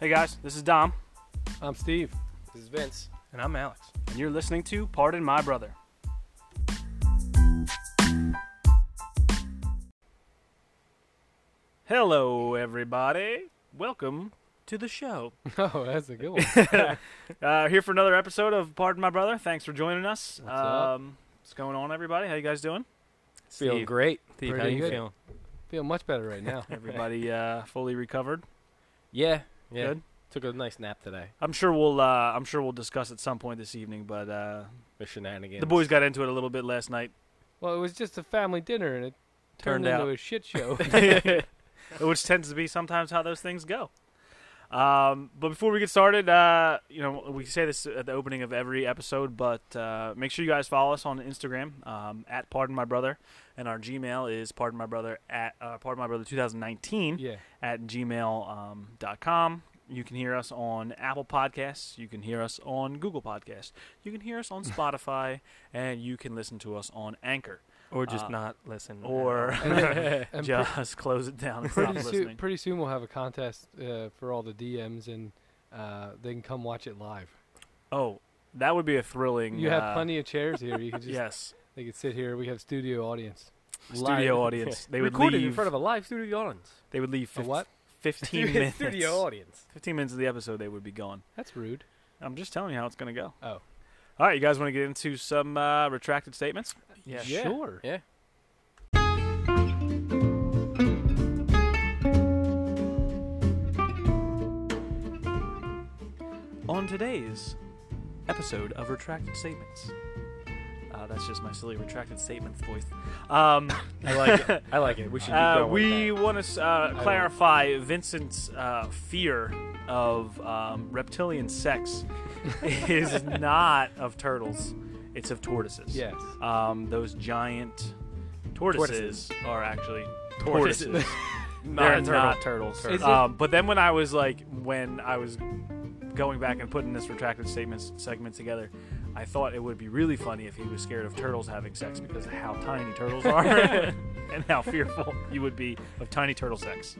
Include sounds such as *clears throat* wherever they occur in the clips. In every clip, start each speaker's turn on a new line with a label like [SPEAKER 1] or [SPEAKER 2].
[SPEAKER 1] Hey guys, this is Dom,
[SPEAKER 2] I'm Steve.
[SPEAKER 3] This is Vince.
[SPEAKER 2] And I'm Alex.
[SPEAKER 1] and you're listening to Pardon My Brother. Hello, everybody. Welcome to the show.
[SPEAKER 2] *laughs* Oh, that's a good
[SPEAKER 3] *laughs*
[SPEAKER 2] one.
[SPEAKER 1] Uh, here for another episode of Pardon My Brother. Thanks for joining us. Um,
[SPEAKER 2] What's up?
[SPEAKER 1] What's going on, everybody? How you guys doing?
[SPEAKER 4] *laughs*
[SPEAKER 3] Feeling
[SPEAKER 2] Steve.
[SPEAKER 3] great.
[SPEAKER 2] Steve, how
[SPEAKER 3] Pretty
[SPEAKER 2] you
[SPEAKER 3] good.
[SPEAKER 2] feeling? Feel much better right now.
[SPEAKER 1] Everybody uh, fully recovered.
[SPEAKER 3] Yeah. Yeah.
[SPEAKER 1] Good.
[SPEAKER 3] Took a nice nap today.
[SPEAKER 1] I'm sure we'll. Uh, I'm sure we'll discuss at some point this evening. But uh,
[SPEAKER 3] The shenanigans.
[SPEAKER 1] the boys got into it a little bit last night,
[SPEAKER 2] Well, it was just a family dinner and it turned,
[SPEAKER 1] Turned
[SPEAKER 2] into
[SPEAKER 1] out.
[SPEAKER 2] a
[SPEAKER 1] *laughs*
[SPEAKER 2] shit show. *laughs*
[SPEAKER 1] which tends to be sometimes how those things go. Um, but before we get started, uh, you know, we say this at the opening of every episode, but uh, make sure you guys follow us on Instagram um, at Pardon My Brother, and our Gmail is Pardon My Brother at uh, Pardon My Brother 2019 *laughs*
[SPEAKER 2] yeah.
[SPEAKER 1] at gmail.com. Um, dot com. you can hear us on Apple Podcasts. You can hear us on Google Podcasts. You can hear us on
[SPEAKER 2] *laughs*
[SPEAKER 1] Spotify, and you can listen to us on Anchor.
[SPEAKER 4] Or
[SPEAKER 1] Uh,
[SPEAKER 4] just not listen. at
[SPEAKER 1] Or
[SPEAKER 3] *laughs*
[SPEAKER 4] all.
[SPEAKER 2] And, then-
[SPEAKER 1] *laughs*
[SPEAKER 2] Mm-hmm. and pre-
[SPEAKER 1] just close it down and stop
[SPEAKER 2] pretty, soon,
[SPEAKER 1] listening.
[SPEAKER 2] pretty soon we'll have a contest uh, for all the DMs and uh, they can come watch it live.
[SPEAKER 1] Oh, that would be a thrilling.
[SPEAKER 2] You
[SPEAKER 1] uh,
[SPEAKER 2] have plenty of chairs here.
[SPEAKER 1] *laughs*
[SPEAKER 2] You can just
[SPEAKER 1] Yes,
[SPEAKER 2] they could sit here. We have studio audience.
[SPEAKER 1] studio audience. They would
[SPEAKER 3] recorded
[SPEAKER 1] leave.
[SPEAKER 3] in front of a live studio audience.
[SPEAKER 1] they would leave.
[SPEAKER 2] A
[SPEAKER 1] 15,
[SPEAKER 2] what? *laughs*
[SPEAKER 1] Fifteen minutes.
[SPEAKER 3] studio audience.
[SPEAKER 1] Fifteen minutes of the episode, they would be gone.
[SPEAKER 2] That's rude.
[SPEAKER 1] I'm just telling you how it's going to go.
[SPEAKER 2] Oh.
[SPEAKER 1] All right, you guys want to get into some uh, retracted statements?
[SPEAKER 4] yeah.
[SPEAKER 3] Yeah.
[SPEAKER 2] Sure.
[SPEAKER 1] *laughs*
[SPEAKER 3] Yeah.
[SPEAKER 1] On today's episode of Retracted Statements. Uh, that's just my silly retracted statements voice. Um,
[SPEAKER 3] I like it. I like it. We should keep
[SPEAKER 1] uh,
[SPEAKER 3] going with
[SPEAKER 1] we
[SPEAKER 3] that.
[SPEAKER 1] want to uh, clarify Vincent's uh, fear of um, reptilian
[SPEAKER 3] *laughs*
[SPEAKER 1] sex is not of turtles; it's of tortoises.
[SPEAKER 2] Yes.
[SPEAKER 1] Um, those giant tortoises,
[SPEAKER 3] Tortoises.
[SPEAKER 1] are actually
[SPEAKER 3] Tortoises.
[SPEAKER 1] tortoises.
[SPEAKER 3] Not
[SPEAKER 1] They're
[SPEAKER 3] a turtle.
[SPEAKER 1] not turtles.
[SPEAKER 2] Is it-
[SPEAKER 1] Um, but then when I was like, when I was going back and putting this retracted statements segment together, I thought it would be really funny if he was scared of turtles having sex because of how tiny turtles are *laughs* and how fearful you would be of tiny turtle sex.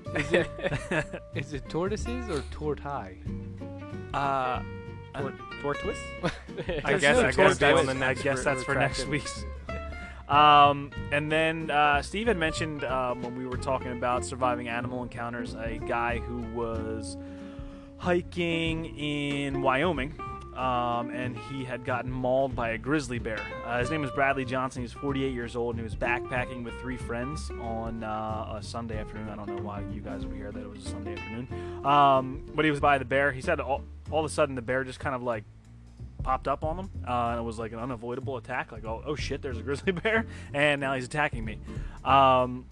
[SPEAKER 2] Is it tortoises or tortai?
[SPEAKER 1] Uh,
[SPEAKER 3] Tortoise?
[SPEAKER 1] I *laughs*
[SPEAKER 4] There's
[SPEAKER 1] guess,
[SPEAKER 4] no
[SPEAKER 1] I guess
[SPEAKER 4] tortoise
[SPEAKER 1] that's,
[SPEAKER 4] on the
[SPEAKER 1] I
[SPEAKER 4] next
[SPEAKER 1] guess
[SPEAKER 4] re-
[SPEAKER 1] that's for next
[SPEAKER 4] retracted.
[SPEAKER 1] week's. *laughs* Um, and then uh, Steve had mentioned um, when we were talking about surviving animal encounters, a guy who was hiking in Wyoming. Um, and he had gotten mauled by a grizzly bear. Uh, his name was Bradley Johnson. He was 48 years old, and he was backpacking with three friends on uh, a Sunday afternoon. I don't know why you guys would hear that it was a Sunday afternoon. Um, but he was by the bear. He said all, all of a sudden the bear just kind of like popped up on him, uh, and it was like an unavoidable attack. Like, oh, oh shit, there's a grizzly *laughs* bear, and now he's attacking me. Um,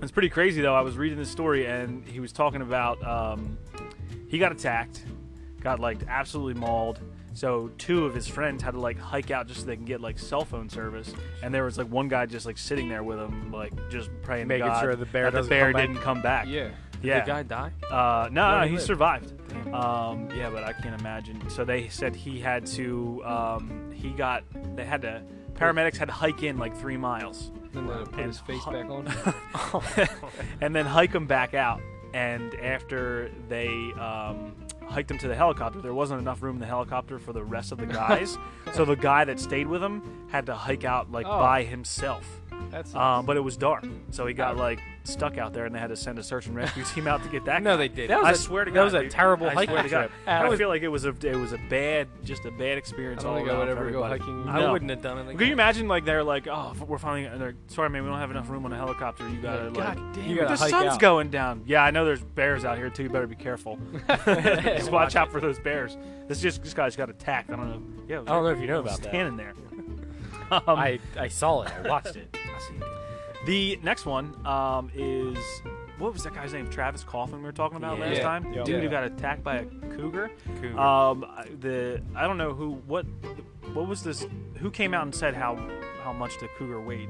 [SPEAKER 1] it's pretty crazy though. I was reading this story, and he was talking about um, he got attacked, got like absolutely mauled. So two of his friends had to like hike out just so they can get like cell phone service, and there was like one guy just like sitting there with him, like just praying, to
[SPEAKER 3] Making
[SPEAKER 1] God
[SPEAKER 3] sure the bear
[SPEAKER 1] that the
[SPEAKER 3] doesn't
[SPEAKER 1] bear
[SPEAKER 3] come back.
[SPEAKER 1] didn't come back.
[SPEAKER 2] Yeah.
[SPEAKER 4] Did
[SPEAKER 1] yeah.
[SPEAKER 4] The guy die?
[SPEAKER 1] Uh, no, no,
[SPEAKER 3] he
[SPEAKER 1] he
[SPEAKER 3] lived.
[SPEAKER 1] survived. Um, yeah, but I can't imagine. So they said he had to. Um, he got. They had to. Paramedics had to hike in like three miles,
[SPEAKER 2] Then they put
[SPEAKER 1] And
[SPEAKER 2] his face
[SPEAKER 1] hu- *laughs*
[SPEAKER 2] back on.
[SPEAKER 3] Oh.
[SPEAKER 1] and then hike him back out. And after they um, hiked him to the helicopter, there wasn't enough room in the helicopter for the rest of the
[SPEAKER 3] *laughs*
[SPEAKER 1] guys. so the guy that stayed with him had to hike out like
[SPEAKER 2] Oh.
[SPEAKER 1] by himself.
[SPEAKER 2] That's
[SPEAKER 1] Um, but it was dark, so he
[SPEAKER 3] Oh.
[SPEAKER 1] got like stuck out there, and they had to send a search and rescue *laughs* team out to get that.
[SPEAKER 3] No,
[SPEAKER 1] guy.
[SPEAKER 3] they didn't.
[SPEAKER 1] That was
[SPEAKER 3] I
[SPEAKER 1] a-
[SPEAKER 3] swear to
[SPEAKER 1] that
[SPEAKER 3] God,
[SPEAKER 1] was a
[SPEAKER 3] dude.
[SPEAKER 1] terrible
[SPEAKER 3] I
[SPEAKER 1] hiking
[SPEAKER 3] swear to God.
[SPEAKER 1] trip.
[SPEAKER 2] That
[SPEAKER 1] I
[SPEAKER 2] was-
[SPEAKER 1] feel like it was a it was a bad, just a bad experience
[SPEAKER 2] I don't
[SPEAKER 1] all
[SPEAKER 2] think I
[SPEAKER 1] around.
[SPEAKER 2] would
[SPEAKER 1] for
[SPEAKER 2] ever go
[SPEAKER 1] everybody.
[SPEAKER 2] hiking.
[SPEAKER 4] I
[SPEAKER 2] No.
[SPEAKER 4] wouldn't have done it.
[SPEAKER 1] Can you
[SPEAKER 4] Again.
[SPEAKER 1] imagine like they're like, oh, we're finally. and They're, Sorry, man, we don't have enough room on a helicopter. You gotta like.
[SPEAKER 2] damn
[SPEAKER 3] you
[SPEAKER 2] it.
[SPEAKER 3] gotta
[SPEAKER 1] the
[SPEAKER 3] hike
[SPEAKER 1] sun's
[SPEAKER 3] out.
[SPEAKER 1] going down. Yeah, I know there's bears out here too. You better be careful. *laughs* just watch out for those bears. This just this guy's got attacked. I don't know. Yeah, it was
[SPEAKER 3] I don't know if you know about that.
[SPEAKER 1] standing there. Um,
[SPEAKER 3] I, I saw it.
[SPEAKER 1] *laughs*
[SPEAKER 3] I watched it.
[SPEAKER 1] The next one um, is what was that guy's name? Travis Coffin we were talking about
[SPEAKER 4] Yeah.
[SPEAKER 1] last
[SPEAKER 2] Yeah.
[SPEAKER 1] time.
[SPEAKER 3] Yeah.
[SPEAKER 1] Dude who
[SPEAKER 2] Yeah.
[SPEAKER 1] got attacked by a cougar.
[SPEAKER 4] Cougar.
[SPEAKER 1] Um, I- the I don't know who what what was this? Who came out and said how how much the cougar weighed?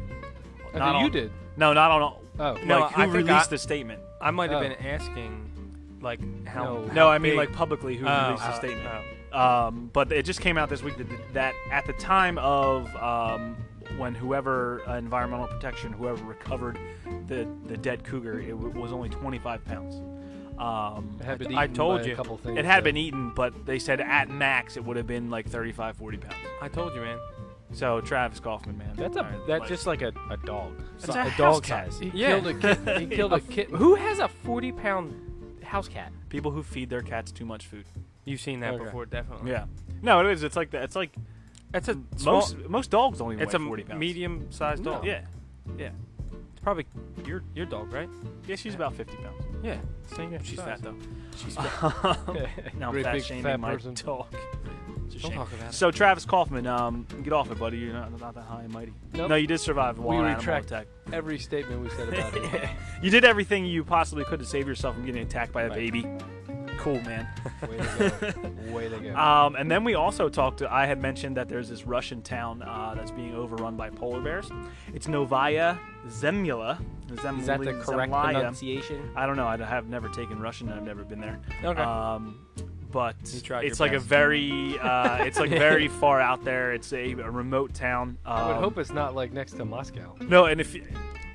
[SPEAKER 2] I
[SPEAKER 1] Not
[SPEAKER 2] think you
[SPEAKER 1] on-
[SPEAKER 2] did.
[SPEAKER 1] No, not on.
[SPEAKER 2] Oh.
[SPEAKER 4] No,
[SPEAKER 1] like, who
[SPEAKER 4] I think
[SPEAKER 1] released
[SPEAKER 4] I-
[SPEAKER 1] the statement?
[SPEAKER 4] I might have
[SPEAKER 2] Oh.
[SPEAKER 4] been asking, like, how.
[SPEAKER 2] No.
[SPEAKER 4] how
[SPEAKER 1] No, I mean
[SPEAKER 4] big-
[SPEAKER 1] like publicly who
[SPEAKER 4] Oh,
[SPEAKER 1] released the
[SPEAKER 4] oh,
[SPEAKER 1] statement.
[SPEAKER 4] oh.
[SPEAKER 1] Um, but it just came out this week that, that at the time of um, when whoever uh, environmental protection, whoever recovered the the dead cougar, it w- was only 25 pounds. Um,
[SPEAKER 2] It had been
[SPEAKER 1] I
[SPEAKER 2] eaten
[SPEAKER 1] told
[SPEAKER 2] by a
[SPEAKER 1] you
[SPEAKER 2] couple things,
[SPEAKER 1] it had
[SPEAKER 2] but-
[SPEAKER 1] been eaten, but they said at max it would have been like 35, 40 pounds.
[SPEAKER 4] I told you, man.
[SPEAKER 1] So Travis Kaufman, man,
[SPEAKER 3] That's
[SPEAKER 1] All
[SPEAKER 3] a
[SPEAKER 1] right,
[SPEAKER 3] that's
[SPEAKER 1] like-
[SPEAKER 3] just like a, a dog.
[SPEAKER 1] It's
[SPEAKER 3] Si-
[SPEAKER 1] a house
[SPEAKER 3] dog
[SPEAKER 1] cat.
[SPEAKER 3] size.
[SPEAKER 2] He
[SPEAKER 4] Yeah.
[SPEAKER 2] killed a *laughs* kitten. He killed a kitten.
[SPEAKER 3] Who has a forty pound house cat?
[SPEAKER 1] people who feed their cats too much food.
[SPEAKER 4] You've seen that
[SPEAKER 2] Okay.
[SPEAKER 4] before, definitely.
[SPEAKER 1] Yeah, no, it is. It's like that. It's like
[SPEAKER 4] It's a small,
[SPEAKER 1] most most dogs don't even
[SPEAKER 4] It's a
[SPEAKER 1] weigh 40 pounds.
[SPEAKER 4] medium-sized
[SPEAKER 1] No.
[SPEAKER 4] dog.
[SPEAKER 1] Yeah,
[SPEAKER 4] It's probably your your dog, right?
[SPEAKER 1] yeah, she's about 50 pounds.
[SPEAKER 4] Yeah. Same
[SPEAKER 1] She's
[SPEAKER 4] size.
[SPEAKER 1] fat though.
[SPEAKER 4] *laughs*
[SPEAKER 3] She's
[SPEAKER 1] *laughs* now
[SPEAKER 2] Great
[SPEAKER 1] fat
[SPEAKER 2] big
[SPEAKER 1] shaming
[SPEAKER 2] fat
[SPEAKER 1] my *laughs*
[SPEAKER 2] person.
[SPEAKER 1] dog. It's a
[SPEAKER 4] Don't
[SPEAKER 1] shame.
[SPEAKER 4] talk about it.
[SPEAKER 1] So Travis Kaufman, um, get off it, buddy. You're not, not that high and mighty.
[SPEAKER 2] Nope.
[SPEAKER 1] No, you did survive a
[SPEAKER 2] We
[SPEAKER 1] wild animal
[SPEAKER 2] retract
[SPEAKER 1] attack.
[SPEAKER 2] Every statement we said
[SPEAKER 1] *laughs*
[SPEAKER 2] about it.
[SPEAKER 1] You did everything you possibly could to save yourself from getting attacked by a
[SPEAKER 3] Right.
[SPEAKER 1] baby. Cool, man.
[SPEAKER 2] Way to go. Way to go.
[SPEAKER 1] Um, and then we also talked to, I had mentioned that there's this Russian town uh, that's being overrun by polar bears. It's Novaya Zemlya.
[SPEAKER 3] Is that the correct pronunciation?
[SPEAKER 1] I don't know. I have never taken Russian. I've never been there.
[SPEAKER 4] Okay.
[SPEAKER 1] Um, but
[SPEAKER 4] You tried
[SPEAKER 1] it's
[SPEAKER 4] your
[SPEAKER 1] like a
[SPEAKER 4] best.
[SPEAKER 1] very, uh, it's like very far out there. It's a, a remote town. Um,
[SPEAKER 2] I would hope it's not like next to Moscow.
[SPEAKER 1] No, and if you-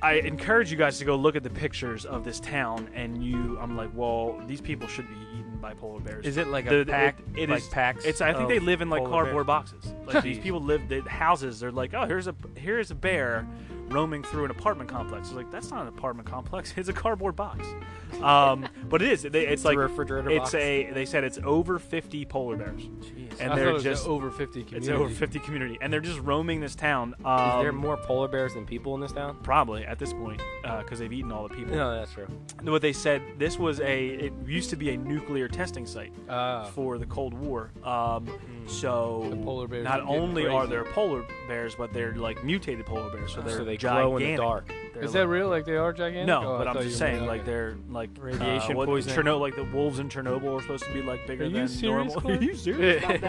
[SPEAKER 1] I encourage you guys to go look at the pictures of this town, and you, I'm like, well, these people should be eaten by polar bears.
[SPEAKER 4] Is it like
[SPEAKER 1] The-
[SPEAKER 4] a pack?
[SPEAKER 1] It, it
[SPEAKER 4] like
[SPEAKER 1] is-
[SPEAKER 4] packs.
[SPEAKER 1] It's. I think
[SPEAKER 4] of
[SPEAKER 1] they live in like
[SPEAKER 4] polar
[SPEAKER 1] cardboard
[SPEAKER 4] bears?
[SPEAKER 1] boxes. Like these people live. The houses. They're like, oh, here's a here's a bear roaming through an apartment complex. It's like that's not an apartment complex. *laughs* It's a cardboard box. Um, but it is. They, it's,
[SPEAKER 3] a
[SPEAKER 1] like
[SPEAKER 3] refrigerator
[SPEAKER 1] It's
[SPEAKER 3] box.
[SPEAKER 1] a. They said it's over 50 polar bears,
[SPEAKER 4] Jeez.
[SPEAKER 1] and
[SPEAKER 2] I
[SPEAKER 1] they're
[SPEAKER 2] thought it was a
[SPEAKER 1] just.
[SPEAKER 2] over 50 community.
[SPEAKER 1] it's over 50 community, and they're just roaming this town.
[SPEAKER 3] Is there
[SPEAKER 1] Um,
[SPEAKER 3] more polar bears than people in this town?
[SPEAKER 1] probably at this point because they've eaten all the people.
[SPEAKER 3] No, that's true.
[SPEAKER 1] What they said this was a. It used to be a nuclear testing site
[SPEAKER 2] Ah.
[SPEAKER 1] for the Cold War. Um, So
[SPEAKER 2] Hmm. The polar bears
[SPEAKER 1] not
[SPEAKER 2] are getting
[SPEAKER 1] only are
[SPEAKER 2] crazy. Oh.
[SPEAKER 1] there polar bears, but they're like mutated polar bears, so
[SPEAKER 3] So,
[SPEAKER 1] they're
[SPEAKER 3] they
[SPEAKER 1] gigantic.
[SPEAKER 3] glow in the dark.
[SPEAKER 1] They're
[SPEAKER 2] Is
[SPEAKER 1] like-
[SPEAKER 2] that real? Like they are gigantic?
[SPEAKER 1] no,
[SPEAKER 2] Oh, I
[SPEAKER 1] but
[SPEAKER 2] thought
[SPEAKER 1] I'm just
[SPEAKER 2] you meant-
[SPEAKER 1] saying, like
[SPEAKER 2] okay.
[SPEAKER 1] they're like
[SPEAKER 4] Radiation
[SPEAKER 1] uh, what-
[SPEAKER 4] poisoning.
[SPEAKER 1] Chernobyl, like the wolves in Chernobyl are supposed to be like bigger
[SPEAKER 2] Are
[SPEAKER 1] than
[SPEAKER 2] you
[SPEAKER 1] *laughs*
[SPEAKER 2] serious,
[SPEAKER 1] normal.
[SPEAKER 2] Clark?
[SPEAKER 1] Are you serious about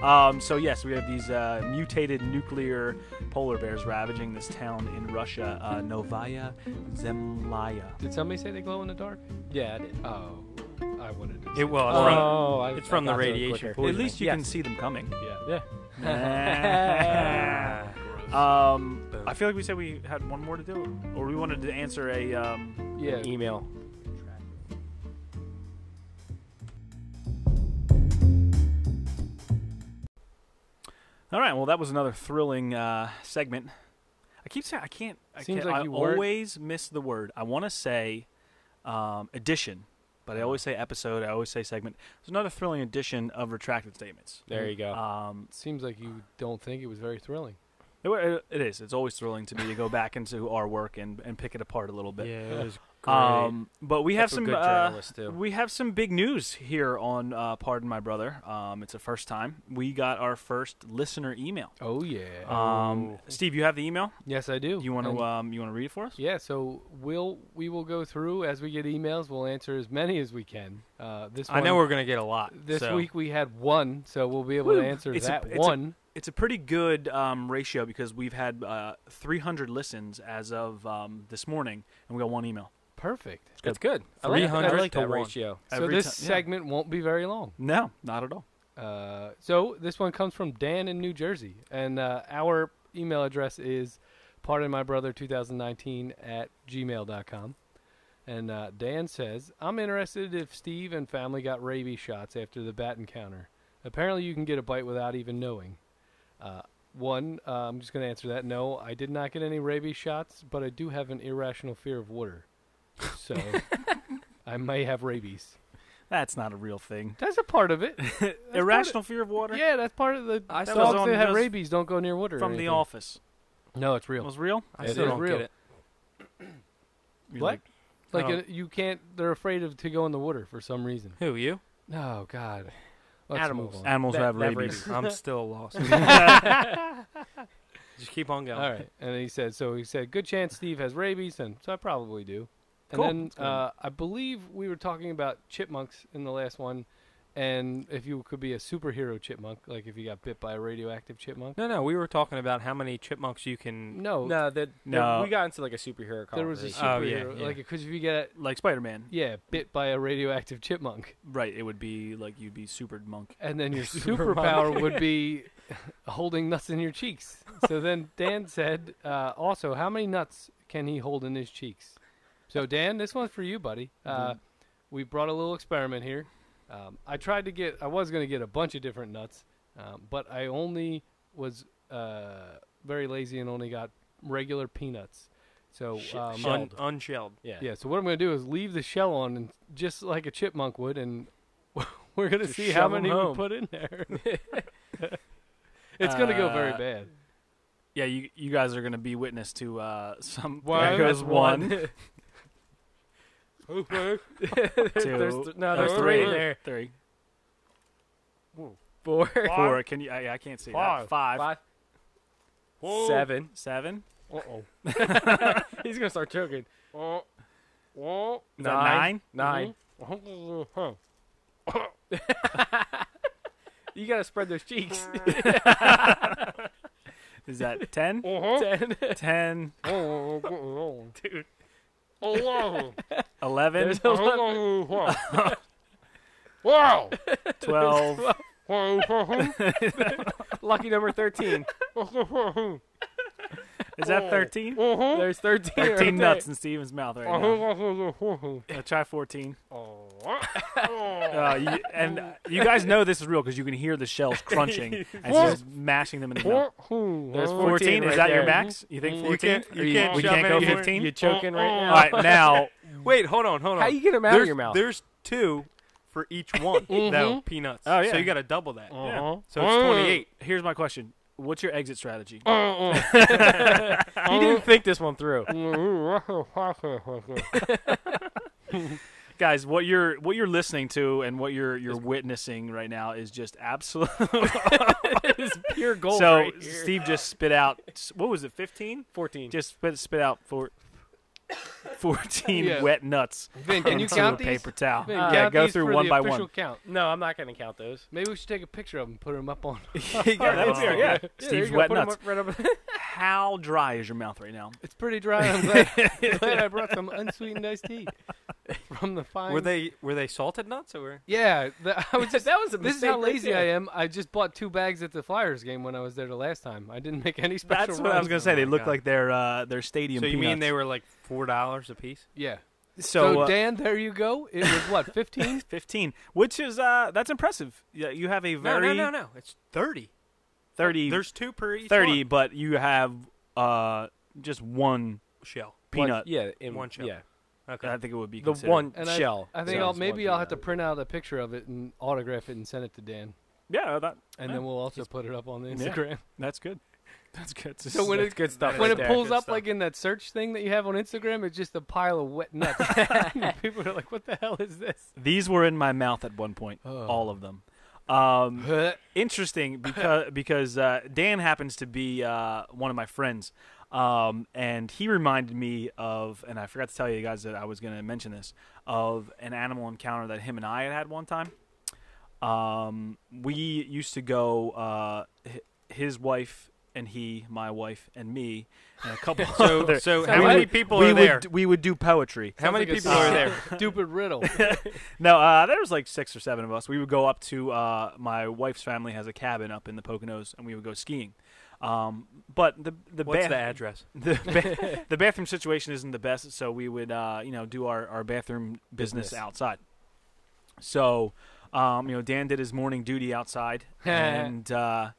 [SPEAKER 1] that? Um, so yes, we have these uh, mutated nuclear polar bears ravaging this town in Russia, uh, Novaya Zemlya.
[SPEAKER 2] Did somebody say they glow in the dark?
[SPEAKER 3] Yeah, I did.
[SPEAKER 2] Oh, I wanted to.
[SPEAKER 4] It was.
[SPEAKER 2] Oh, I,
[SPEAKER 4] it's from
[SPEAKER 2] I
[SPEAKER 4] the
[SPEAKER 2] thought so.
[SPEAKER 4] radiation
[SPEAKER 3] quicker.
[SPEAKER 1] At
[SPEAKER 4] poisoning.
[SPEAKER 1] least you
[SPEAKER 3] Yes.
[SPEAKER 1] can see them
[SPEAKER 2] *laughs*
[SPEAKER 1] coming. *laughs*
[SPEAKER 3] Yeah. Yeah.
[SPEAKER 1] um,
[SPEAKER 4] Boom.
[SPEAKER 1] I feel like we said we had one more to do, or we wanted to answer a. Um,
[SPEAKER 2] Yeah.
[SPEAKER 3] Email.
[SPEAKER 1] all right, well, that was another thrilling uh, segment. I keep saying I can't. I
[SPEAKER 2] Seems
[SPEAKER 1] can't,
[SPEAKER 2] like
[SPEAKER 1] I
[SPEAKER 2] you weren't-
[SPEAKER 1] always miss the word. I want to say um, edition, but I always say episode. I always say segment. It's another thrilling edition of retracted statements.
[SPEAKER 3] There you go.
[SPEAKER 1] Um,
[SPEAKER 2] Seems like you don't think it was very thrilling.
[SPEAKER 1] it, wa- it is. It's always thrilling to me to go back into our work and, and pick it apart a little
[SPEAKER 2] *laughs*
[SPEAKER 1] bit.
[SPEAKER 4] Yeah, it was great.
[SPEAKER 1] Um, but we have
[SPEAKER 3] That's what
[SPEAKER 1] some
[SPEAKER 3] good
[SPEAKER 1] uh,
[SPEAKER 3] journalists do.
[SPEAKER 1] we have some big news here on uh, Pardon My Brother. Um, it's the first time we got our first listener email.
[SPEAKER 2] Oh yeah.
[SPEAKER 4] Oh.
[SPEAKER 1] Um, Steve, you have the email.
[SPEAKER 2] yes, I do.
[SPEAKER 1] You want
[SPEAKER 2] And-
[SPEAKER 1] to um, you want to read it for us?
[SPEAKER 2] Yeah, so we'll we will go through as we get emails. We'll answer as many as we can. Uh, this
[SPEAKER 4] I know
[SPEAKER 2] one-
[SPEAKER 4] we're gonna get a lot
[SPEAKER 2] this
[SPEAKER 4] so-
[SPEAKER 2] week we had one, so we'll be able
[SPEAKER 1] Woo.
[SPEAKER 2] to answer
[SPEAKER 1] It's a-
[SPEAKER 2] that
[SPEAKER 1] it's a-
[SPEAKER 2] one.
[SPEAKER 1] It's a pretty good um, ratio because we've had uh, 300 listens as of um, this morning, and we got one email.
[SPEAKER 2] Perfect.
[SPEAKER 3] That's good. I like-
[SPEAKER 4] 300
[SPEAKER 3] I like
[SPEAKER 4] to
[SPEAKER 3] that
[SPEAKER 4] one.
[SPEAKER 3] ratio.
[SPEAKER 2] so
[SPEAKER 1] Every
[SPEAKER 2] this
[SPEAKER 1] ti- yeah.
[SPEAKER 2] segment won't be very long.
[SPEAKER 1] No, not at all.
[SPEAKER 2] Uh, so this one comes from Dan in New Jersey, and uh, our email address is pardonmybrother2019 at gmail.com. And uh, Dan says, I'm interested if Steve and family got rabies shots after the bat encounter. Apparently, you can get a bite without even knowing. Uh, one, uh, I'm just going to answer that. No, I did not get any rabies shots, but I do have an irrational fear of water. So I may have rabies.
[SPEAKER 1] That's not a real thing.
[SPEAKER 2] That's a part of it.
[SPEAKER 1] Irrational fear of water
[SPEAKER 2] Yeah, that's part of the
[SPEAKER 4] I
[SPEAKER 1] That
[SPEAKER 2] dogs
[SPEAKER 1] was on-
[SPEAKER 2] that
[SPEAKER 1] that
[SPEAKER 2] have
[SPEAKER 1] was
[SPEAKER 2] rabies don't go near water. or
[SPEAKER 1] from The
[SPEAKER 2] anything.
[SPEAKER 1] Office
[SPEAKER 2] No, it's real.
[SPEAKER 1] was real.
[SPEAKER 4] I
[SPEAKER 2] It
[SPEAKER 4] still
[SPEAKER 2] is
[SPEAKER 4] don't
[SPEAKER 2] real.
[SPEAKER 4] get it.
[SPEAKER 1] You're
[SPEAKER 2] What?
[SPEAKER 1] like,
[SPEAKER 2] Like
[SPEAKER 1] Oh.
[SPEAKER 2] uh, you can't. They're afraid of to go in the water for some reason.
[SPEAKER 4] Who you?
[SPEAKER 2] Oh God. Let's
[SPEAKER 3] Animals.
[SPEAKER 2] move on.
[SPEAKER 1] Animals
[SPEAKER 3] That-
[SPEAKER 1] have
[SPEAKER 3] that
[SPEAKER 1] rabies.
[SPEAKER 3] rabies. *laughs*
[SPEAKER 4] I'm still lost. Just keep on going.
[SPEAKER 2] All right. And he said, so he said, good chance Steve has rabies, and so I probably do. And
[SPEAKER 1] Cool.
[SPEAKER 2] then uh, I believe we were talking about chipmunks in the last one, and if you could be a superhero chipmunk, like if you got bit by a radioactive chipmunk.
[SPEAKER 4] No, no, we were talking about how many chipmunks you can.
[SPEAKER 2] No,
[SPEAKER 3] No, that
[SPEAKER 1] No.
[SPEAKER 3] we got into like a superhero
[SPEAKER 2] there was a
[SPEAKER 3] conversation.
[SPEAKER 4] Oh, yeah,
[SPEAKER 2] superhero,
[SPEAKER 4] yeah.
[SPEAKER 2] like because if you get
[SPEAKER 1] Like Spider-Man,
[SPEAKER 2] yeah bit by a radioactive chipmunk,
[SPEAKER 1] right? It would be like you'd be super monk.
[SPEAKER 2] And then your
[SPEAKER 4] Super
[SPEAKER 2] superpower would be holding nuts in your cheeks. So then Dan said, uh, also, how many nuts can he hold in his cheeks? So Dan, this one's for you, buddy. Uh, we brought a little experiment here. Um, I tried to get, I was going to get a bunch of different nuts, um, but I only was uh, very lazy and only got regular peanuts. So,
[SPEAKER 3] Sh-
[SPEAKER 2] um,
[SPEAKER 4] Un- unshelled.
[SPEAKER 3] Yeah.
[SPEAKER 2] yeah. So what I'm going to do is leave the shell on, and just like a chipmunk would, and *laughs* we're going to
[SPEAKER 4] Just
[SPEAKER 2] see how
[SPEAKER 4] shove 'em
[SPEAKER 2] many we
[SPEAKER 4] home.
[SPEAKER 2] put in there. it's going to go very
[SPEAKER 1] Uh,
[SPEAKER 2] bad.
[SPEAKER 1] Yeah, you you guys are gonna be witness to uh, *laughs* some.
[SPEAKER 4] One,
[SPEAKER 1] there goes
[SPEAKER 4] that's
[SPEAKER 1] one,
[SPEAKER 4] one.
[SPEAKER 1] *laughs* two,
[SPEAKER 4] There's th- no,
[SPEAKER 1] there's
[SPEAKER 4] there's
[SPEAKER 1] uh, three,
[SPEAKER 4] three in there.
[SPEAKER 1] three,
[SPEAKER 4] Four.
[SPEAKER 1] four. Can you? I, I can't see that.
[SPEAKER 4] Five.
[SPEAKER 1] Five,
[SPEAKER 3] Five. Seven. *laughs*
[SPEAKER 1] seven.
[SPEAKER 2] Uh *laughs* oh.
[SPEAKER 3] He's gonna start choking.
[SPEAKER 1] Is that nine?
[SPEAKER 3] Nine. *laughs* You gotta spread those cheeks.
[SPEAKER 1] Is that ten?
[SPEAKER 3] Ten.
[SPEAKER 1] Ten,
[SPEAKER 3] Dude.
[SPEAKER 1] eleven,
[SPEAKER 3] There's
[SPEAKER 2] *laughs*
[SPEAKER 3] eleven.
[SPEAKER 5] Wow!
[SPEAKER 1] twelve.
[SPEAKER 3] Lucky number thirteen.
[SPEAKER 1] Is that thirteen?
[SPEAKER 3] There's thirteen. right
[SPEAKER 1] Thirteen
[SPEAKER 3] there.
[SPEAKER 1] nuts in Steven's mouth right now.
[SPEAKER 2] Uh-huh.
[SPEAKER 1] Uh, try fourteen. Uh, you, and uh, you guys know this is real because you can hear the shells crunching as he's mashing them in the mouth.
[SPEAKER 3] There's
[SPEAKER 1] Oh, Fourteen.
[SPEAKER 3] fourteen.
[SPEAKER 1] is
[SPEAKER 3] right
[SPEAKER 1] that
[SPEAKER 3] there. Mm-hmm.
[SPEAKER 1] your max? You think
[SPEAKER 3] You
[SPEAKER 1] fourteen?
[SPEAKER 3] can't-
[SPEAKER 4] You
[SPEAKER 3] Are
[SPEAKER 4] can't
[SPEAKER 1] we
[SPEAKER 4] shove
[SPEAKER 1] can't go
[SPEAKER 4] anymore.
[SPEAKER 1] fifteen.
[SPEAKER 3] You're choking right
[SPEAKER 1] All
[SPEAKER 2] Uh-uh.
[SPEAKER 3] now.
[SPEAKER 1] right,
[SPEAKER 3] *laughs*
[SPEAKER 1] now
[SPEAKER 4] *laughs* Wait, hold on, hold on.
[SPEAKER 3] How you get them out
[SPEAKER 4] there's,
[SPEAKER 3] of your mouth? Mm-hmm.
[SPEAKER 4] There's two for each one,
[SPEAKER 3] *laughs*
[SPEAKER 4] though, peanuts.
[SPEAKER 1] Oh, yeah.
[SPEAKER 4] So you got to double that.
[SPEAKER 3] Mm.
[SPEAKER 1] Yeah.
[SPEAKER 4] So it's 28.
[SPEAKER 1] here's my question: What's your exit strategy?
[SPEAKER 3] Oh. You didn't think this one through.
[SPEAKER 4] *laughs*
[SPEAKER 1] guys what you're what you're listening to and what you're you're witnessing right now is just absolute
[SPEAKER 3] Pure
[SPEAKER 1] *laughs*
[SPEAKER 3] gold.
[SPEAKER 1] so
[SPEAKER 3] right here.
[SPEAKER 1] steve just spit out what was it 15
[SPEAKER 3] fourteen.
[SPEAKER 1] just spit, spit out for 14
[SPEAKER 2] Yeah.
[SPEAKER 1] wet nuts
[SPEAKER 2] *laughs* Vin,
[SPEAKER 1] *laughs*
[SPEAKER 2] can you
[SPEAKER 1] into
[SPEAKER 2] count
[SPEAKER 1] a
[SPEAKER 2] these?
[SPEAKER 1] paper towel
[SPEAKER 2] Vin,
[SPEAKER 1] yeah
[SPEAKER 2] count
[SPEAKER 1] go
[SPEAKER 2] these
[SPEAKER 1] through
[SPEAKER 2] for
[SPEAKER 1] one
[SPEAKER 2] the
[SPEAKER 1] by
[SPEAKER 2] official
[SPEAKER 1] one
[SPEAKER 2] Count.
[SPEAKER 3] no, I'm not gonna
[SPEAKER 4] *laughs*
[SPEAKER 3] count those.
[SPEAKER 2] Maybe we should take a picture of them and put them up on. *laughs*
[SPEAKER 1] that would be all right.
[SPEAKER 3] there
[SPEAKER 1] Steve's
[SPEAKER 3] you go.
[SPEAKER 1] wet
[SPEAKER 3] Put 'em
[SPEAKER 1] nuts.
[SPEAKER 3] up *laughs* right up-
[SPEAKER 1] how dry is your mouth right now
[SPEAKER 2] It's pretty dry. I'm
[SPEAKER 1] *laughs*
[SPEAKER 2] glad, glad I brought some unsweetened iced tea from the fine.
[SPEAKER 4] Were they were they salted nuts or?
[SPEAKER 2] Yeah, the, I
[SPEAKER 3] *laughs*
[SPEAKER 2] was just.
[SPEAKER 3] that was a
[SPEAKER 2] This is
[SPEAKER 3] mistake
[SPEAKER 2] how
[SPEAKER 3] right
[SPEAKER 2] lazy
[SPEAKER 3] there.
[SPEAKER 2] I am. I just bought two bags at the Flyers game when I was there the last time. I didn't make any special.
[SPEAKER 1] that's what i was
[SPEAKER 2] runs.
[SPEAKER 1] going to say they
[SPEAKER 4] my
[SPEAKER 1] look
[SPEAKER 4] God.
[SPEAKER 1] like they're uh they're stadium
[SPEAKER 4] So you mean
[SPEAKER 1] peanuts.
[SPEAKER 4] they were like four dollars a piece?
[SPEAKER 2] Yeah.
[SPEAKER 1] so,
[SPEAKER 2] So,
[SPEAKER 1] uh,
[SPEAKER 2] Dan, there you go. It was
[SPEAKER 1] *laughs*
[SPEAKER 2] what fifteen.
[SPEAKER 1] 15 which is uh that's impressive Yeah, you have a
[SPEAKER 4] No,
[SPEAKER 1] very
[SPEAKER 4] no, no, no. It's thirty.
[SPEAKER 1] 30
[SPEAKER 4] There's two per each.
[SPEAKER 1] 30
[SPEAKER 4] one.
[SPEAKER 1] but you have uh just one
[SPEAKER 4] shell.
[SPEAKER 1] peanut
[SPEAKER 3] Yeah, in
[SPEAKER 4] One shell.
[SPEAKER 3] Yeah,
[SPEAKER 4] Okay.
[SPEAKER 1] i think it would be
[SPEAKER 3] the
[SPEAKER 1] considered.
[SPEAKER 3] one
[SPEAKER 2] And I-
[SPEAKER 3] shell.
[SPEAKER 2] I think
[SPEAKER 3] So
[SPEAKER 2] I'll
[SPEAKER 3] it's
[SPEAKER 2] maybe
[SPEAKER 3] one
[SPEAKER 2] I'll have to
[SPEAKER 3] peanut.
[SPEAKER 2] print out a picture of it and autograph it and send it to Dan,
[SPEAKER 1] yeah that,
[SPEAKER 2] and then we'll also put it up on the
[SPEAKER 1] Yeah.
[SPEAKER 2] Instagram.
[SPEAKER 1] that's good that's good
[SPEAKER 2] *laughs* So when
[SPEAKER 3] That's
[SPEAKER 2] it
[SPEAKER 3] good stuff.
[SPEAKER 2] when
[SPEAKER 3] right
[SPEAKER 2] it
[SPEAKER 3] there.
[SPEAKER 2] pulls
[SPEAKER 4] good
[SPEAKER 2] up
[SPEAKER 4] stuff.
[SPEAKER 2] like in that search thing that you have on Instagram, it's just a pile of wet nuts. *laughs* People are like, "What the hell is
[SPEAKER 1] *laughs*
[SPEAKER 2] this?"
[SPEAKER 1] these were in my mouth at one point
[SPEAKER 2] Oh.
[SPEAKER 1] all of them um
[SPEAKER 2] That's
[SPEAKER 1] interesting because *laughs* because uh dan happens to be uh one of my friends um and he reminded me of and i forgot to tell you guys that i was going to mention this of an animal encounter that him and i had had one time um, we used to go uh, hi- his wife and he my wife and me and a couple
[SPEAKER 4] *laughs* So,
[SPEAKER 1] other
[SPEAKER 4] so
[SPEAKER 1] *laughs*
[SPEAKER 2] So
[SPEAKER 4] how
[SPEAKER 1] we
[SPEAKER 4] many
[SPEAKER 1] would-
[SPEAKER 4] people
[SPEAKER 1] we
[SPEAKER 4] are
[SPEAKER 1] would,
[SPEAKER 4] there?
[SPEAKER 1] we would do poetry
[SPEAKER 4] How many
[SPEAKER 2] like a
[SPEAKER 4] people are
[SPEAKER 3] *laughs*
[SPEAKER 4] there?
[SPEAKER 2] *laughs* Stupid riddle.
[SPEAKER 1] no uh, there was like six or seven of us we would go up to uh, my wife's family has a cabin up in the poconos and we would go skiing um, but the the bath- *laughs*
[SPEAKER 4] What's the address?
[SPEAKER 1] the, ba-
[SPEAKER 4] *laughs*
[SPEAKER 1] the bathroom situation isn't the best, so we would uh, you know do our, our bathroom business,
[SPEAKER 3] Business.
[SPEAKER 1] outside. So, um, you know, Dan did his morning duty outside,
[SPEAKER 4] *laughs*
[SPEAKER 1] and uh,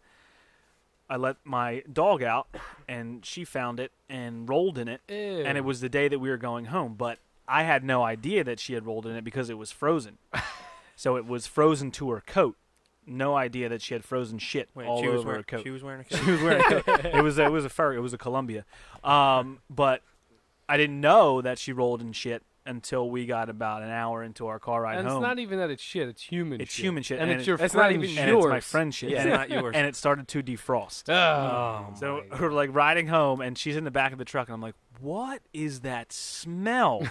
[SPEAKER 1] I let my dog out, and she found it and rolled in it, and it was the day that we were going home. But I had no idea that she had rolled in it because it was
[SPEAKER 4] *laughs*
[SPEAKER 1] frozen, so it was frozen to her coat. No idea that she had frozen shit
[SPEAKER 4] Wait,
[SPEAKER 1] all
[SPEAKER 4] she was
[SPEAKER 1] over
[SPEAKER 4] wearing
[SPEAKER 1] her coat
[SPEAKER 4] She was wearing a coat.
[SPEAKER 1] she was wearing a coat. *laughs* it was a, it was a fur it was a Columbia, um, but I didn't know that she rolled in shit until we got about an hour into our car ride
[SPEAKER 2] and
[SPEAKER 1] home.
[SPEAKER 2] it's not even that it's shit. It's human.
[SPEAKER 1] It's
[SPEAKER 2] shit.
[SPEAKER 1] human shit,
[SPEAKER 2] and,
[SPEAKER 1] and
[SPEAKER 2] it's
[SPEAKER 1] it-
[SPEAKER 2] your
[SPEAKER 3] that's not
[SPEAKER 2] friend's
[SPEAKER 3] even
[SPEAKER 2] shit.
[SPEAKER 1] and it's my
[SPEAKER 3] yours.
[SPEAKER 1] friend's shit, *laughs*
[SPEAKER 4] It's
[SPEAKER 1] and, it,
[SPEAKER 4] not yours.
[SPEAKER 1] and um, it started to defrost.
[SPEAKER 2] Oh,
[SPEAKER 1] so *laughs* we're like riding home, and she's in the back of the truck, and I'm like, "What is that smell?"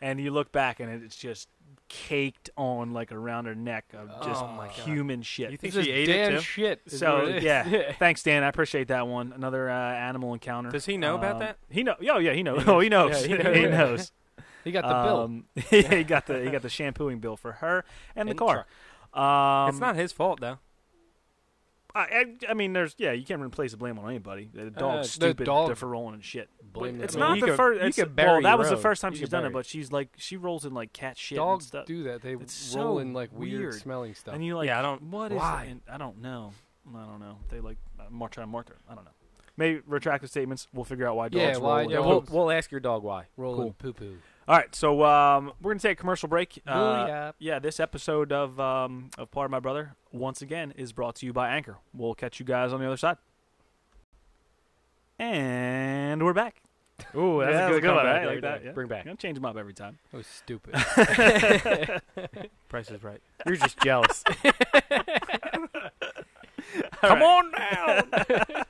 [SPEAKER 1] and you look back, and it's just caked on like around her neck of just
[SPEAKER 2] Oh my God.
[SPEAKER 1] human shit.
[SPEAKER 4] You think
[SPEAKER 2] This
[SPEAKER 4] she
[SPEAKER 2] is
[SPEAKER 4] ate
[SPEAKER 2] Dan
[SPEAKER 4] it too?
[SPEAKER 2] Shit. is
[SPEAKER 1] So
[SPEAKER 2] what it is.
[SPEAKER 1] yeah, thanks, Dan. I appreciate that one. Another uh, animal encounter.
[SPEAKER 4] Does he know about
[SPEAKER 1] Um,
[SPEAKER 4] that?
[SPEAKER 1] He know. Oh yeah, he knows. *laughs* Oh, he knows. he
[SPEAKER 3] Yeah, he
[SPEAKER 1] knows.
[SPEAKER 3] knows.
[SPEAKER 1] he knows.
[SPEAKER 2] *laughs* he got the bill.
[SPEAKER 1] Um, *laughs* yeah, he got the he got the shampooing bill for her and the
[SPEAKER 3] And
[SPEAKER 1] car. Um,
[SPEAKER 4] it's not his fault though.
[SPEAKER 1] I, I, I mean, there's yeah, you can't really place the blame on anybody. The dog's
[SPEAKER 2] the
[SPEAKER 1] stupid
[SPEAKER 2] dog-
[SPEAKER 1] They're for rolling and shit.
[SPEAKER 2] Blame
[SPEAKER 1] But it's
[SPEAKER 2] the
[SPEAKER 1] not
[SPEAKER 2] dog.
[SPEAKER 3] You
[SPEAKER 1] the
[SPEAKER 3] could-
[SPEAKER 1] first.
[SPEAKER 3] you
[SPEAKER 1] it's-
[SPEAKER 3] could
[SPEAKER 1] well,
[SPEAKER 3] bury
[SPEAKER 1] that
[SPEAKER 3] your
[SPEAKER 1] was the
[SPEAKER 3] road.
[SPEAKER 1] first time
[SPEAKER 3] You
[SPEAKER 1] she's
[SPEAKER 3] could
[SPEAKER 1] done
[SPEAKER 3] bury
[SPEAKER 1] it,
[SPEAKER 3] it.
[SPEAKER 1] but she's like she rolls in like cat shit. and
[SPEAKER 2] Dogs
[SPEAKER 1] stuff.
[SPEAKER 2] do that. They
[SPEAKER 1] It's
[SPEAKER 2] roll
[SPEAKER 1] so
[SPEAKER 2] in like weird,
[SPEAKER 1] weird.
[SPEAKER 2] smelling stuff.
[SPEAKER 1] And you like,
[SPEAKER 4] Yeah, I don't-
[SPEAKER 1] What is?
[SPEAKER 2] why?
[SPEAKER 1] and I don't know. I don't know. They like uh, mar- trying to mark her. I don't know. Maybe retract the statements. We'll figure out why dogs
[SPEAKER 2] Yeah,
[SPEAKER 1] roll.
[SPEAKER 2] why
[SPEAKER 1] and
[SPEAKER 2] Yeah,
[SPEAKER 3] Yeah,
[SPEAKER 1] poop.
[SPEAKER 3] we'll, we'll ask your dog why.
[SPEAKER 2] Rolling poo poo.
[SPEAKER 1] All right, so um, we're gonna take a commercial break. Uh,
[SPEAKER 2] Booyah.
[SPEAKER 1] yeah, this episode of um, of Part of My Brother once again is brought to you by Anchor. We'll catch you guys on the other side. And we're back.
[SPEAKER 3] Ooh,
[SPEAKER 1] that's a good comeback
[SPEAKER 3] right?
[SPEAKER 1] there.
[SPEAKER 3] Like that,
[SPEAKER 1] Yeah.
[SPEAKER 3] Bring back.
[SPEAKER 1] I'm gonna change them up every time.
[SPEAKER 2] That was stupid.
[SPEAKER 4] Price is right.
[SPEAKER 3] You're just jealous.
[SPEAKER 1] Come on down.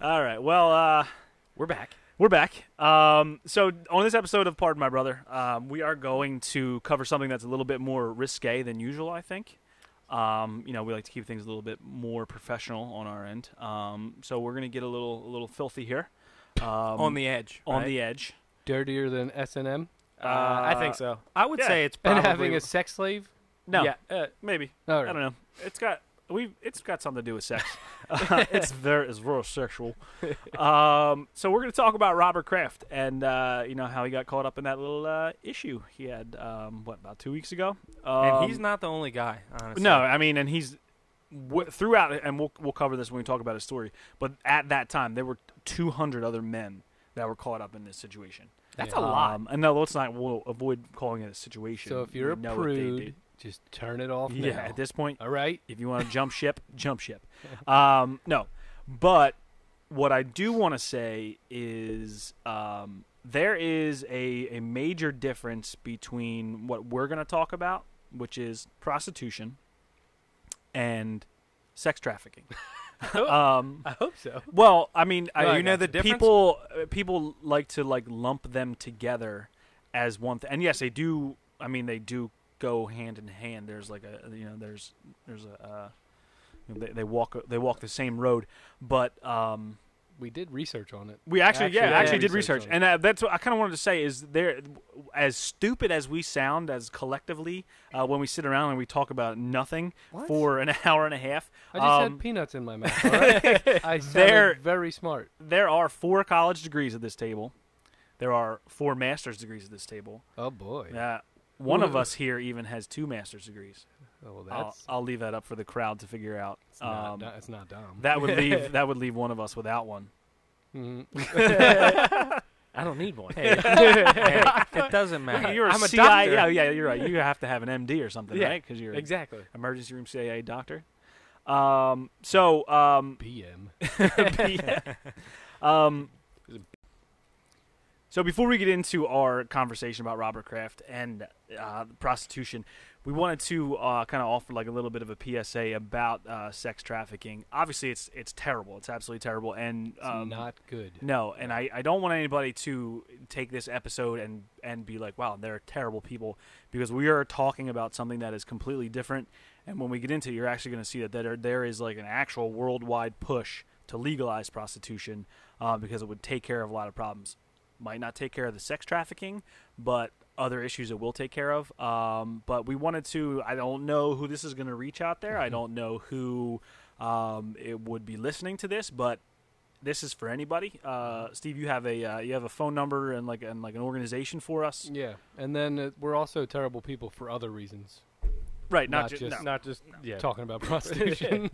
[SPEAKER 1] All right. Well, uh,
[SPEAKER 3] We're back.
[SPEAKER 1] We're back. Um, so on this episode of Pardon My Brother, um, we are going to cover something that's a little bit more risque than usual. I think. Um, you know, we like to keep things a little bit more professional on our end. Um, so we're gonna get a little a little filthy here. Um,
[SPEAKER 4] on the edge.
[SPEAKER 1] on
[SPEAKER 4] right?
[SPEAKER 1] the edge.
[SPEAKER 2] Dirtier than S and M,
[SPEAKER 3] Uh, I think so.
[SPEAKER 4] I would
[SPEAKER 1] Yeah.
[SPEAKER 4] say it's probably
[SPEAKER 2] and having a sex slave.
[SPEAKER 1] No.
[SPEAKER 4] Yeah, uh,
[SPEAKER 1] Maybe.
[SPEAKER 2] All
[SPEAKER 1] I
[SPEAKER 2] right.
[SPEAKER 1] don't know. It's got we. It's got something to do with
[SPEAKER 4] *laughs*
[SPEAKER 1] sex. uh, it's there. It's real sexual. Um, so we're going to talk about Robert Kraft and uh, you know how he got caught up in that little uh, issue he had. Um, what about two weeks ago? Um,
[SPEAKER 4] and he's not the only guy. Honestly,
[SPEAKER 1] No, I mean, and he's w- throughout, it, and we'll we'll cover this when we talk about his story. But at that time, there were 200 other men that were caught up in this situation.
[SPEAKER 4] that's
[SPEAKER 2] Yeah.
[SPEAKER 4] a lot.
[SPEAKER 1] Um, and no, let's not. We'll avoid calling it a situation.
[SPEAKER 2] So if you're
[SPEAKER 1] We
[SPEAKER 2] a
[SPEAKER 1] know what they
[SPEAKER 2] prude,
[SPEAKER 1] did.
[SPEAKER 2] just turn it off.
[SPEAKER 1] yeah,
[SPEAKER 2] now.
[SPEAKER 1] at this point,
[SPEAKER 2] All right.
[SPEAKER 1] if you want to jump ship, jump ship. Um, no, but what I do want to say is um, there is a, a major difference between what we're going to talk about, which is prostitution, and sex trafficking. *laughs* um,
[SPEAKER 2] I hope so.
[SPEAKER 1] well, I mean,
[SPEAKER 4] No,
[SPEAKER 1] I,
[SPEAKER 4] you know the difference?
[SPEAKER 1] People uh, people like to like lump them together as one thing, and yes, they do. I mean, they do go hand in hand. There's like a you know, there's there's a uh, you know, they, they walk they walk the same road, but um,
[SPEAKER 2] We did research on it.
[SPEAKER 1] we actually, yeah,
[SPEAKER 2] Actually,
[SPEAKER 1] actually
[SPEAKER 2] yeah.
[SPEAKER 1] did research,
[SPEAKER 2] Research on it.
[SPEAKER 1] and uh, that's what I kind of wanted to say is there, as stupid as we sound as collectively uh, when we sit around and we talk about nothing
[SPEAKER 2] What?
[SPEAKER 1] for an *laughs* hour and a half.
[SPEAKER 2] I just
[SPEAKER 1] um,
[SPEAKER 2] had
[SPEAKER 1] *laughs*
[SPEAKER 2] peanuts in my mouth. All right? I
[SPEAKER 1] There-
[SPEAKER 2] sounded very smart.
[SPEAKER 1] there are four college degrees at this table. There are four master's degrees at this table.
[SPEAKER 2] Oh boy.
[SPEAKER 1] Uh, one of us here even has two master's degrees.
[SPEAKER 2] Oh, well,
[SPEAKER 1] I'll,
[SPEAKER 2] that's
[SPEAKER 1] I'll leave that up for the crowd to figure out.
[SPEAKER 2] it's not,
[SPEAKER 1] uh, Um,
[SPEAKER 2] do- it's not dumb.
[SPEAKER 1] that would
[SPEAKER 2] *laughs*
[SPEAKER 1] leave that would leave one of us without one.
[SPEAKER 2] Mhm.
[SPEAKER 3] I don't need one.
[SPEAKER 4] Hey, hey, it doesn't matter.
[SPEAKER 1] You're a
[SPEAKER 4] I'm a
[SPEAKER 1] CI
[SPEAKER 4] doctor.
[SPEAKER 1] Yeah, yeah, you're right. You have to have an MD or something,
[SPEAKER 4] Yeah,
[SPEAKER 1] right? Because you're an
[SPEAKER 4] Exactly.
[SPEAKER 1] emergency room CIA doctor. Um, so
[SPEAKER 4] *laughs*
[SPEAKER 1] um, *laughs*
[SPEAKER 2] BM.
[SPEAKER 1] um, so before we get into our conversation about Robert Kraft and uh, prostitution, we wanted to uh, kind of offer like a little bit of a PSA about uh, sex trafficking. Obviously, it's it's terrible. It's absolutely terrible, and
[SPEAKER 2] It's
[SPEAKER 1] um,
[SPEAKER 2] not good.
[SPEAKER 1] no, and I, I don't want anybody to take this episode and, and be like, wow, they're terrible people, because we are talking about something that is completely different. And when we get into it, you're actually going to see that there, there is like an actual worldwide push to legalize prostitution uh, because it would take care of a lot of problems. Might not take care of the sex trafficking, but other issues it will take care of. Um, but we wanted to, I don't know who this is going to reach out there. I don't know who um, it would be listening to this, but this is for anybody. Uh, Steve, you have a uh, you have a phone number and like and like an organization for us,
[SPEAKER 2] Yeah, and then uh, we're also terrible people for other reasons.
[SPEAKER 1] right? Not,
[SPEAKER 2] Not
[SPEAKER 1] just,
[SPEAKER 2] just-
[SPEAKER 1] no,
[SPEAKER 3] Not just yeah.
[SPEAKER 2] Talking about prostitution.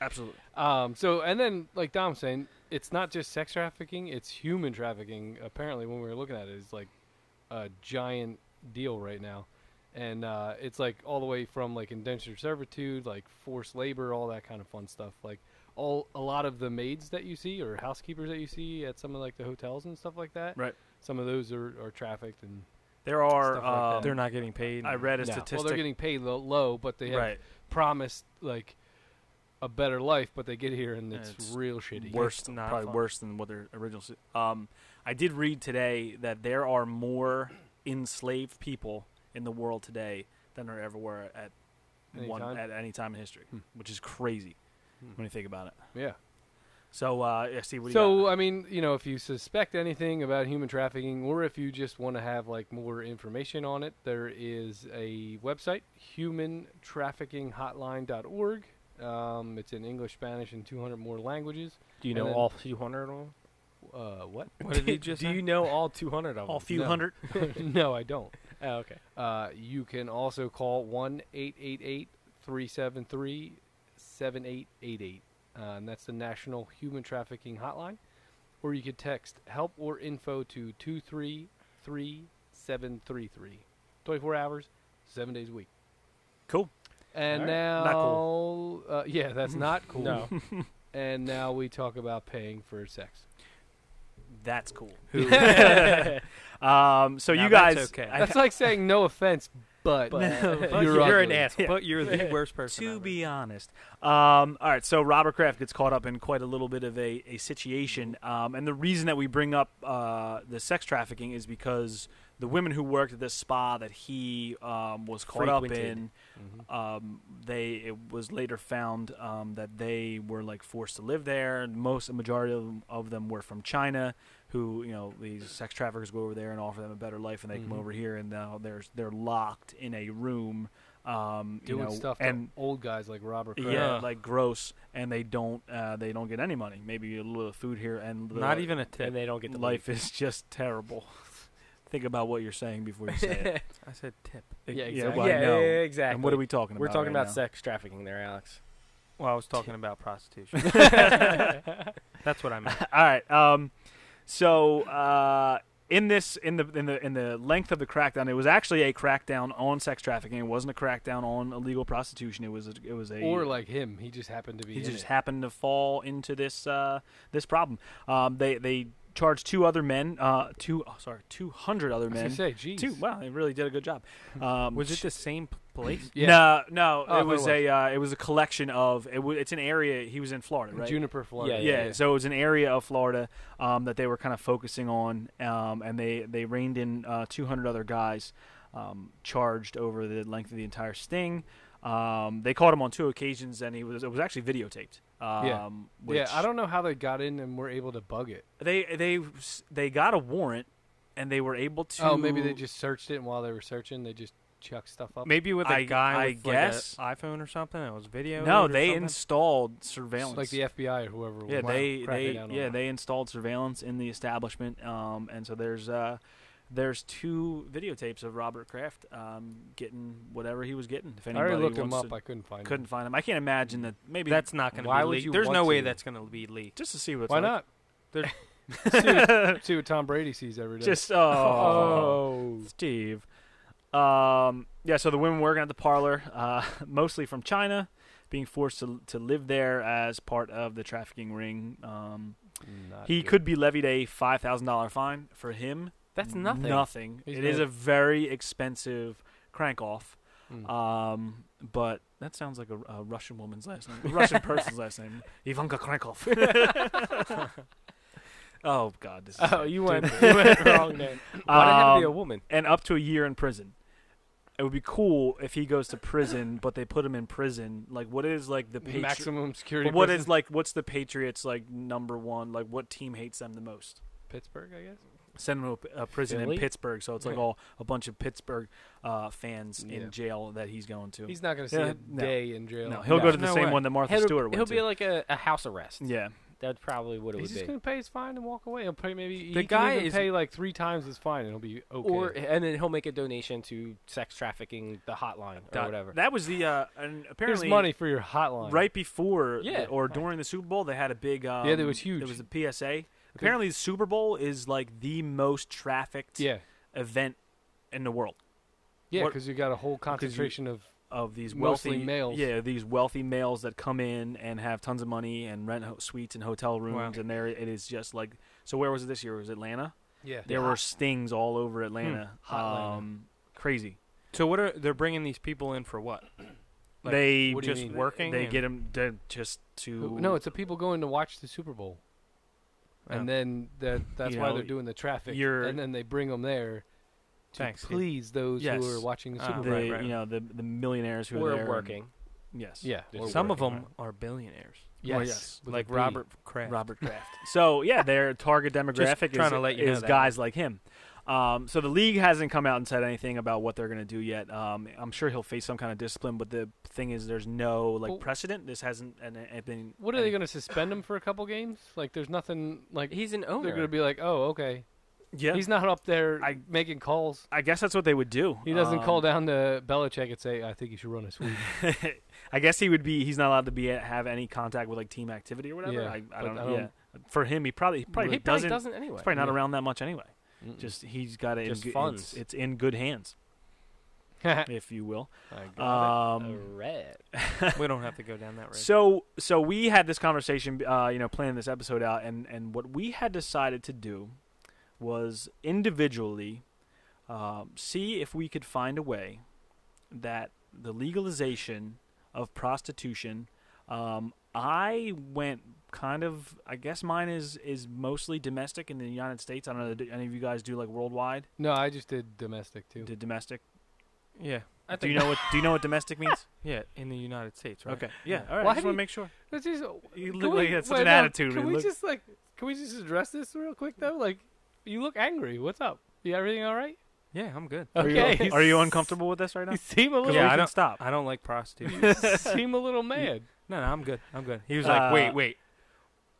[SPEAKER 1] absolutely.
[SPEAKER 2] um. So, and then like Dom's saying, it's not just sex trafficking; it's human trafficking. Apparently, when we were looking at it, it's like a giant deal right now, and uh, it's like all the way from like indentured servitude, like forced labor, all that kind of fun stuff. Like all a lot of the maids that you see or housekeepers that you see at some of like the hotels and stuff like that.
[SPEAKER 1] Right.
[SPEAKER 2] Some of those are, are trafficked and
[SPEAKER 1] There are
[SPEAKER 2] Stuff like
[SPEAKER 1] um,
[SPEAKER 2] that.
[SPEAKER 4] They're not getting paid.
[SPEAKER 1] I read a
[SPEAKER 3] No. Well,
[SPEAKER 1] statistic.
[SPEAKER 2] well, they're getting paid lo- low, but they have
[SPEAKER 1] right,
[SPEAKER 2] promised like a better life, but they get here and
[SPEAKER 1] Yeah,
[SPEAKER 2] it's,
[SPEAKER 1] it's
[SPEAKER 2] real shitty.
[SPEAKER 1] worse,
[SPEAKER 4] It's not
[SPEAKER 1] probably
[SPEAKER 4] fun.
[SPEAKER 1] worse than what their original. s- Um, I did read today that there are more enslaved people in the world today than there ever were at
[SPEAKER 2] Any
[SPEAKER 1] one
[SPEAKER 2] time?
[SPEAKER 1] at any time in history,
[SPEAKER 2] Hmm.
[SPEAKER 1] which is crazy
[SPEAKER 2] Hmm.
[SPEAKER 1] when you think about it.
[SPEAKER 2] Yeah.
[SPEAKER 1] So, uh, yeah, Steve, what do you
[SPEAKER 2] So, I mean, you know, if you suspect anything about human trafficking, or if you just want to have like more information on it, there is a website, humantraffickinghotline.org. Um, it's in English, Spanish, and 200 more languages.
[SPEAKER 3] Do you
[SPEAKER 2] And
[SPEAKER 3] know
[SPEAKER 2] then-
[SPEAKER 3] all 200 of them?
[SPEAKER 2] Uh, what?
[SPEAKER 4] *laughs*
[SPEAKER 2] *laughs*
[SPEAKER 4] What did he just
[SPEAKER 3] Do
[SPEAKER 4] say?
[SPEAKER 3] you know all 200 of them?
[SPEAKER 1] got? All few
[SPEAKER 2] No.
[SPEAKER 1] hundred.
[SPEAKER 2] no, I don't.
[SPEAKER 3] Oh, okay.
[SPEAKER 2] Uh, you can also call 1 888 373 7888. Uh, And that's the National Human Trafficking Hotline. Or you could text help or info to 233733. 24 hours, 7 days a week.
[SPEAKER 1] Cool.
[SPEAKER 2] And
[SPEAKER 3] All
[SPEAKER 2] now.
[SPEAKER 3] right.
[SPEAKER 1] Not
[SPEAKER 2] Uh, yeah, that's
[SPEAKER 3] *laughs*
[SPEAKER 2] not cool.
[SPEAKER 3] No.
[SPEAKER 2] *laughs* And now we talk about paying for sex.
[SPEAKER 1] That's
[SPEAKER 4] *laughs*
[SPEAKER 1] cool. *laughs*
[SPEAKER 2] Who-
[SPEAKER 1] um, so
[SPEAKER 4] Now
[SPEAKER 1] you
[SPEAKER 4] that's
[SPEAKER 1] guys,
[SPEAKER 4] okay.
[SPEAKER 1] I-
[SPEAKER 2] That's like saying no offense, but,
[SPEAKER 4] But
[SPEAKER 2] *laughs* you're,
[SPEAKER 4] you're, an
[SPEAKER 2] ugly.
[SPEAKER 4] ass.
[SPEAKER 1] Yeah.
[SPEAKER 4] But you're the worst person.
[SPEAKER 1] to
[SPEAKER 4] ever.
[SPEAKER 1] be honest. Um, all right, so Robert Kraft gets caught up in quite a little bit of a, a situation. Um, and the reason that we bring up uh, the sex trafficking is because the women who worked at this spa that he um, was caught up
[SPEAKER 4] Frequented.
[SPEAKER 1] in,
[SPEAKER 2] Mm-hmm.
[SPEAKER 1] um, they it was later found um, that they were like forced to live there. And most, a majority of them, of them were from China, who you know these sex traffickers go over there and offer them a better life, and they
[SPEAKER 2] Mhm.
[SPEAKER 1] come over here and now they're they're locked in a room. Um, you
[SPEAKER 2] Doing
[SPEAKER 1] know,
[SPEAKER 2] stuff to
[SPEAKER 1] and
[SPEAKER 2] old guys like Robert. Kraft.
[SPEAKER 1] yeah,
[SPEAKER 4] Yeah.
[SPEAKER 1] like gross, and they don't uh, they don't get any money. Maybe a little food here, and the
[SPEAKER 4] Not even a
[SPEAKER 3] And
[SPEAKER 4] tip.
[SPEAKER 3] they don't get the
[SPEAKER 1] life is *laughs* just terrible. Think about what you're saying before you
[SPEAKER 4] *laughs*
[SPEAKER 1] say it.
[SPEAKER 4] I said tip.
[SPEAKER 2] Yeah,
[SPEAKER 1] well,
[SPEAKER 2] exactly.
[SPEAKER 1] I
[SPEAKER 3] yeah, yeah,
[SPEAKER 1] know.
[SPEAKER 3] exactly.
[SPEAKER 1] And what are we talking about?
[SPEAKER 3] We're talking
[SPEAKER 1] right
[SPEAKER 3] about
[SPEAKER 1] now?
[SPEAKER 3] sex trafficking there, Alex.
[SPEAKER 4] Well, I was talking about *laughs* prostitution.
[SPEAKER 1] *laughs*
[SPEAKER 4] That's what I meant.
[SPEAKER 1] All right. Um, so uh, in this, in the in the in the length of the crackdown, it was actually a crackdown on sex trafficking. It wasn't a crackdown on illegal prostitution. It was a, it was a
[SPEAKER 2] or like him, he just happened to be.
[SPEAKER 1] he
[SPEAKER 2] in
[SPEAKER 1] just
[SPEAKER 2] it.
[SPEAKER 1] happened to fall into this uh, this problem. Um, they they charged two other men, uh, two oh, sorry, two hundred other
[SPEAKER 2] I was gonna
[SPEAKER 1] men.
[SPEAKER 2] say, geez.
[SPEAKER 1] Two. Wow, they really did a good job. Um,
[SPEAKER 4] Was it the same p- place?
[SPEAKER 2] Yeah.
[SPEAKER 1] No, no.
[SPEAKER 2] Oh, I
[SPEAKER 1] it
[SPEAKER 2] thought
[SPEAKER 1] was
[SPEAKER 2] it was.
[SPEAKER 1] a uh, it was a collection of it w- it's an area. He was in Florida, right?
[SPEAKER 2] Juniper Florida.
[SPEAKER 1] yeah, So it was an area of Florida um, that they were kind of focusing on, um, and they they reined in uh, 200 other guys um, charged over the length of the entire sting. Um, they caught him on two occasions, and he was it was actually videotaped. Um,
[SPEAKER 2] Yeah.
[SPEAKER 1] Which
[SPEAKER 2] Yeah, I don't know how they got in and were able to bug it.
[SPEAKER 1] They they they got a warrant, and they were able to.
[SPEAKER 2] Oh, maybe they just searched it, and while they were searching, they just chucked stuff up.
[SPEAKER 4] *laughs* Maybe with a
[SPEAKER 1] I-
[SPEAKER 4] guy
[SPEAKER 1] I
[SPEAKER 4] with
[SPEAKER 1] guess.
[SPEAKER 4] like an iPhone or something. It was video.
[SPEAKER 1] no.
[SPEAKER 4] or
[SPEAKER 1] They
[SPEAKER 4] something?
[SPEAKER 1] installed
[SPEAKER 2] It's
[SPEAKER 1] surveillance.
[SPEAKER 2] like the FBI or whoever.
[SPEAKER 1] yeah,
[SPEAKER 2] was
[SPEAKER 1] they
[SPEAKER 2] cracking
[SPEAKER 1] they
[SPEAKER 2] down on
[SPEAKER 1] yeah
[SPEAKER 2] them.
[SPEAKER 1] they installed surveillance in the establishment, um, and so there's uh, there's two videotapes of Robert Kraft um, getting whatever he was getting. If
[SPEAKER 2] I
[SPEAKER 1] anybody
[SPEAKER 2] already looked him
[SPEAKER 1] wants
[SPEAKER 2] up.
[SPEAKER 1] to,
[SPEAKER 2] I couldn't find.
[SPEAKER 1] couldn't
[SPEAKER 2] Him.
[SPEAKER 1] find him. I can't imagine that. Maybe
[SPEAKER 4] That's not going to
[SPEAKER 2] Why
[SPEAKER 4] be
[SPEAKER 2] would
[SPEAKER 4] leaked.
[SPEAKER 2] you
[SPEAKER 4] There's no
[SPEAKER 2] want
[SPEAKER 4] way
[SPEAKER 2] to?
[SPEAKER 4] that's going to be leaked.
[SPEAKER 1] just to see what's *laughs*
[SPEAKER 2] Why
[SPEAKER 1] like.
[SPEAKER 2] not?
[SPEAKER 4] There's-
[SPEAKER 2] see, what, see what Tom Brady sees every day.
[SPEAKER 1] Just oh,
[SPEAKER 2] *laughs* oh,
[SPEAKER 1] Steve. Um, yeah, so the women working at the parlor, uh, *laughs* mostly from China, being forced to to live there as part of the trafficking ring. Um,
[SPEAKER 2] Not
[SPEAKER 1] he
[SPEAKER 2] good.
[SPEAKER 1] could be levied a five thousand dollar fine for him.
[SPEAKER 4] That's nothing.
[SPEAKER 1] Nothing.
[SPEAKER 2] He's
[SPEAKER 1] It is
[SPEAKER 2] dead.
[SPEAKER 1] a very expensive crank off. *laughs*
[SPEAKER 3] Hmm.
[SPEAKER 2] Mm.
[SPEAKER 1] Um, but that sounds like a, a Russian woman's last name,
[SPEAKER 3] *laughs*
[SPEAKER 1] a Russian person's last name, Ivanka Krankov. *laughs* oh God, this is
[SPEAKER 3] Oh,
[SPEAKER 1] bad.
[SPEAKER 3] you went,
[SPEAKER 1] *laughs*
[SPEAKER 3] you went wrong there. Why did it have to be a
[SPEAKER 1] Um,
[SPEAKER 3] woman?
[SPEAKER 1] and up to a year in prison. It would be cool if he goes to prison, but they put him in prison. Like, what is like the Patri-
[SPEAKER 2] *laughs* maximum security.
[SPEAKER 1] What is
[SPEAKER 2] prison.
[SPEAKER 1] like? What's the Patriots like number one? Like, what team hates them the most?
[SPEAKER 2] Pittsburgh? I guess.
[SPEAKER 1] send him to a, a prison
[SPEAKER 3] Philly?
[SPEAKER 1] in Pittsburgh. So it's like
[SPEAKER 2] Yeah.
[SPEAKER 1] all a bunch of Pittsburgh uh, fans
[SPEAKER 2] Yeah.
[SPEAKER 1] in jail that he's going to.
[SPEAKER 2] He's not going to see
[SPEAKER 1] Yeah,
[SPEAKER 2] a
[SPEAKER 1] no.
[SPEAKER 2] day in jail.
[SPEAKER 1] no, he'll go to the
[SPEAKER 4] No
[SPEAKER 1] same
[SPEAKER 4] way.
[SPEAKER 1] one that Martha
[SPEAKER 3] He'll,
[SPEAKER 1] Stewart went
[SPEAKER 3] he'll
[SPEAKER 1] to.
[SPEAKER 3] be like a, a house arrest.
[SPEAKER 1] yeah,
[SPEAKER 3] That's probably what it
[SPEAKER 2] He's
[SPEAKER 3] would
[SPEAKER 2] just
[SPEAKER 3] be.
[SPEAKER 2] gonna pay his fine and walk away. He'll pay maybe
[SPEAKER 4] The
[SPEAKER 2] he
[SPEAKER 4] guy
[SPEAKER 2] can even
[SPEAKER 4] is-
[SPEAKER 2] pay like three times his fine and it'll be okay.
[SPEAKER 3] Or and then he'll make a donation to sex trafficking, the hotline or
[SPEAKER 1] That-
[SPEAKER 3] whatever.
[SPEAKER 1] That was the uh, and
[SPEAKER 2] here's
[SPEAKER 1] apparently
[SPEAKER 2] money for your hotline.
[SPEAKER 1] right before the-
[SPEAKER 3] Yeah.
[SPEAKER 1] or during the Super Bowl they had a big um,
[SPEAKER 2] that was huge.
[SPEAKER 1] It was a PSA. Apparently, the Super Bowl is like the most trafficked
[SPEAKER 2] Yeah.
[SPEAKER 1] event in the world
[SPEAKER 2] Yeah,
[SPEAKER 1] What-
[SPEAKER 2] because you got a whole concentration of
[SPEAKER 1] of these wealthy
[SPEAKER 2] Mostly males.
[SPEAKER 1] Yeah, these wealthy males that come in and have tons of money and rent ho- suites and hotel rooms, and there it is just like. So where was it this year? It was Atlanta.
[SPEAKER 2] yeah.
[SPEAKER 1] There were stings all over Atlanta.
[SPEAKER 2] Hmm, Hot Atlanta.
[SPEAKER 1] Um, crazy.
[SPEAKER 4] So what are they're bringing these people in for? What? Like,
[SPEAKER 1] they
[SPEAKER 2] what do you
[SPEAKER 1] just
[SPEAKER 2] mean?
[SPEAKER 4] Working.
[SPEAKER 1] they
[SPEAKER 4] and-
[SPEAKER 1] get them to, just to
[SPEAKER 2] no, it's the people going to watch the Super Bowl,
[SPEAKER 4] Oh.
[SPEAKER 2] and then that that's
[SPEAKER 1] You
[SPEAKER 2] why
[SPEAKER 1] know,
[SPEAKER 2] they're doing the traffic,
[SPEAKER 1] you're-
[SPEAKER 2] and then they bring them there to
[SPEAKER 4] Thanks, Steve.
[SPEAKER 2] please those
[SPEAKER 1] Yes.
[SPEAKER 2] who are watching the
[SPEAKER 4] Ah,
[SPEAKER 2] Super
[SPEAKER 1] the
[SPEAKER 2] Bowl.
[SPEAKER 4] right, right.
[SPEAKER 1] you know the the millionaires who
[SPEAKER 3] Or
[SPEAKER 1] are there and-
[SPEAKER 3] working.
[SPEAKER 1] yes.
[SPEAKER 2] Yeah, or
[SPEAKER 4] Some of
[SPEAKER 2] working,
[SPEAKER 4] them are billionaires.
[SPEAKER 2] Yes,
[SPEAKER 4] Well, yes.
[SPEAKER 2] with a
[SPEAKER 4] Like
[SPEAKER 2] B.
[SPEAKER 4] Robert Kraft.
[SPEAKER 2] Robert Kraft.
[SPEAKER 1] So yeah, their
[SPEAKER 4] *laughs*
[SPEAKER 1] target demographic
[SPEAKER 4] trying
[SPEAKER 1] is,
[SPEAKER 4] to let you know
[SPEAKER 1] is
[SPEAKER 4] that.
[SPEAKER 1] guys like him. Um, so the league hasn't come out and said anything about what they're going to do yet. Um, I'm sure he'll face some kind of discipline, but the thing is, there's no like
[SPEAKER 2] Well-
[SPEAKER 1] precedent. This hasn't and, and been.
[SPEAKER 2] What are they going to suspend him for a couple games? Like, there's nothing like
[SPEAKER 3] He's an
[SPEAKER 2] they're going to
[SPEAKER 3] owner.
[SPEAKER 2] be like, oh, okay,
[SPEAKER 1] Yeah,
[SPEAKER 2] he's not up there
[SPEAKER 1] I-
[SPEAKER 2] making calls.
[SPEAKER 1] I guess that's what they would do.
[SPEAKER 2] He doesn't
[SPEAKER 1] Um,
[SPEAKER 2] call down to Belichick and say, I think you should run a sweep. *laughs*
[SPEAKER 1] *laughs* I guess he would be. He's not allowed to be have any contact with like team activity or whatever.
[SPEAKER 2] Yeah,
[SPEAKER 1] I, I
[SPEAKER 2] but
[SPEAKER 1] don't.
[SPEAKER 2] I don't-
[SPEAKER 1] yeah, for him, he probably he probably
[SPEAKER 3] He
[SPEAKER 1] doesn't.
[SPEAKER 3] probably doesn't anyway.
[SPEAKER 1] he's probably not
[SPEAKER 2] yeah.
[SPEAKER 1] around that much anyway.
[SPEAKER 2] Mm-mm.
[SPEAKER 1] Just he's got it. in
[SPEAKER 3] Just
[SPEAKER 1] good-
[SPEAKER 3] funds.
[SPEAKER 1] It's, it's in good hands,
[SPEAKER 2] I
[SPEAKER 1] if you will.
[SPEAKER 2] got
[SPEAKER 1] Um,
[SPEAKER 3] red.
[SPEAKER 4] *laughs* we don't have to go down that road.
[SPEAKER 1] So, so we had this conversation, uh, you know, planning this episode out, and and what we had decided to do was individually um, see if we could find a way that the legalization of prostitution. Um, I went kind of. I guess mine is is mostly domestic in the United States. I don't know. Do any of you guys do like worldwide?
[SPEAKER 2] it. No, I just did domestic too.
[SPEAKER 1] Did domestic?
[SPEAKER 4] yeah.
[SPEAKER 3] I
[SPEAKER 1] Do
[SPEAKER 3] think
[SPEAKER 1] you
[SPEAKER 2] *laughs*
[SPEAKER 1] know what? Do you know what domestic means?
[SPEAKER 4] Yeah, in the United States, right?
[SPEAKER 1] Okay. Yeah.
[SPEAKER 2] Yeah.
[SPEAKER 1] All right.
[SPEAKER 2] Why
[SPEAKER 1] I just
[SPEAKER 2] do
[SPEAKER 1] want
[SPEAKER 2] you-
[SPEAKER 1] to make sure.
[SPEAKER 2] That's just-
[SPEAKER 1] You
[SPEAKER 2] can
[SPEAKER 1] look
[SPEAKER 2] we-
[SPEAKER 1] like you had such
[SPEAKER 2] wait,
[SPEAKER 1] an
[SPEAKER 2] no,
[SPEAKER 1] attitude.
[SPEAKER 2] Can
[SPEAKER 1] You
[SPEAKER 2] we
[SPEAKER 1] look-
[SPEAKER 2] just like? Can we just address this real quick though? Like, you look angry. What's up? You everything all right?
[SPEAKER 4] Yeah, I'm good.
[SPEAKER 1] Are you-
[SPEAKER 2] Okay.
[SPEAKER 1] Are
[SPEAKER 2] *laughs*
[SPEAKER 1] you uncomfortable with this right now?
[SPEAKER 2] You seem a little.
[SPEAKER 4] Yeah,
[SPEAKER 1] yeah,
[SPEAKER 4] I
[SPEAKER 1] I
[SPEAKER 4] don't-
[SPEAKER 1] don't stop.
[SPEAKER 4] I don't like prostitutes.
[SPEAKER 2] you seem a
[SPEAKER 1] *laughs*
[SPEAKER 2] little mad.
[SPEAKER 4] No, no, I'm good. I'm good. He was
[SPEAKER 1] Uh,
[SPEAKER 4] like, wait, wait.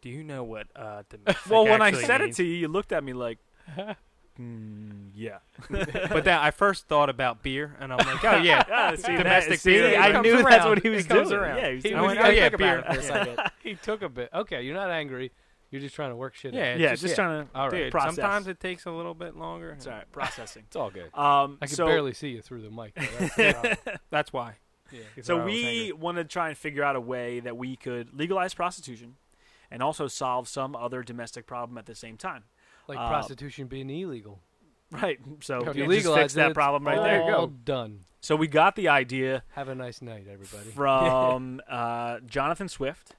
[SPEAKER 4] Do you know what uh, domestic
[SPEAKER 1] *laughs* well, when I
[SPEAKER 4] actually
[SPEAKER 1] said
[SPEAKER 4] means?"
[SPEAKER 1] it to you, you looked at me *laughs* like, "Mm, yeah.
[SPEAKER 4] but that I first thought about beer, and I'm
[SPEAKER 1] *laughs*
[SPEAKER 4] like, oh *laughs* yeah,
[SPEAKER 1] see,
[SPEAKER 4] domestic
[SPEAKER 1] see,
[SPEAKER 4] beer.
[SPEAKER 1] I
[SPEAKER 4] It
[SPEAKER 1] knew
[SPEAKER 4] comes
[SPEAKER 1] that's
[SPEAKER 4] around.
[SPEAKER 1] what he
[SPEAKER 4] It
[SPEAKER 1] was
[SPEAKER 4] comes
[SPEAKER 1] doing.
[SPEAKER 4] around.
[SPEAKER 1] Yeah, he was
[SPEAKER 3] He
[SPEAKER 1] doing
[SPEAKER 4] I
[SPEAKER 3] was
[SPEAKER 4] went,
[SPEAKER 1] that.
[SPEAKER 4] oh,
[SPEAKER 3] gonna
[SPEAKER 4] yeah,
[SPEAKER 3] think about it
[SPEAKER 4] beer.
[SPEAKER 3] for a second.
[SPEAKER 2] *laughs* he took a bit. Okay, you're not angry. You're just trying to work shit.
[SPEAKER 4] Yeah,
[SPEAKER 2] out.
[SPEAKER 4] it's
[SPEAKER 1] yeah,
[SPEAKER 4] just-
[SPEAKER 1] just,
[SPEAKER 4] yeah.
[SPEAKER 1] trying to
[SPEAKER 2] All right.
[SPEAKER 4] dude.
[SPEAKER 1] process. *laughs*
[SPEAKER 4] Sometimes it takes a little bit longer.
[SPEAKER 1] It's all right, processing.
[SPEAKER 2] It's all good.
[SPEAKER 1] Um,
[SPEAKER 2] I can
[SPEAKER 1] so,
[SPEAKER 2] barely see you through the mic. though.
[SPEAKER 1] *laughs*
[SPEAKER 2] That's the problem.
[SPEAKER 4] That's why.
[SPEAKER 2] yeah.
[SPEAKER 1] So
[SPEAKER 4] Sorry, I was
[SPEAKER 1] we
[SPEAKER 4] angry.
[SPEAKER 1] want to try and figure out a way that we could legalize prostitution, and also solve some other domestic problem at the same time.
[SPEAKER 2] Like
[SPEAKER 1] Uh,
[SPEAKER 2] prostitution being illegal.
[SPEAKER 1] Right. So
[SPEAKER 2] If
[SPEAKER 1] you
[SPEAKER 2] you
[SPEAKER 1] just fix
[SPEAKER 2] legalize it,
[SPEAKER 1] that
[SPEAKER 2] it's
[SPEAKER 1] problem right there.
[SPEAKER 2] all done.
[SPEAKER 1] So we got the idea.
[SPEAKER 2] Have a nice night, everybody. *laughs*
[SPEAKER 1] from uh, Jonathan Swift.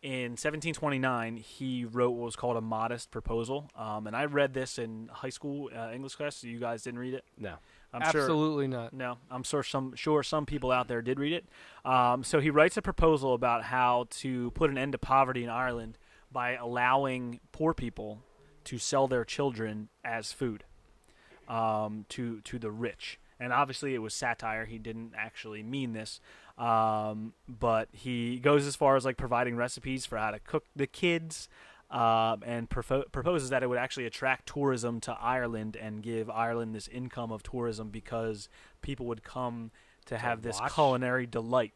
[SPEAKER 1] In 1729, he wrote what was called a modest proposal, um, and I read this in high school uh, English class. So you guys didn't read it?
[SPEAKER 2] No.
[SPEAKER 1] I'm sure.
[SPEAKER 2] Absolutely not.
[SPEAKER 1] No, I'm sure some sure some people out there did read it. Um, so he writes a proposal about how to put an end to poverty in Ireland by allowing poor people to sell their children as food um, to to the rich. And obviously, it was satire. He didn't actually mean this, um, but he goes as far as like providing recipes for how to cook the kids. Um, and propo- proposes that it would actually attract tourism to Ireland and give Ireland this income of tourism because people would come to have this
[SPEAKER 4] watch?
[SPEAKER 1] culinary delight.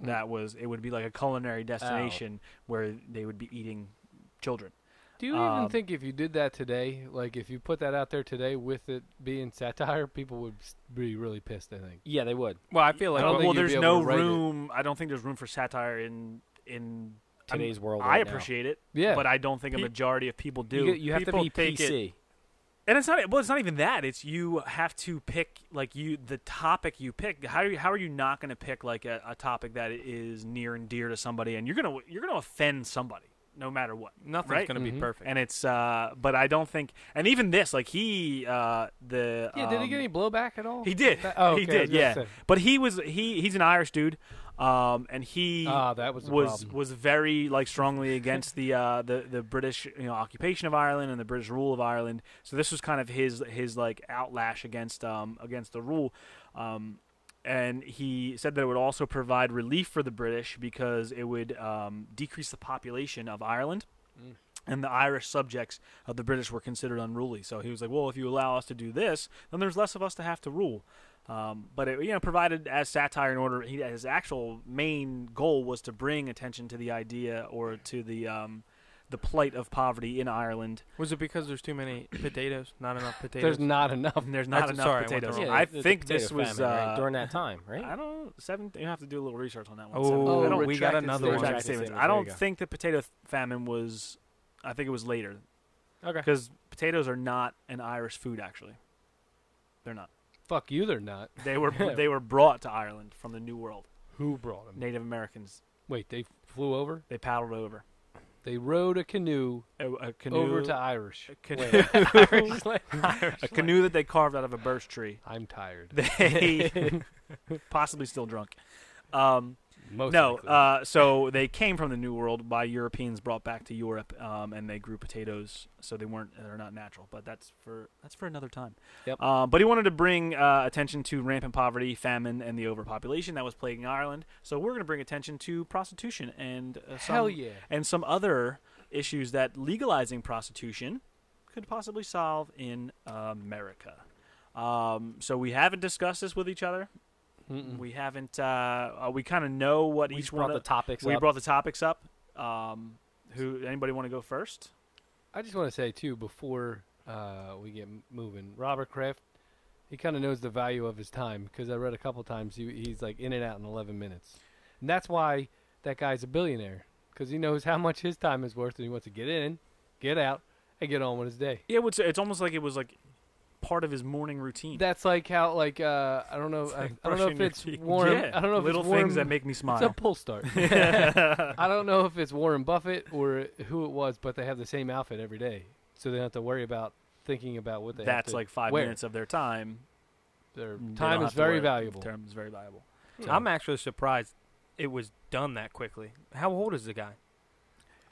[SPEAKER 1] That was it would be like a culinary destination where they would be eating children.
[SPEAKER 2] Do you
[SPEAKER 1] Um,
[SPEAKER 2] even think if you did that today, like if you put that out there today with it being satire, people would s- be really pissed, I think.
[SPEAKER 3] Yeah, they would.
[SPEAKER 4] Well, I feel like
[SPEAKER 2] I don't
[SPEAKER 1] well,
[SPEAKER 2] think you'd
[SPEAKER 1] there's
[SPEAKER 2] be able
[SPEAKER 1] no
[SPEAKER 2] to write it.
[SPEAKER 1] room. I don't think there's room for satire in in I'm-
[SPEAKER 3] Today's world.
[SPEAKER 1] I
[SPEAKER 3] right now.
[SPEAKER 1] appreciate it,
[SPEAKER 2] Yeah.
[SPEAKER 1] but I don't think a
[SPEAKER 4] Pe-
[SPEAKER 1] majority of people do.
[SPEAKER 3] You, get- you have to
[SPEAKER 1] People
[SPEAKER 3] be
[SPEAKER 1] take it-
[SPEAKER 3] PC.
[SPEAKER 1] and it's not. Well, it's not even that. It's you have to pick like you the topic you pick. How are you, how are you not going to pick like a, a topic that is near and dear to somebody, and you're gonna you're gonna offend somebody no matter what.
[SPEAKER 4] nothing's
[SPEAKER 1] right?
[SPEAKER 4] gonna
[SPEAKER 2] Mhm.
[SPEAKER 4] be perfect.
[SPEAKER 1] And it's uh, but I don't think, and even this like he uh the
[SPEAKER 2] yeah, did he
[SPEAKER 1] um,
[SPEAKER 2] get any blowback at all?
[SPEAKER 1] He did.
[SPEAKER 2] That- oh,
[SPEAKER 1] he
[SPEAKER 2] okay, I was
[SPEAKER 1] did.
[SPEAKER 2] gonna
[SPEAKER 1] Yeah,
[SPEAKER 2] say.
[SPEAKER 1] but he was he he's an Irish dude, um, and he
[SPEAKER 2] Ah, that was the
[SPEAKER 1] was
[SPEAKER 2] problem.
[SPEAKER 1] was very like strongly against the uh, the the British you know occupation of Ireland and the British rule of Ireland. So this was kind of his his like outlash against um against the rule. Um, and he said that it would also provide relief for the British because it would um, decrease the population of Ireland.
[SPEAKER 2] Mm.
[SPEAKER 1] And the Irish subjects of the British were considered unruly. So he was like, well, if you allow us to do this, then there's less of us to have to rule. Um, but it, you know, provided as satire in order, he, his actual main goal was to bring attention to the idea or to the um, the plight of poverty in Ireland.
[SPEAKER 4] was it because there's too many potatoes, not enough potatoes?
[SPEAKER 2] There's not enough. *laughs*
[SPEAKER 1] And there's not
[SPEAKER 4] I'm
[SPEAKER 1] enough
[SPEAKER 4] sorry, I went the
[SPEAKER 1] potatoes.
[SPEAKER 4] wrong
[SPEAKER 3] Yeah,
[SPEAKER 1] I
[SPEAKER 3] the- the
[SPEAKER 1] think
[SPEAKER 3] potato
[SPEAKER 1] this was
[SPEAKER 3] famine, right,
[SPEAKER 1] uh,
[SPEAKER 3] during that time,
[SPEAKER 1] *laughs*
[SPEAKER 3] right?
[SPEAKER 1] I don't seven. You have to do a little research on that one. Seven-
[SPEAKER 4] oh,
[SPEAKER 1] I don't,
[SPEAKER 2] retract
[SPEAKER 4] we got
[SPEAKER 2] retracted
[SPEAKER 4] another
[SPEAKER 1] retract
[SPEAKER 2] statement.
[SPEAKER 4] one.
[SPEAKER 1] statements.
[SPEAKER 3] retracted statements.
[SPEAKER 1] I
[SPEAKER 3] There you
[SPEAKER 1] don't
[SPEAKER 3] go.
[SPEAKER 1] think the potato famine was. I think it was later
[SPEAKER 4] Okay.
[SPEAKER 1] because potatoes are not an Irish food. Actually, they're not.
[SPEAKER 2] Fuck you, they're not.
[SPEAKER 1] They were they were brought to Ireland from the New World.
[SPEAKER 2] Who brought them?
[SPEAKER 1] Native Americans.
[SPEAKER 2] Wait, they flew over?
[SPEAKER 1] They paddled over
[SPEAKER 2] They rowed a canoe,
[SPEAKER 1] a, a canoe
[SPEAKER 2] over to Irish.
[SPEAKER 1] a *laughs* canoe,
[SPEAKER 2] Wait,
[SPEAKER 3] *laughs*
[SPEAKER 2] Irish land.
[SPEAKER 1] a canoe that they carved out of a
[SPEAKER 2] *laughs*
[SPEAKER 1] birch tree. *laughs*
[SPEAKER 2] I'm tired.
[SPEAKER 1] They possibly still drunk. Um,
[SPEAKER 2] Most
[SPEAKER 1] no,
[SPEAKER 2] likely.
[SPEAKER 1] uh, so they came from the New World by Europeans brought back to Europe, um, and they grew potatoes, so they weren't they're not natural. But that's for that's for another time.
[SPEAKER 2] Yep.
[SPEAKER 1] Uh, but he wanted to bring uh, attention to rampant poverty, famine, and the overpopulation that was plaguing Ireland. So we're going to bring attention to prostitution and uh, some,
[SPEAKER 2] hell yeah.
[SPEAKER 1] and some other issues that legalizing prostitution could possibly solve in America. Um, so we haven't discussed this with each other.
[SPEAKER 2] Mm-mm.
[SPEAKER 1] We haven't. Uh, uh, we kind of know what
[SPEAKER 3] We
[SPEAKER 1] each
[SPEAKER 3] just
[SPEAKER 1] one.
[SPEAKER 3] brought the
[SPEAKER 1] of-
[SPEAKER 3] topics
[SPEAKER 1] we
[SPEAKER 3] up.
[SPEAKER 1] brought the topics up. Um, who? Anybody want to go first?
[SPEAKER 2] I just want to say too before uh, we get m- moving, Robert Kraft, he kind of knows the value of his time because I read a couple times he, he's like in and out in 11 minutes, and that's why that guy's a billionaire because he knows how much his time is worth and he wants to get in, get out, and get on with his day.
[SPEAKER 1] Yeah, it's, it's almost like it was like part of his morning routine.
[SPEAKER 2] That's like how like uh, I don't know
[SPEAKER 1] It's
[SPEAKER 2] I,
[SPEAKER 1] like
[SPEAKER 2] I don't know
[SPEAKER 1] brushing
[SPEAKER 2] if
[SPEAKER 1] your
[SPEAKER 2] it's
[SPEAKER 1] teeth.
[SPEAKER 2] Warren
[SPEAKER 1] Yeah,
[SPEAKER 2] I don't know if
[SPEAKER 1] little
[SPEAKER 2] it's Warren,
[SPEAKER 1] things that make me
[SPEAKER 2] it's a
[SPEAKER 1] smile. *laughs*
[SPEAKER 2] pull start. I don't know if it's Warren Buffett or who it was, but they have the same outfit every day, so they don't have to worry about thinking about *laughs* what they. have
[SPEAKER 1] That's
[SPEAKER 2] to
[SPEAKER 1] like five
[SPEAKER 2] wear.
[SPEAKER 1] minutes of their time.
[SPEAKER 2] Their
[SPEAKER 1] Mm, They don't
[SPEAKER 2] time is
[SPEAKER 1] have to wear
[SPEAKER 2] very
[SPEAKER 1] it.
[SPEAKER 2] valuable.
[SPEAKER 1] Time is very valuable.
[SPEAKER 2] So,
[SPEAKER 4] I'm actually surprised it was done that quickly. How old is the guy?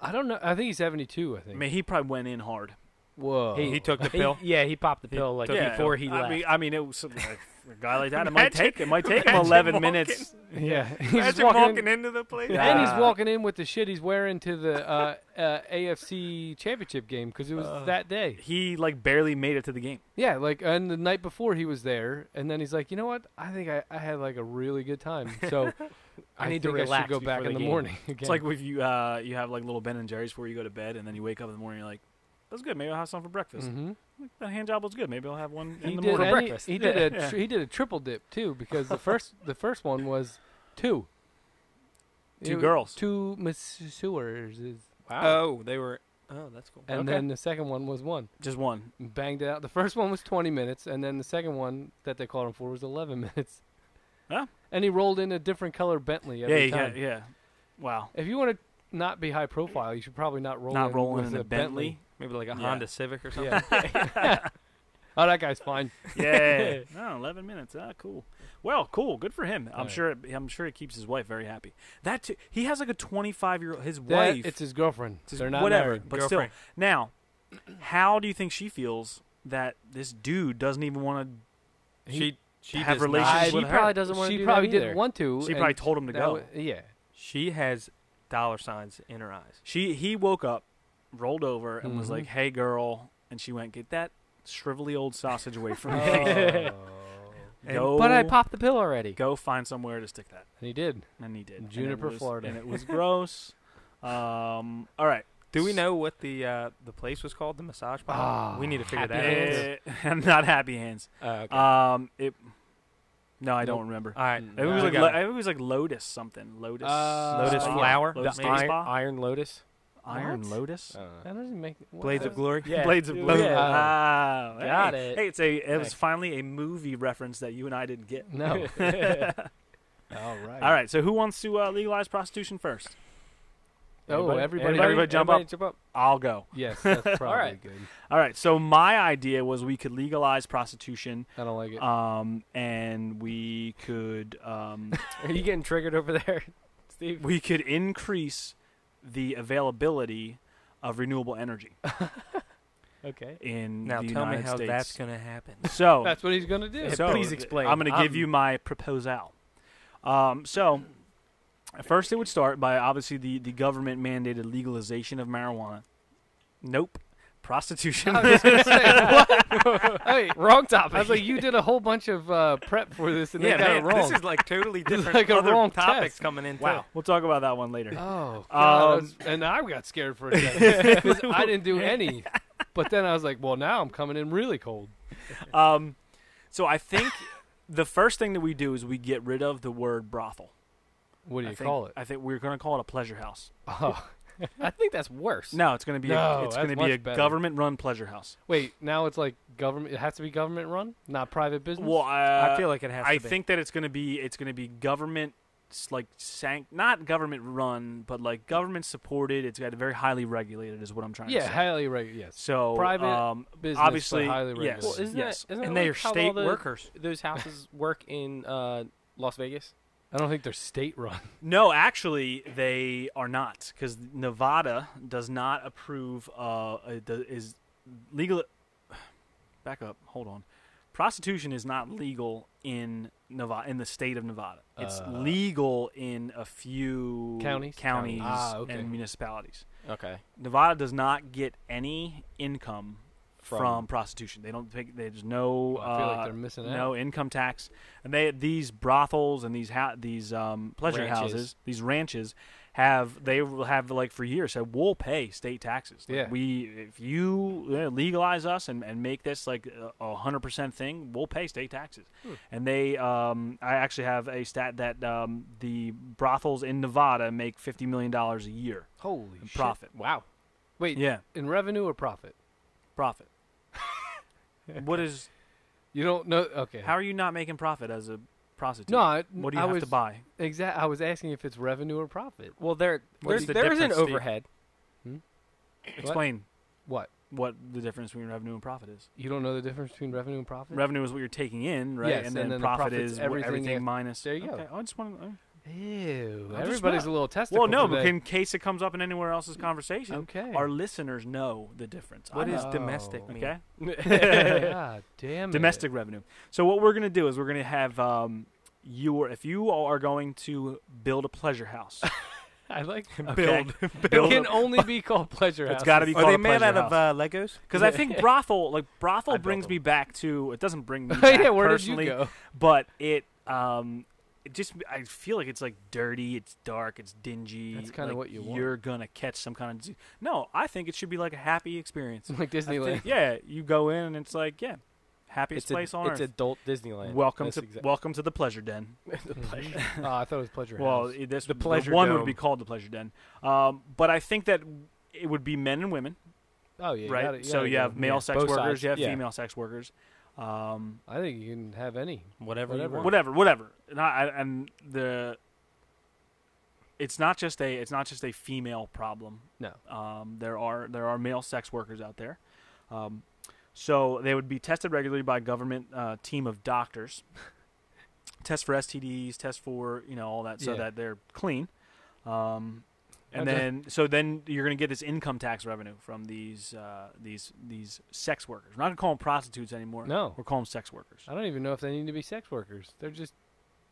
[SPEAKER 2] I don't know. I think he's 72. I
[SPEAKER 1] I
[SPEAKER 2] think.
[SPEAKER 1] mean, he probably went in hard.
[SPEAKER 2] Whoa.
[SPEAKER 4] He, he took the pill.
[SPEAKER 3] yeah, he popped the
[SPEAKER 4] He
[SPEAKER 3] pill like
[SPEAKER 4] took it.
[SPEAKER 3] before he
[SPEAKER 1] I
[SPEAKER 3] left.
[SPEAKER 1] Mean, I mean, it was like, a guy like that. It might
[SPEAKER 4] Imagine-
[SPEAKER 1] take. It might take him
[SPEAKER 4] imagine
[SPEAKER 1] eleven
[SPEAKER 4] walking-
[SPEAKER 1] minutes.
[SPEAKER 2] *laughs* yeah. He's
[SPEAKER 4] Imagine
[SPEAKER 2] walking,
[SPEAKER 4] walking,
[SPEAKER 2] in.
[SPEAKER 4] into the place.
[SPEAKER 1] Yeah.
[SPEAKER 2] *laughs* And he's
[SPEAKER 1] Uh,
[SPEAKER 2] walking in with the shit he's wearing to the uh, uh, AFC Championship game because it was
[SPEAKER 4] Uh.
[SPEAKER 2] that day.
[SPEAKER 1] He like barely made it to the game.
[SPEAKER 2] Yeah, like and the night before he was there, and then he's like, you know what? I think I, I had like a really good time, so I,
[SPEAKER 3] need to
[SPEAKER 2] think I should
[SPEAKER 3] relax
[SPEAKER 2] Go
[SPEAKER 3] before
[SPEAKER 2] back
[SPEAKER 3] the
[SPEAKER 2] in the
[SPEAKER 3] game."
[SPEAKER 2] morning. *laughs*
[SPEAKER 1] It's
[SPEAKER 2] again.
[SPEAKER 1] like if you uh, you have like little Ben and Jerry's before you go to bed, and then you wake up in the morning, you're like, "That's good. Maybe I'll have some for breakfast.
[SPEAKER 2] Mhm.
[SPEAKER 1] That hand job was good. Maybe I'll have one in
[SPEAKER 2] he
[SPEAKER 1] the
[SPEAKER 2] did,
[SPEAKER 1] morning."
[SPEAKER 2] and he-
[SPEAKER 3] breakfast.
[SPEAKER 2] He,
[SPEAKER 1] *laughs*
[SPEAKER 2] did
[SPEAKER 1] Yeah,
[SPEAKER 2] a
[SPEAKER 1] yeah.
[SPEAKER 2] tr- he did a triple dip too because
[SPEAKER 1] *laughs*
[SPEAKER 2] the first the first one was two.
[SPEAKER 1] Two
[SPEAKER 2] It-
[SPEAKER 1] girls.
[SPEAKER 2] two masseurs, and
[SPEAKER 1] uh,
[SPEAKER 4] Oh, they were. Oh, that's cool. okay.
[SPEAKER 2] then the second one was one.
[SPEAKER 1] Just one.
[SPEAKER 2] Banged it out. The first one was twenty minutes, and then the second one that they called him for was eleven *laughs* minutes.
[SPEAKER 1] Huh?
[SPEAKER 2] And he rolled in a different color Bentley
[SPEAKER 1] yeah,
[SPEAKER 2] every
[SPEAKER 1] you
[SPEAKER 2] time.
[SPEAKER 1] got- yeah.
[SPEAKER 2] *laughs*
[SPEAKER 1] Wow.
[SPEAKER 2] If you want to not be high profile, you should probably not roll.
[SPEAKER 1] Not
[SPEAKER 2] in
[SPEAKER 1] rolling
[SPEAKER 2] with
[SPEAKER 1] in a Bentley.
[SPEAKER 4] maybe like a
[SPEAKER 1] Yeah.
[SPEAKER 4] Honda Civic or something.
[SPEAKER 2] Yeah. oh, that guy's fine.
[SPEAKER 1] yeah. No, eleven minutes. Ah, cool. Well, cool. Good for him. I'm
[SPEAKER 2] Right.
[SPEAKER 1] sure. It, I'm sure it keeps his wife very happy. That too, he has like a 25 year old. His
[SPEAKER 2] That-
[SPEAKER 1] wife.
[SPEAKER 2] it's his girlfriend.
[SPEAKER 1] Just
[SPEAKER 2] They're not
[SPEAKER 1] whatever.
[SPEAKER 2] married.
[SPEAKER 1] But
[SPEAKER 4] Girlfriend.
[SPEAKER 1] still, now, how do you think she feels that this dude doesn't even want
[SPEAKER 2] He-
[SPEAKER 4] She she
[SPEAKER 1] have
[SPEAKER 4] does not-
[SPEAKER 1] relations
[SPEAKER 2] I-
[SPEAKER 1] with
[SPEAKER 3] she
[SPEAKER 1] her.
[SPEAKER 3] probably doesn't want to
[SPEAKER 2] she
[SPEAKER 3] do
[SPEAKER 2] probably
[SPEAKER 3] that
[SPEAKER 2] didn't
[SPEAKER 3] either.
[SPEAKER 2] want to.
[SPEAKER 1] to? She
[SPEAKER 2] and
[SPEAKER 1] probably told him to
[SPEAKER 2] that
[SPEAKER 1] go.
[SPEAKER 2] wa- yeah.
[SPEAKER 4] She has dollar signs in her eyes.
[SPEAKER 1] she he woke up, rolled over, and was
[SPEAKER 2] Mhm.
[SPEAKER 1] like, "Hey, girl," and she went, "Get that shrivelly old sausage away from me.
[SPEAKER 2] Oh.
[SPEAKER 1] *laughs* go,
[SPEAKER 3] but I popped the pill already.
[SPEAKER 1] go find somewhere to stick that."
[SPEAKER 2] and he did.
[SPEAKER 1] And he did. And it
[SPEAKER 2] Juniper,
[SPEAKER 1] was-
[SPEAKER 2] Florida.
[SPEAKER 1] and it was gross. Um. All right.
[SPEAKER 4] Do we know what the uh, the place was called? The massage parlor.
[SPEAKER 2] Ah,
[SPEAKER 4] we need to figure that
[SPEAKER 2] Happy Hands?
[SPEAKER 4] out.
[SPEAKER 1] Eh, *laughs* not happy hands.
[SPEAKER 3] Uh,
[SPEAKER 1] Um. It. No, I don't
[SPEAKER 2] Nope.
[SPEAKER 1] remember.
[SPEAKER 4] All right.
[SPEAKER 1] It was
[SPEAKER 2] Uh,
[SPEAKER 1] like
[SPEAKER 4] got
[SPEAKER 1] lo-
[SPEAKER 4] it.
[SPEAKER 1] Mm, I think it was like Lotus something. Lotus.
[SPEAKER 2] Uh,
[SPEAKER 4] Lotus
[SPEAKER 1] Spa.
[SPEAKER 4] Flower?
[SPEAKER 1] Lotus
[SPEAKER 4] The
[SPEAKER 1] Spa?
[SPEAKER 3] Iron, Iron Lotus.
[SPEAKER 1] Iron
[SPEAKER 2] What?
[SPEAKER 1] *laughs* Lotus.
[SPEAKER 2] That doesn't make what
[SPEAKER 4] Blades
[SPEAKER 2] the- *laughs*
[SPEAKER 4] of Glory.
[SPEAKER 3] Uh, Yeah.
[SPEAKER 1] Blades of
[SPEAKER 3] Yeah.
[SPEAKER 1] Blue.
[SPEAKER 3] Yeah.
[SPEAKER 1] Wow.
[SPEAKER 3] Got
[SPEAKER 1] Hey.
[SPEAKER 3] it.
[SPEAKER 1] Hey, it's a. It was
[SPEAKER 3] Hey.
[SPEAKER 1] finally a movie reference that you and I didn't get.
[SPEAKER 3] *laughs*
[SPEAKER 2] No. All right.
[SPEAKER 1] Uh, oh. All right. So who wants to uh, legalize prostitution first?
[SPEAKER 2] Oh,
[SPEAKER 1] Anybody?
[SPEAKER 2] everybody.
[SPEAKER 1] Everybody jump up.
[SPEAKER 3] jump up.
[SPEAKER 1] I'll go.
[SPEAKER 2] Yes, *laughs* that's probably
[SPEAKER 3] right.
[SPEAKER 2] good.
[SPEAKER 1] All right. So my idea was we could legalize prostitution,
[SPEAKER 2] I don't like
[SPEAKER 4] Oh.
[SPEAKER 2] it.
[SPEAKER 1] um, and we could *laughs* um,
[SPEAKER 3] Are you getting triggered over there, *laughs* Steve?
[SPEAKER 1] we could increase the availability of renewable energy *laughs*
[SPEAKER 3] Okay.
[SPEAKER 1] in
[SPEAKER 4] Now
[SPEAKER 1] the
[SPEAKER 4] tell me
[SPEAKER 1] United
[SPEAKER 4] how
[SPEAKER 1] States.
[SPEAKER 4] that's going to happen.
[SPEAKER 1] *laughs* so
[SPEAKER 2] that's what he's gonna do.
[SPEAKER 3] Yeah,
[SPEAKER 1] so
[SPEAKER 3] please
[SPEAKER 1] th-
[SPEAKER 3] explain. Um,
[SPEAKER 1] I'm going to give
[SPEAKER 3] I'm-
[SPEAKER 1] you my proposal. Um, so, first it would start by obviously the, the government mandated legalization of marijuana. Nope. Prostitution. *laughs*
[SPEAKER 2] *laughs*
[SPEAKER 3] *laughs*
[SPEAKER 2] I was gonna say,
[SPEAKER 4] *laughs*
[SPEAKER 2] what? Hey,
[SPEAKER 3] Wrong topic.
[SPEAKER 2] I was like, you did a whole bunch of uh, prep for this, and
[SPEAKER 4] yeah,
[SPEAKER 2] they got
[SPEAKER 4] man,
[SPEAKER 2] it wrong.
[SPEAKER 4] this is like totally
[SPEAKER 2] This is
[SPEAKER 4] different
[SPEAKER 2] like a
[SPEAKER 4] other
[SPEAKER 2] wrong
[SPEAKER 4] topics
[SPEAKER 2] test.
[SPEAKER 4] coming in.
[SPEAKER 1] wow. We'll talk about that one later.
[SPEAKER 2] Oh, God, I
[SPEAKER 1] Um,
[SPEAKER 2] was- and I got scared for a
[SPEAKER 4] *laughs*
[SPEAKER 2] second 'cause I didn't do any. But then I was like, well, now I'm coming in really cold.
[SPEAKER 3] Uh.
[SPEAKER 1] Um, so, I think the first thing that we do is we get rid of the word brothel.
[SPEAKER 2] What do you
[SPEAKER 1] I think,
[SPEAKER 2] call it?
[SPEAKER 1] I think we're going to call it a pleasure house.
[SPEAKER 2] Oh,
[SPEAKER 3] I think that's worse.
[SPEAKER 1] No, it's going to be
[SPEAKER 2] No,
[SPEAKER 1] a, it's
[SPEAKER 2] that's
[SPEAKER 1] going to be
[SPEAKER 2] much
[SPEAKER 1] a
[SPEAKER 2] better.
[SPEAKER 1] government-run pleasure house.
[SPEAKER 2] wait, now it's like government. It has to be government run, not private business.
[SPEAKER 1] Well,
[SPEAKER 4] too.
[SPEAKER 1] uh,
[SPEAKER 4] I feel like it has
[SPEAKER 1] I
[SPEAKER 4] to be.
[SPEAKER 1] think that it's gonna be it's gonna be government s- like sanct not government run but like government supported. It's got very highly regulated is what I'm trying
[SPEAKER 2] yeah,
[SPEAKER 1] to say.
[SPEAKER 2] highly regulated. Yes,
[SPEAKER 1] So
[SPEAKER 2] Private
[SPEAKER 1] um,
[SPEAKER 2] business, but
[SPEAKER 1] obviously
[SPEAKER 2] highly
[SPEAKER 1] yes,
[SPEAKER 2] regulated.
[SPEAKER 3] Well, isn't
[SPEAKER 1] yes.
[SPEAKER 3] that, isn't that
[SPEAKER 4] and they
[SPEAKER 3] like
[SPEAKER 4] are
[SPEAKER 3] how all
[SPEAKER 4] state
[SPEAKER 3] the-
[SPEAKER 4] workers.
[SPEAKER 3] Those houses work in uh, Las Vegas.
[SPEAKER 2] I don't think they're state *laughs* run.
[SPEAKER 1] No, actually, they are not because Nevada does not approve. Uh, uh, do- is legal. *sighs* Back up. Hold on. Prostitution is not legal in Nevada in the state of Nevada. It's
[SPEAKER 2] Uh,
[SPEAKER 1] legal in a few
[SPEAKER 2] Counties?
[SPEAKER 1] counties,
[SPEAKER 2] Counties. Ah, okay.
[SPEAKER 1] and municipalities.
[SPEAKER 3] Okay.
[SPEAKER 1] Nevada does not get any income from,
[SPEAKER 3] From-
[SPEAKER 1] prostitution. They don't. Take, there's no.
[SPEAKER 2] I feel
[SPEAKER 1] uh,
[SPEAKER 2] like they're missing out.
[SPEAKER 1] no income tax, and they these brothels and these ha- these um, pleasure
[SPEAKER 3] Ranches.
[SPEAKER 1] houses, these ranches, have they will have like for years said we'll pay state taxes. Like,
[SPEAKER 2] Yeah.
[SPEAKER 1] we if you uh, legalize us and, and make this like a- a hundred percent thing, we'll pay state taxes.
[SPEAKER 2] Hmm.
[SPEAKER 1] And they, um, I actually have a stat that um, the brothels in Nevada make fifty million dollars a year
[SPEAKER 2] Holy
[SPEAKER 1] in
[SPEAKER 2] shit.
[SPEAKER 1] profit.
[SPEAKER 3] Wow.
[SPEAKER 2] Wait,
[SPEAKER 1] Yeah,
[SPEAKER 2] in revenue or profit? *laughs*
[SPEAKER 1] profit. what is?
[SPEAKER 2] You don't know? Okay.
[SPEAKER 1] How are you not making profit as a prostitute?
[SPEAKER 2] no, I,
[SPEAKER 1] What do you
[SPEAKER 2] I
[SPEAKER 1] have
[SPEAKER 2] was,
[SPEAKER 1] to buy?
[SPEAKER 2] Exact. I was asking if it's revenue or profit.
[SPEAKER 3] Well, there,
[SPEAKER 1] What's
[SPEAKER 3] there's,
[SPEAKER 1] the
[SPEAKER 3] there is an
[SPEAKER 1] difference, Steve?
[SPEAKER 3] overhead.
[SPEAKER 1] Explain.
[SPEAKER 2] What?
[SPEAKER 1] what the difference between revenue and profit is.
[SPEAKER 2] You don't know the difference between revenue and profit?
[SPEAKER 1] Revenue is what you're taking in, right?
[SPEAKER 2] Yes,
[SPEAKER 1] and
[SPEAKER 2] and
[SPEAKER 1] then,
[SPEAKER 2] then the
[SPEAKER 1] profit
[SPEAKER 2] profit's
[SPEAKER 1] is wh-
[SPEAKER 2] everything
[SPEAKER 1] everything,
[SPEAKER 2] in-
[SPEAKER 1] minus.
[SPEAKER 2] There you
[SPEAKER 1] Okay, I just want to.
[SPEAKER 2] Ew.
[SPEAKER 1] just
[SPEAKER 2] Everybody's
[SPEAKER 1] smiled.
[SPEAKER 2] a little testicle.
[SPEAKER 1] Well, no, but
[SPEAKER 2] today.
[SPEAKER 1] in case it comes up in anywhere else's conversation,
[SPEAKER 2] okay.
[SPEAKER 1] our *laughs* listeners know the difference.
[SPEAKER 4] What
[SPEAKER 1] I
[SPEAKER 4] is
[SPEAKER 1] know.
[SPEAKER 4] domestic
[SPEAKER 2] Oh.
[SPEAKER 4] mean?
[SPEAKER 1] okay?
[SPEAKER 2] *laughs* God damn it. *laughs*
[SPEAKER 1] Domestic revenue. So what we're gonna do is we're gonna have um, your if you all are going to build a pleasure house.
[SPEAKER 2] I
[SPEAKER 3] *laughs*
[SPEAKER 2] like.
[SPEAKER 1] Okay?
[SPEAKER 2] It
[SPEAKER 1] build.
[SPEAKER 2] can
[SPEAKER 1] A,
[SPEAKER 2] only
[SPEAKER 1] *laughs*
[SPEAKER 2] be called pleasure.
[SPEAKER 1] it's
[SPEAKER 2] houses.
[SPEAKER 1] got to be
[SPEAKER 4] Are
[SPEAKER 1] called
[SPEAKER 4] they
[SPEAKER 1] a
[SPEAKER 4] made
[SPEAKER 1] pleasure
[SPEAKER 4] out
[SPEAKER 1] house.
[SPEAKER 4] of uh, Legos?
[SPEAKER 1] Because I think brothel, like brothel,
[SPEAKER 3] built
[SPEAKER 1] brings
[SPEAKER 3] them.
[SPEAKER 1] me back to. It doesn't
[SPEAKER 2] *laughs*
[SPEAKER 1] bring me. Back
[SPEAKER 2] yeah, where
[SPEAKER 1] personally,
[SPEAKER 2] did you
[SPEAKER 1] *laughs*
[SPEAKER 2] go?
[SPEAKER 1] but it um it just I feel like it's like dirty, it's dark, it's dingy.
[SPEAKER 2] That's kinda
[SPEAKER 1] like,
[SPEAKER 2] what you want.
[SPEAKER 1] You're gonna catch some kind of disease. No, I think it should be like a happy
[SPEAKER 2] *laughs*
[SPEAKER 1] experience.
[SPEAKER 2] Like
[SPEAKER 1] I think-
[SPEAKER 2] Disneyland.
[SPEAKER 1] yeah, you go in and it's like yeah, happiest
[SPEAKER 3] It's,
[SPEAKER 1] place
[SPEAKER 3] a,
[SPEAKER 1] on
[SPEAKER 3] it's
[SPEAKER 1] earth.
[SPEAKER 3] adult Disneyland.
[SPEAKER 1] welcome
[SPEAKER 3] That's
[SPEAKER 1] to
[SPEAKER 3] exact-
[SPEAKER 1] welcome to the pleasure den.
[SPEAKER 3] *laughs*
[SPEAKER 2] Mhm. oh, I thought it was pleasure.
[SPEAKER 1] Well,
[SPEAKER 2] house.
[SPEAKER 1] i- this
[SPEAKER 4] The
[SPEAKER 1] the
[SPEAKER 4] Pleasure
[SPEAKER 1] one would
[SPEAKER 4] Dome.
[SPEAKER 1] be called the pleasure den. Um, but I think that it would be men and women,
[SPEAKER 2] oh yeah, you
[SPEAKER 1] right?
[SPEAKER 2] gotta- you
[SPEAKER 1] so
[SPEAKER 2] gotta
[SPEAKER 1] you
[SPEAKER 2] go.
[SPEAKER 1] have male
[SPEAKER 2] Yeah.
[SPEAKER 1] sex
[SPEAKER 3] both
[SPEAKER 1] workers,
[SPEAKER 3] sides,
[SPEAKER 1] you have
[SPEAKER 3] yeah.
[SPEAKER 1] female sex workers. Um,
[SPEAKER 2] I think you can have any.
[SPEAKER 3] whatever. you
[SPEAKER 2] whatever.
[SPEAKER 3] want.
[SPEAKER 1] whatever, whatever. And, I, I- and the it's not just a it's not just a female problem.
[SPEAKER 2] No.
[SPEAKER 1] Um, there are there are male sex workers out there, um, so they would be tested regularly by a government uh, team of
[SPEAKER 2] *laughs*
[SPEAKER 1] doctors. test for STDs, test for you know all that, so
[SPEAKER 2] Yeah.
[SPEAKER 1] that they're clean. Um, and
[SPEAKER 2] Okay.
[SPEAKER 1] then so then you're gonna get this income tax revenue from these uh, these these sex workers. We're not gonna call them prostitutes anymore.
[SPEAKER 2] No.
[SPEAKER 1] we're calling them sex workers.
[SPEAKER 2] I don't even know if they need to be sex workers. They're just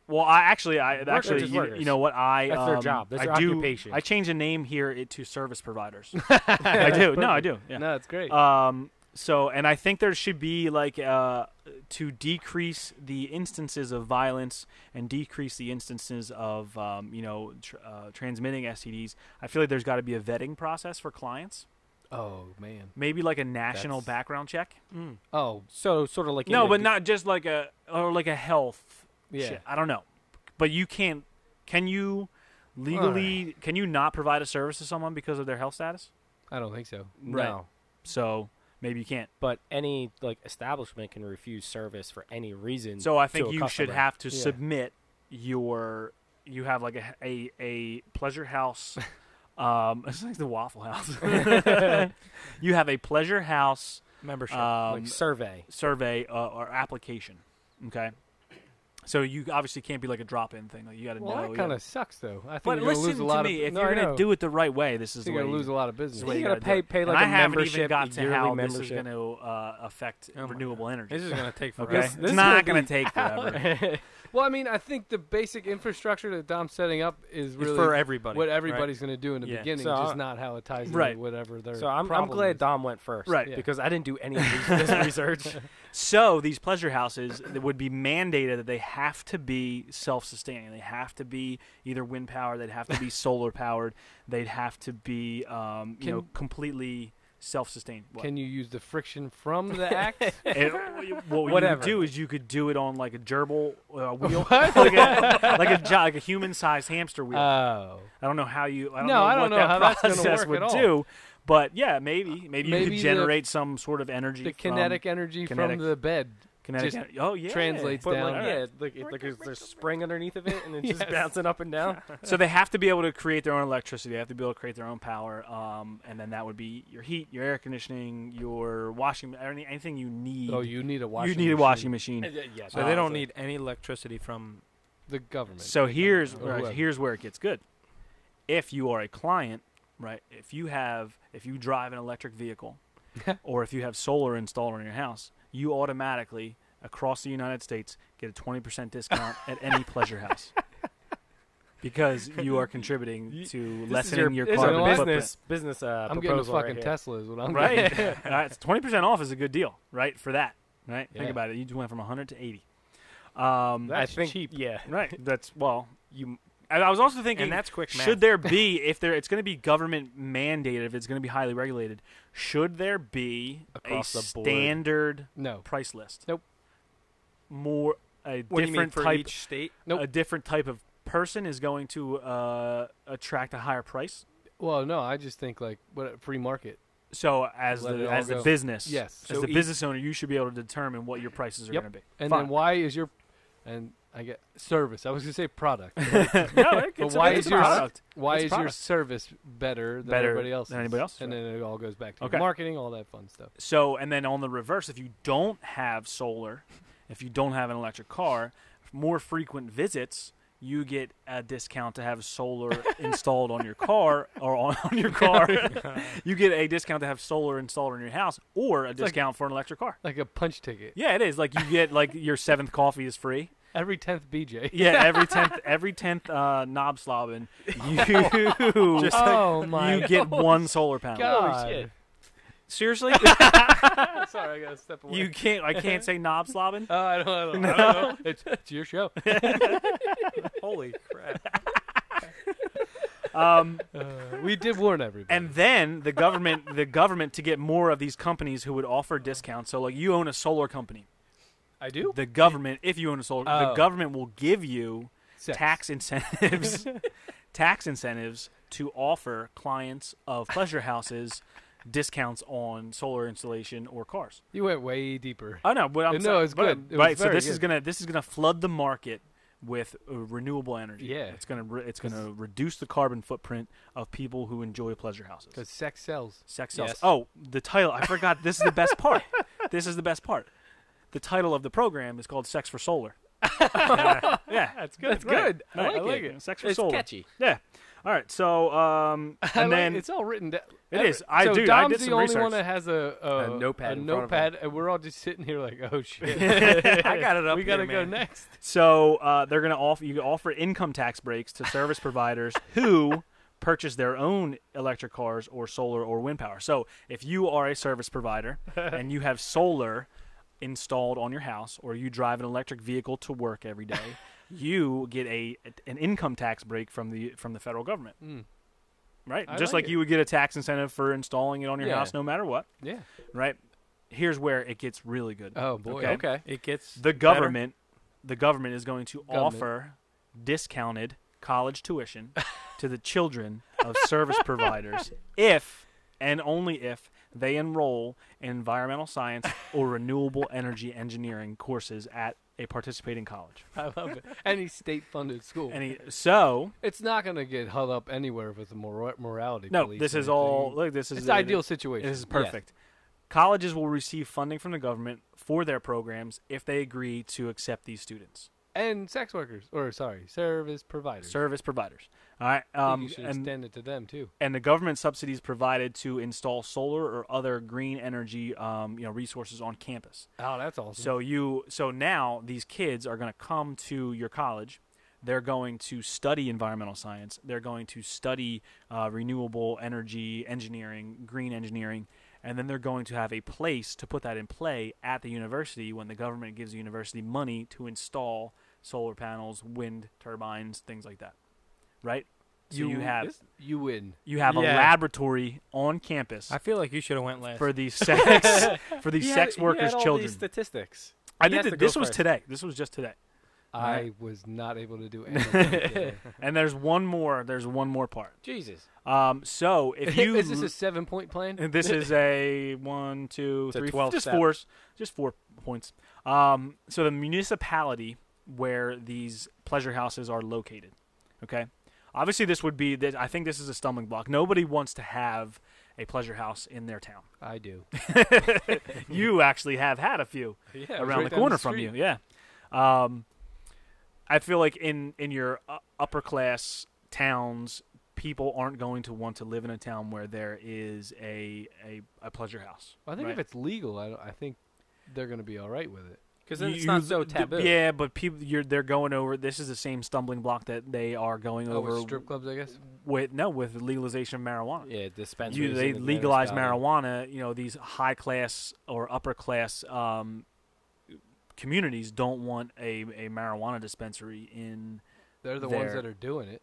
[SPEAKER 1] Well, I actually, I
[SPEAKER 3] Workers
[SPEAKER 1] actually,
[SPEAKER 3] is
[SPEAKER 1] you,
[SPEAKER 3] workers.
[SPEAKER 1] you know what? I
[SPEAKER 3] That's their
[SPEAKER 1] um,
[SPEAKER 3] job. That's
[SPEAKER 1] I
[SPEAKER 3] their
[SPEAKER 1] do,
[SPEAKER 3] occupation.
[SPEAKER 1] I change the name here it, to service
[SPEAKER 3] *laughs*
[SPEAKER 1] providers. I do. No, I do. Yeah.
[SPEAKER 2] no. It's great.
[SPEAKER 1] Um. So, and I think there should be like uh, to decrease the instances of violence and decrease the instances of um, you know tr- uh, transmitting STDs. I feel like there's got to be a vetting process for clients.
[SPEAKER 2] oh man.
[SPEAKER 1] Maybe like a national
[SPEAKER 2] That's-
[SPEAKER 1] background check.
[SPEAKER 4] Mm.
[SPEAKER 2] Oh
[SPEAKER 3] So sort of like
[SPEAKER 1] No,
[SPEAKER 3] in
[SPEAKER 1] but
[SPEAKER 3] the,
[SPEAKER 1] not just like a or like a health
[SPEAKER 2] yeah.
[SPEAKER 1] shit. I don't know. But you can't. Can you legally? Can you not provide a service to someone because of their health status?
[SPEAKER 2] I don't think so.
[SPEAKER 3] No,
[SPEAKER 1] Right. So maybe you can't.
[SPEAKER 3] but any like establishment can refuse service for any reason.
[SPEAKER 1] So I
[SPEAKER 3] to
[SPEAKER 1] think
[SPEAKER 3] a
[SPEAKER 1] you should
[SPEAKER 3] customer.
[SPEAKER 1] have to
[SPEAKER 2] Yeah.
[SPEAKER 1] submit your. You have like a a, a pleasure house. *laughs* Um, *laughs* it's like the Waffle House.
[SPEAKER 2] *laughs*
[SPEAKER 1] you have a pleasure house
[SPEAKER 3] membership
[SPEAKER 4] Uh,
[SPEAKER 1] um,
[SPEAKER 3] like survey.
[SPEAKER 1] survey uh, or application. Okay, so you obviously can't be like a drop-in thing. Like you got to
[SPEAKER 2] Well,
[SPEAKER 1] know.
[SPEAKER 2] that
[SPEAKER 1] you
[SPEAKER 2] kind
[SPEAKER 1] gotta-
[SPEAKER 2] of sucks though. I think
[SPEAKER 1] But
[SPEAKER 2] you're gonna
[SPEAKER 1] listen
[SPEAKER 2] lose a
[SPEAKER 1] to
[SPEAKER 2] lot
[SPEAKER 1] me.
[SPEAKER 2] of.
[SPEAKER 1] if
[SPEAKER 2] no,
[SPEAKER 1] you're
[SPEAKER 2] I
[SPEAKER 1] gonna
[SPEAKER 2] know.
[SPEAKER 1] do it the right way, this is
[SPEAKER 2] you're
[SPEAKER 1] the way
[SPEAKER 2] gonna
[SPEAKER 1] you-
[SPEAKER 2] lose a lot of business.
[SPEAKER 1] the way
[SPEAKER 3] you
[SPEAKER 1] you
[SPEAKER 3] gotta
[SPEAKER 1] gotta do
[SPEAKER 3] pay-
[SPEAKER 1] it.
[SPEAKER 3] pay
[SPEAKER 1] And
[SPEAKER 3] like
[SPEAKER 1] I
[SPEAKER 3] a
[SPEAKER 1] haven't even
[SPEAKER 3] membership,
[SPEAKER 1] got
[SPEAKER 3] a
[SPEAKER 1] to
[SPEAKER 3] yearly
[SPEAKER 1] how this is
[SPEAKER 3] membership.
[SPEAKER 1] going to uh, affect
[SPEAKER 4] Oh my
[SPEAKER 1] renewable energy.
[SPEAKER 4] This is gonna *laughs* take forever.
[SPEAKER 1] okay,
[SPEAKER 2] This-
[SPEAKER 1] it's
[SPEAKER 2] this
[SPEAKER 1] not
[SPEAKER 2] will
[SPEAKER 1] going
[SPEAKER 2] be
[SPEAKER 1] to take forever.
[SPEAKER 2] Well, I mean, I think the basic infrastructure that Dom's setting up is
[SPEAKER 4] It's
[SPEAKER 2] really
[SPEAKER 4] for everybody.
[SPEAKER 2] what
[SPEAKER 4] right?
[SPEAKER 2] everybody's going to do in the
[SPEAKER 4] Yeah.
[SPEAKER 2] beginning,
[SPEAKER 3] So,
[SPEAKER 2] just
[SPEAKER 3] uh,
[SPEAKER 2] not how it ties into
[SPEAKER 1] Right.
[SPEAKER 2] whatever their
[SPEAKER 3] *laughs* So I'm, I'm
[SPEAKER 2] problem
[SPEAKER 3] glad
[SPEAKER 2] is.
[SPEAKER 3] Dom went first,
[SPEAKER 1] Right.
[SPEAKER 2] Yeah.
[SPEAKER 3] Because I didn't do
[SPEAKER 1] *laughs*
[SPEAKER 3] any of these- this *laughs* research.
[SPEAKER 1] so these pleasure houses that would be mandated that they have to be self-sustaining. They have to be either wind powered, they'd have to be solar powered, they'd have to be um, you know
[SPEAKER 2] Can-
[SPEAKER 1] completely self-sustained. What? *laughs*
[SPEAKER 2] Can you use the friction from *laughs* the act?
[SPEAKER 1] It- what you
[SPEAKER 3] Whatever.
[SPEAKER 1] could do is you could do it on like a gerbil uh, wheel, like a like a, gi- like a human-sized hamster wheel.
[SPEAKER 2] oh,
[SPEAKER 1] I don't know how you. I don't
[SPEAKER 2] No,
[SPEAKER 1] know
[SPEAKER 2] I
[SPEAKER 1] what
[SPEAKER 2] don't know
[SPEAKER 1] that
[SPEAKER 2] how that's gonna
[SPEAKER 1] process
[SPEAKER 2] work
[SPEAKER 1] would
[SPEAKER 2] at all.
[SPEAKER 1] do. But yeah, maybe maybe, you
[SPEAKER 2] Maybe
[SPEAKER 1] could
[SPEAKER 2] the-
[SPEAKER 1] generate some sort of energy.
[SPEAKER 2] the
[SPEAKER 1] from
[SPEAKER 2] kinetic energy
[SPEAKER 1] kinetic-
[SPEAKER 2] from the bed.
[SPEAKER 1] kinetic.
[SPEAKER 2] just
[SPEAKER 1] en- oh yeah,
[SPEAKER 2] translates
[SPEAKER 3] but
[SPEAKER 2] down.
[SPEAKER 3] like, yeah, like, it, like there's, there's spring underneath of it, and it's
[SPEAKER 2] Yes.
[SPEAKER 3] just bouncing up
[SPEAKER 1] *laughs*
[SPEAKER 3] and down.
[SPEAKER 1] So they have to be able to create their own electricity. They have to be able to create their own power. Um, and then that would be your heat, your air conditioning, your washing, any, anything you need.
[SPEAKER 2] Oh, you need a Oh, washing.
[SPEAKER 1] you need a washing machine.
[SPEAKER 3] yeah,
[SPEAKER 4] So they don't need any electricity from
[SPEAKER 2] the government.
[SPEAKER 1] So uh, here's
[SPEAKER 2] or
[SPEAKER 1] right,
[SPEAKER 2] whoever.
[SPEAKER 1] here's where it gets good. If you are a client, right? If you have if you drive an electric vehicle, or if you have solar installed on your house, you automatically across the United States get a twenty percent discount at any pleasure house. Because you are contributing
[SPEAKER 2] You-
[SPEAKER 1] to
[SPEAKER 3] This is
[SPEAKER 1] lessening your,
[SPEAKER 3] this is
[SPEAKER 1] carbon
[SPEAKER 2] your
[SPEAKER 1] footprint.
[SPEAKER 3] business business uh,
[SPEAKER 2] I'm getting a
[SPEAKER 3] proposal
[SPEAKER 2] fucking
[SPEAKER 3] right here.
[SPEAKER 2] Tesla is what I'm getting.
[SPEAKER 1] right? All right, it's twenty percent off is a good deal, right? For that, right?
[SPEAKER 2] Yeah.
[SPEAKER 1] Think about it. You just went from hundred to eighty. Um,
[SPEAKER 2] That's
[SPEAKER 3] I think
[SPEAKER 2] cheap.
[SPEAKER 3] yeah.
[SPEAKER 1] right. That's well. You. I I was also thinking.
[SPEAKER 4] and that's quick math.
[SPEAKER 1] should there
[SPEAKER 2] *laughs*
[SPEAKER 1] be if there it's going to be government mandated if it's going to be highly regulated? Should there be
[SPEAKER 3] Across
[SPEAKER 1] a
[SPEAKER 3] the board.
[SPEAKER 1] standard
[SPEAKER 2] No.
[SPEAKER 1] price list?
[SPEAKER 2] Nope.
[SPEAKER 1] More a
[SPEAKER 4] what do you mean
[SPEAKER 1] different
[SPEAKER 4] for
[SPEAKER 1] type. *laughs*
[SPEAKER 4] each state?
[SPEAKER 2] Nope.
[SPEAKER 1] A different type of person is going to uh, attract a higher price.
[SPEAKER 2] Well, no, I just think like what free market.
[SPEAKER 1] So as
[SPEAKER 2] Let it
[SPEAKER 1] the
[SPEAKER 2] all
[SPEAKER 1] as the
[SPEAKER 2] go.
[SPEAKER 1] business,
[SPEAKER 2] Yes.
[SPEAKER 1] as
[SPEAKER 4] So
[SPEAKER 1] the
[SPEAKER 4] each-
[SPEAKER 1] business owner, you should be able to determine what your prices are
[SPEAKER 2] Yep.
[SPEAKER 1] going to be.
[SPEAKER 2] And
[SPEAKER 1] Fine.
[SPEAKER 2] then why is your and I get service. I was going to say
[SPEAKER 1] *laughs*
[SPEAKER 2] product.
[SPEAKER 1] no, it-
[SPEAKER 2] But
[SPEAKER 1] it's a-
[SPEAKER 2] why
[SPEAKER 1] it's
[SPEAKER 2] is
[SPEAKER 1] a
[SPEAKER 2] your-
[SPEAKER 1] product.
[SPEAKER 2] Why
[SPEAKER 1] It's
[SPEAKER 2] is your
[SPEAKER 1] product.
[SPEAKER 2] service better than
[SPEAKER 1] Better
[SPEAKER 2] everybody else?
[SPEAKER 1] than anybody else's,
[SPEAKER 2] And
[SPEAKER 1] right.
[SPEAKER 2] then it all goes back to
[SPEAKER 1] Okay.
[SPEAKER 2] marketing, all that fun stuff.
[SPEAKER 1] So, and then on the reverse, if you don't have solar, if you don't have an electric car, more frequent visits, you get a discount to have
[SPEAKER 2] *laughs*
[SPEAKER 1] solar installed on your car or on, *laughs* on your car. you get a discount to have solar installed on your house or a
[SPEAKER 2] like-
[SPEAKER 1] discount for an electric car.
[SPEAKER 2] Like a punch ticket.
[SPEAKER 1] Yeah, it is. Like you get like your seventh coffee is free.
[SPEAKER 2] Every 10th
[SPEAKER 1] *laughs*
[SPEAKER 2] BJ. *laughs*
[SPEAKER 1] Yeah, every tenth every tenth uh, knob slobbing, you
[SPEAKER 2] *laughs* oh my
[SPEAKER 1] you get one solar panel. *laughs*
[SPEAKER 2] god.
[SPEAKER 3] shit.
[SPEAKER 2] *laughs*
[SPEAKER 1] Seriously,
[SPEAKER 2] Sorry, I got to step away.
[SPEAKER 1] you can't. I can't say knob
[SPEAKER 2] *laughs*
[SPEAKER 1] slobbing.
[SPEAKER 2] Oh, *laughs* I
[SPEAKER 1] *laughs*
[SPEAKER 2] don't, I don't, I don't know. It's, it's your show.
[SPEAKER 4] Holy crap!
[SPEAKER 1] Um,
[SPEAKER 2] Uh, we did warn everybody.
[SPEAKER 1] and then the government the government to get more of these companies who would offer discounts so like you own a solar company
[SPEAKER 2] I do
[SPEAKER 1] the government if you own a solar the
[SPEAKER 2] Oh.
[SPEAKER 1] government will give you
[SPEAKER 2] Sex.
[SPEAKER 1] tax
[SPEAKER 2] *laughs*
[SPEAKER 1] incentives tax incentives to offer clients of pleasure houses discounts on solar installation or cars
[SPEAKER 2] You went way deeper.
[SPEAKER 1] oh no but i'm
[SPEAKER 2] No,
[SPEAKER 1] saying-
[SPEAKER 2] it's
[SPEAKER 1] but-
[SPEAKER 2] good. It was
[SPEAKER 1] right so
[SPEAKER 2] very
[SPEAKER 1] this is
[SPEAKER 2] good.
[SPEAKER 1] gonna this is gonna flood the market with uh, renewable energy
[SPEAKER 2] Yeah.
[SPEAKER 1] it's gonna re- it's gonna reduce the carbon footprint of people who enjoy pleasure houses
[SPEAKER 2] Because sex sells.
[SPEAKER 1] Sex sells.
[SPEAKER 2] Yes.
[SPEAKER 1] Oh, the title. I forgot. This is the best
[SPEAKER 2] *laughs*
[SPEAKER 1] part. this is the best part. The title of the program is called "Sex for
[SPEAKER 2] *laughs*
[SPEAKER 1] Solar." yeah, that's good.
[SPEAKER 2] That's good. I like it.
[SPEAKER 1] Sex for Solar.
[SPEAKER 3] catchy.
[SPEAKER 1] Yeah. All right. So, um,
[SPEAKER 2] *laughs* I
[SPEAKER 1] and
[SPEAKER 2] like-
[SPEAKER 1] then
[SPEAKER 2] it's all written down.
[SPEAKER 1] It
[SPEAKER 2] Every-
[SPEAKER 1] is. I
[SPEAKER 2] so
[SPEAKER 1] do. I
[SPEAKER 2] Dom's
[SPEAKER 1] did
[SPEAKER 2] the
[SPEAKER 1] some
[SPEAKER 2] only
[SPEAKER 1] research.
[SPEAKER 2] one that has a, a,
[SPEAKER 3] A notepad
[SPEAKER 2] A
[SPEAKER 3] in front of
[SPEAKER 2] notepad, and we're all just sitting here like,
[SPEAKER 1] *laughs*
[SPEAKER 2] oh shit.
[SPEAKER 1] I got it up
[SPEAKER 2] We
[SPEAKER 1] here,
[SPEAKER 2] gotta go
[SPEAKER 1] man.
[SPEAKER 2] next.
[SPEAKER 1] so uh, they're gonna offer you offer income tax breaks to service
[SPEAKER 2] *laughs*
[SPEAKER 1] providers who purchase their own electric cars or solar or wind power. So if you are a service
[SPEAKER 2] *laughs*
[SPEAKER 1] provider and you have solar installed on your house or you drive an electric vehicle to work every
[SPEAKER 2] *laughs*
[SPEAKER 1] day, you get a an income tax break from the from the federal government.
[SPEAKER 2] Mm.
[SPEAKER 1] Right?
[SPEAKER 2] I
[SPEAKER 1] Just
[SPEAKER 2] like
[SPEAKER 1] like
[SPEAKER 2] it.
[SPEAKER 1] you would get a tax incentive for installing it on your
[SPEAKER 2] Yeah.
[SPEAKER 1] house no matter what,
[SPEAKER 2] Yeah.
[SPEAKER 1] right? Here's where it gets really good
[SPEAKER 2] Oh boy.
[SPEAKER 1] Okay.
[SPEAKER 3] Okay.
[SPEAKER 4] It gets
[SPEAKER 1] the government the government is going to
[SPEAKER 2] Government.
[SPEAKER 1] offer discounted college
[SPEAKER 2] *laughs*
[SPEAKER 1] tuition to the children of service providers if and only if they enroll in environmental science or renewable energy engineering courses at a participating college.
[SPEAKER 2] I love it. Any state-funded school.
[SPEAKER 1] And he, so,
[SPEAKER 2] it's not gonna get held up anywhere with the mora- morality.
[SPEAKER 1] no,
[SPEAKER 2] police
[SPEAKER 1] this
[SPEAKER 2] or
[SPEAKER 1] is all.
[SPEAKER 2] anything.
[SPEAKER 1] Look, this is
[SPEAKER 2] It's
[SPEAKER 1] the-
[SPEAKER 2] an ideal situation.
[SPEAKER 1] This is perfect. Colleges will receive funding from the government for their programs if they agree to accept these students.
[SPEAKER 2] And sex workers, or sorry, service providers.
[SPEAKER 1] Service providers. All right.
[SPEAKER 2] I think
[SPEAKER 1] Um,
[SPEAKER 2] you should
[SPEAKER 1] and
[SPEAKER 2] extend it to them too.
[SPEAKER 1] and the government subsidies provided to install solar or other green energy um, you know resources on campus.
[SPEAKER 2] Oh, that's awesome.
[SPEAKER 1] So you so now these kids are going to come to your college. They're going to study environmental science. They're going to study uh, renewable energy engineering, green engineering, and then they're going to have a place to put that in play at the university when the government gives the university money to install solar panels, wind turbines, things like that. Right? So you, have
[SPEAKER 2] this- you win.
[SPEAKER 1] you have a
[SPEAKER 4] Yeah.
[SPEAKER 1] laboratory on campus
[SPEAKER 4] I feel like you should have went last.
[SPEAKER 1] for these
[SPEAKER 3] *laughs*
[SPEAKER 1] sex for these sex workers' children.
[SPEAKER 3] statistics.
[SPEAKER 1] I
[SPEAKER 3] he
[SPEAKER 1] did
[SPEAKER 3] has
[SPEAKER 1] the-
[SPEAKER 3] to go
[SPEAKER 1] this was
[SPEAKER 3] first.
[SPEAKER 1] today. This was just today.
[SPEAKER 3] *laughs*
[SPEAKER 2] I was not able
[SPEAKER 1] *laughs*
[SPEAKER 2] to do anything. today.
[SPEAKER 1] And there's one more. There's one more part.
[SPEAKER 3] Jesus.
[SPEAKER 1] Um, so if you
[SPEAKER 2] *laughs* is this a
[SPEAKER 1] *laughs*
[SPEAKER 2] seven-point plan?
[SPEAKER 1] l- this is a one, two,
[SPEAKER 3] It's a
[SPEAKER 1] three,
[SPEAKER 3] 12
[SPEAKER 1] just
[SPEAKER 3] step.
[SPEAKER 1] fours, just four points. Um, so the municipality where these pleasure houses are located. Okay, obviously this would be. That I think this is a stumbling block. Nobody wants to have a pleasure house in their
[SPEAKER 3] *laughs*
[SPEAKER 1] town.
[SPEAKER 2] I do.
[SPEAKER 1] you actually have had a few.
[SPEAKER 2] Yeah, *laughs*
[SPEAKER 1] around the corner from you. Yeah. Um, I feel like in in your u- upper class towns, people aren't going to want to live in a town where there is a a, a pleasure house.
[SPEAKER 2] I think
[SPEAKER 1] right?
[SPEAKER 2] if it's legal, I, don't- I think they're going to be all right with it.
[SPEAKER 3] Because then
[SPEAKER 1] You-
[SPEAKER 3] it's not
[SPEAKER 1] you-
[SPEAKER 3] so
[SPEAKER 1] d-
[SPEAKER 3] taboo.
[SPEAKER 1] Yeah, but people, you're they're going over. This is the same stumbling block that they are going
[SPEAKER 2] Oh,
[SPEAKER 1] over
[SPEAKER 2] with strip clubs, I guess.
[SPEAKER 1] with no with legalization of marijuana.
[SPEAKER 3] Yeah, dispensaries.
[SPEAKER 1] you, they
[SPEAKER 3] and the
[SPEAKER 1] legalize
[SPEAKER 3] Atlanta's got it.
[SPEAKER 1] marijuana. You know, these high class or upper class um, communities don't want a, a marijuana dispensary in.
[SPEAKER 2] They're the ones
[SPEAKER 1] They're-
[SPEAKER 2] that are doing it.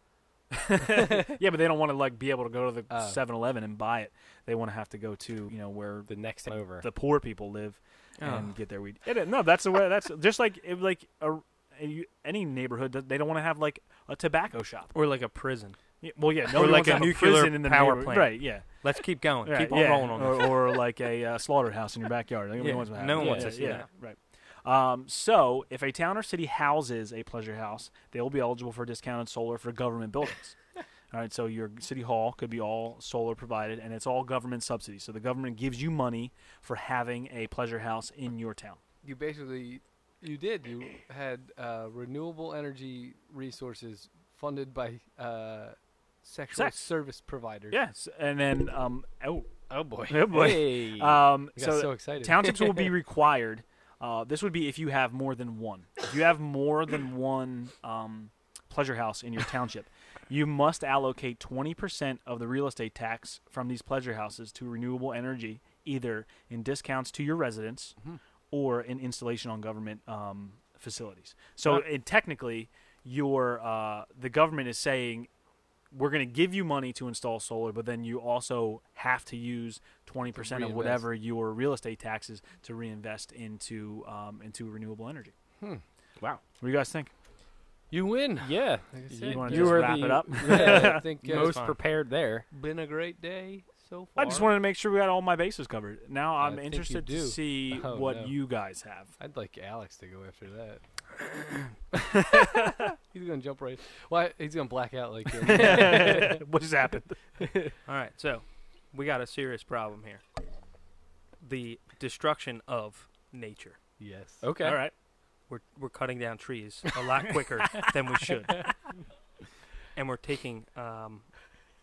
[SPEAKER 1] yeah, but they don't want to like be able to go to the
[SPEAKER 2] Oh.
[SPEAKER 1] Seven Eleven and buy it. They want to have to go to you know where
[SPEAKER 3] The next time over.
[SPEAKER 1] the poor people live
[SPEAKER 4] Oh.
[SPEAKER 1] and get their weed. It is- no, that's the way. That's just like it, like a, you- any neighborhood. that- They don't want to have like a tobacco shop.
[SPEAKER 4] Or like a prison.
[SPEAKER 1] Yeah, Well, yeah,
[SPEAKER 4] Or
[SPEAKER 1] no,
[SPEAKER 4] like a nuclear
[SPEAKER 1] prison in the
[SPEAKER 4] power
[SPEAKER 1] neighborhood.
[SPEAKER 4] plant.
[SPEAKER 1] right? Yeah.
[SPEAKER 4] Let's keep going.
[SPEAKER 1] Right,
[SPEAKER 4] keep on
[SPEAKER 1] yeah.
[SPEAKER 4] rolling on this.
[SPEAKER 1] or, or like a uh, slaughterhouse in your backyard. Like,
[SPEAKER 4] Yeah,
[SPEAKER 1] no one's gonna have
[SPEAKER 4] no
[SPEAKER 1] it.
[SPEAKER 4] one wants
[SPEAKER 1] yeah,
[SPEAKER 4] to see
[SPEAKER 1] yeah, yeah, right. Um, so, if a town or city houses a pleasure house, they will be eligible for discounted solar for government
[SPEAKER 4] *laughs*
[SPEAKER 1] buildings. all right, so your city hall could be all solar provided, and it's all government subsidy. So the government gives you money for having a pleasure house in your town.
[SPEAKER 2] You basically, you did. You had uh, renewable energy resources funded by uh, sexual
[SPEAKER 1] Sex.
[SPEAKER 2] service providers.
[SPEAKER 1] Yes, and then um, oh,
[SPEAKER 2] Oh boy.
[SPEAKER 1] oh boy.
[SPEAKER 3] Hey.
[SPEAKER 1] Um,
[SPEAKER 2] I got
[SPEAKER 1] so
[SPEAKER 2] so, excited.
[SPEAKER 1] Townships will be required. Uh, this would be if you have more than one. If you have more than one um, pleasure house in your township, you must allocate 20% of the real estate tax from these pleasure houses to renewable energy, either in discounts to your residents
[SPEAKER 2] Mhm.
[SPEAKER 1] or in installation on government um, facilities. So it, technically, your uh, the government is saying we're going to give you money to install solar, but then you also have to use twenty percent of
[SPEAKER 2] reinvest.
[SPEAKER 1] whatever your real estate taxes to reinvest into um, into renewable energy.
[SPEAKER 2] Hmm.
[SPEAKER 3] Wow.
[SPEAKER 1] What do you guys think?
[SPEAKER 2] you win.
[SPEAKER 3] yeah.
[SPEAKER 2] Like I
[SPEAKER 3] You
[SPEAKER 2] said,
[SPEAKER 1] wanna
[SPEAKER 2] yeah.
[SPEAKER 1] just
[SPEAKER 3] were
[SPEAKER 1] wrap
[SPEAKER 3] the
[SPEAKER 1] it up?
[SPEAKER 2] Yeah, I think uh,
[SPEAKER 3] most
[SPEAKER 2] it's
[SPEAKER 3] prepared there.
[SPEAKER 2] been a great day so far.
[SPEAKER 1] I just wanted to make sure we got all my bases covered. Now
[SPEAKER 2] I
[SPEAKER 1] I'm
[SPEAKER 2] think you
[SPEAKER 1] interested to
[SPEAKER 2] do.
[SPEAKER 1] see
[SPEAKER 2] *laughs* Oh,
[SPEAKER 1] what
[SPEAKER 2] no.
[SPEAKER 1] you guys have.
[SPEAKER 2] *laughs*
[SPEAKER 1] *laughs*
[SPEAKER 2] I'd like Alex to go after that.
[SPEAKER 1] *laughs*
[SPEAKER 2] *laughs* he's gonna jump right. Well, I- he's gonna black out like. uh,
[SPEAKER 1] what just happened?
[SPEAKER 4] All right, so we got a serious problem here. The destruction of nature.
[SPEAKER 2] yes.
[SPEAKER 3] Okay.
[SPEAKER 1] All right.
[SPEAKER 4] We're we're cutting down trees a lot
[SPEAKER 2] *laughs*
[SPEAKER 4] quicker than we should, and we're taking um,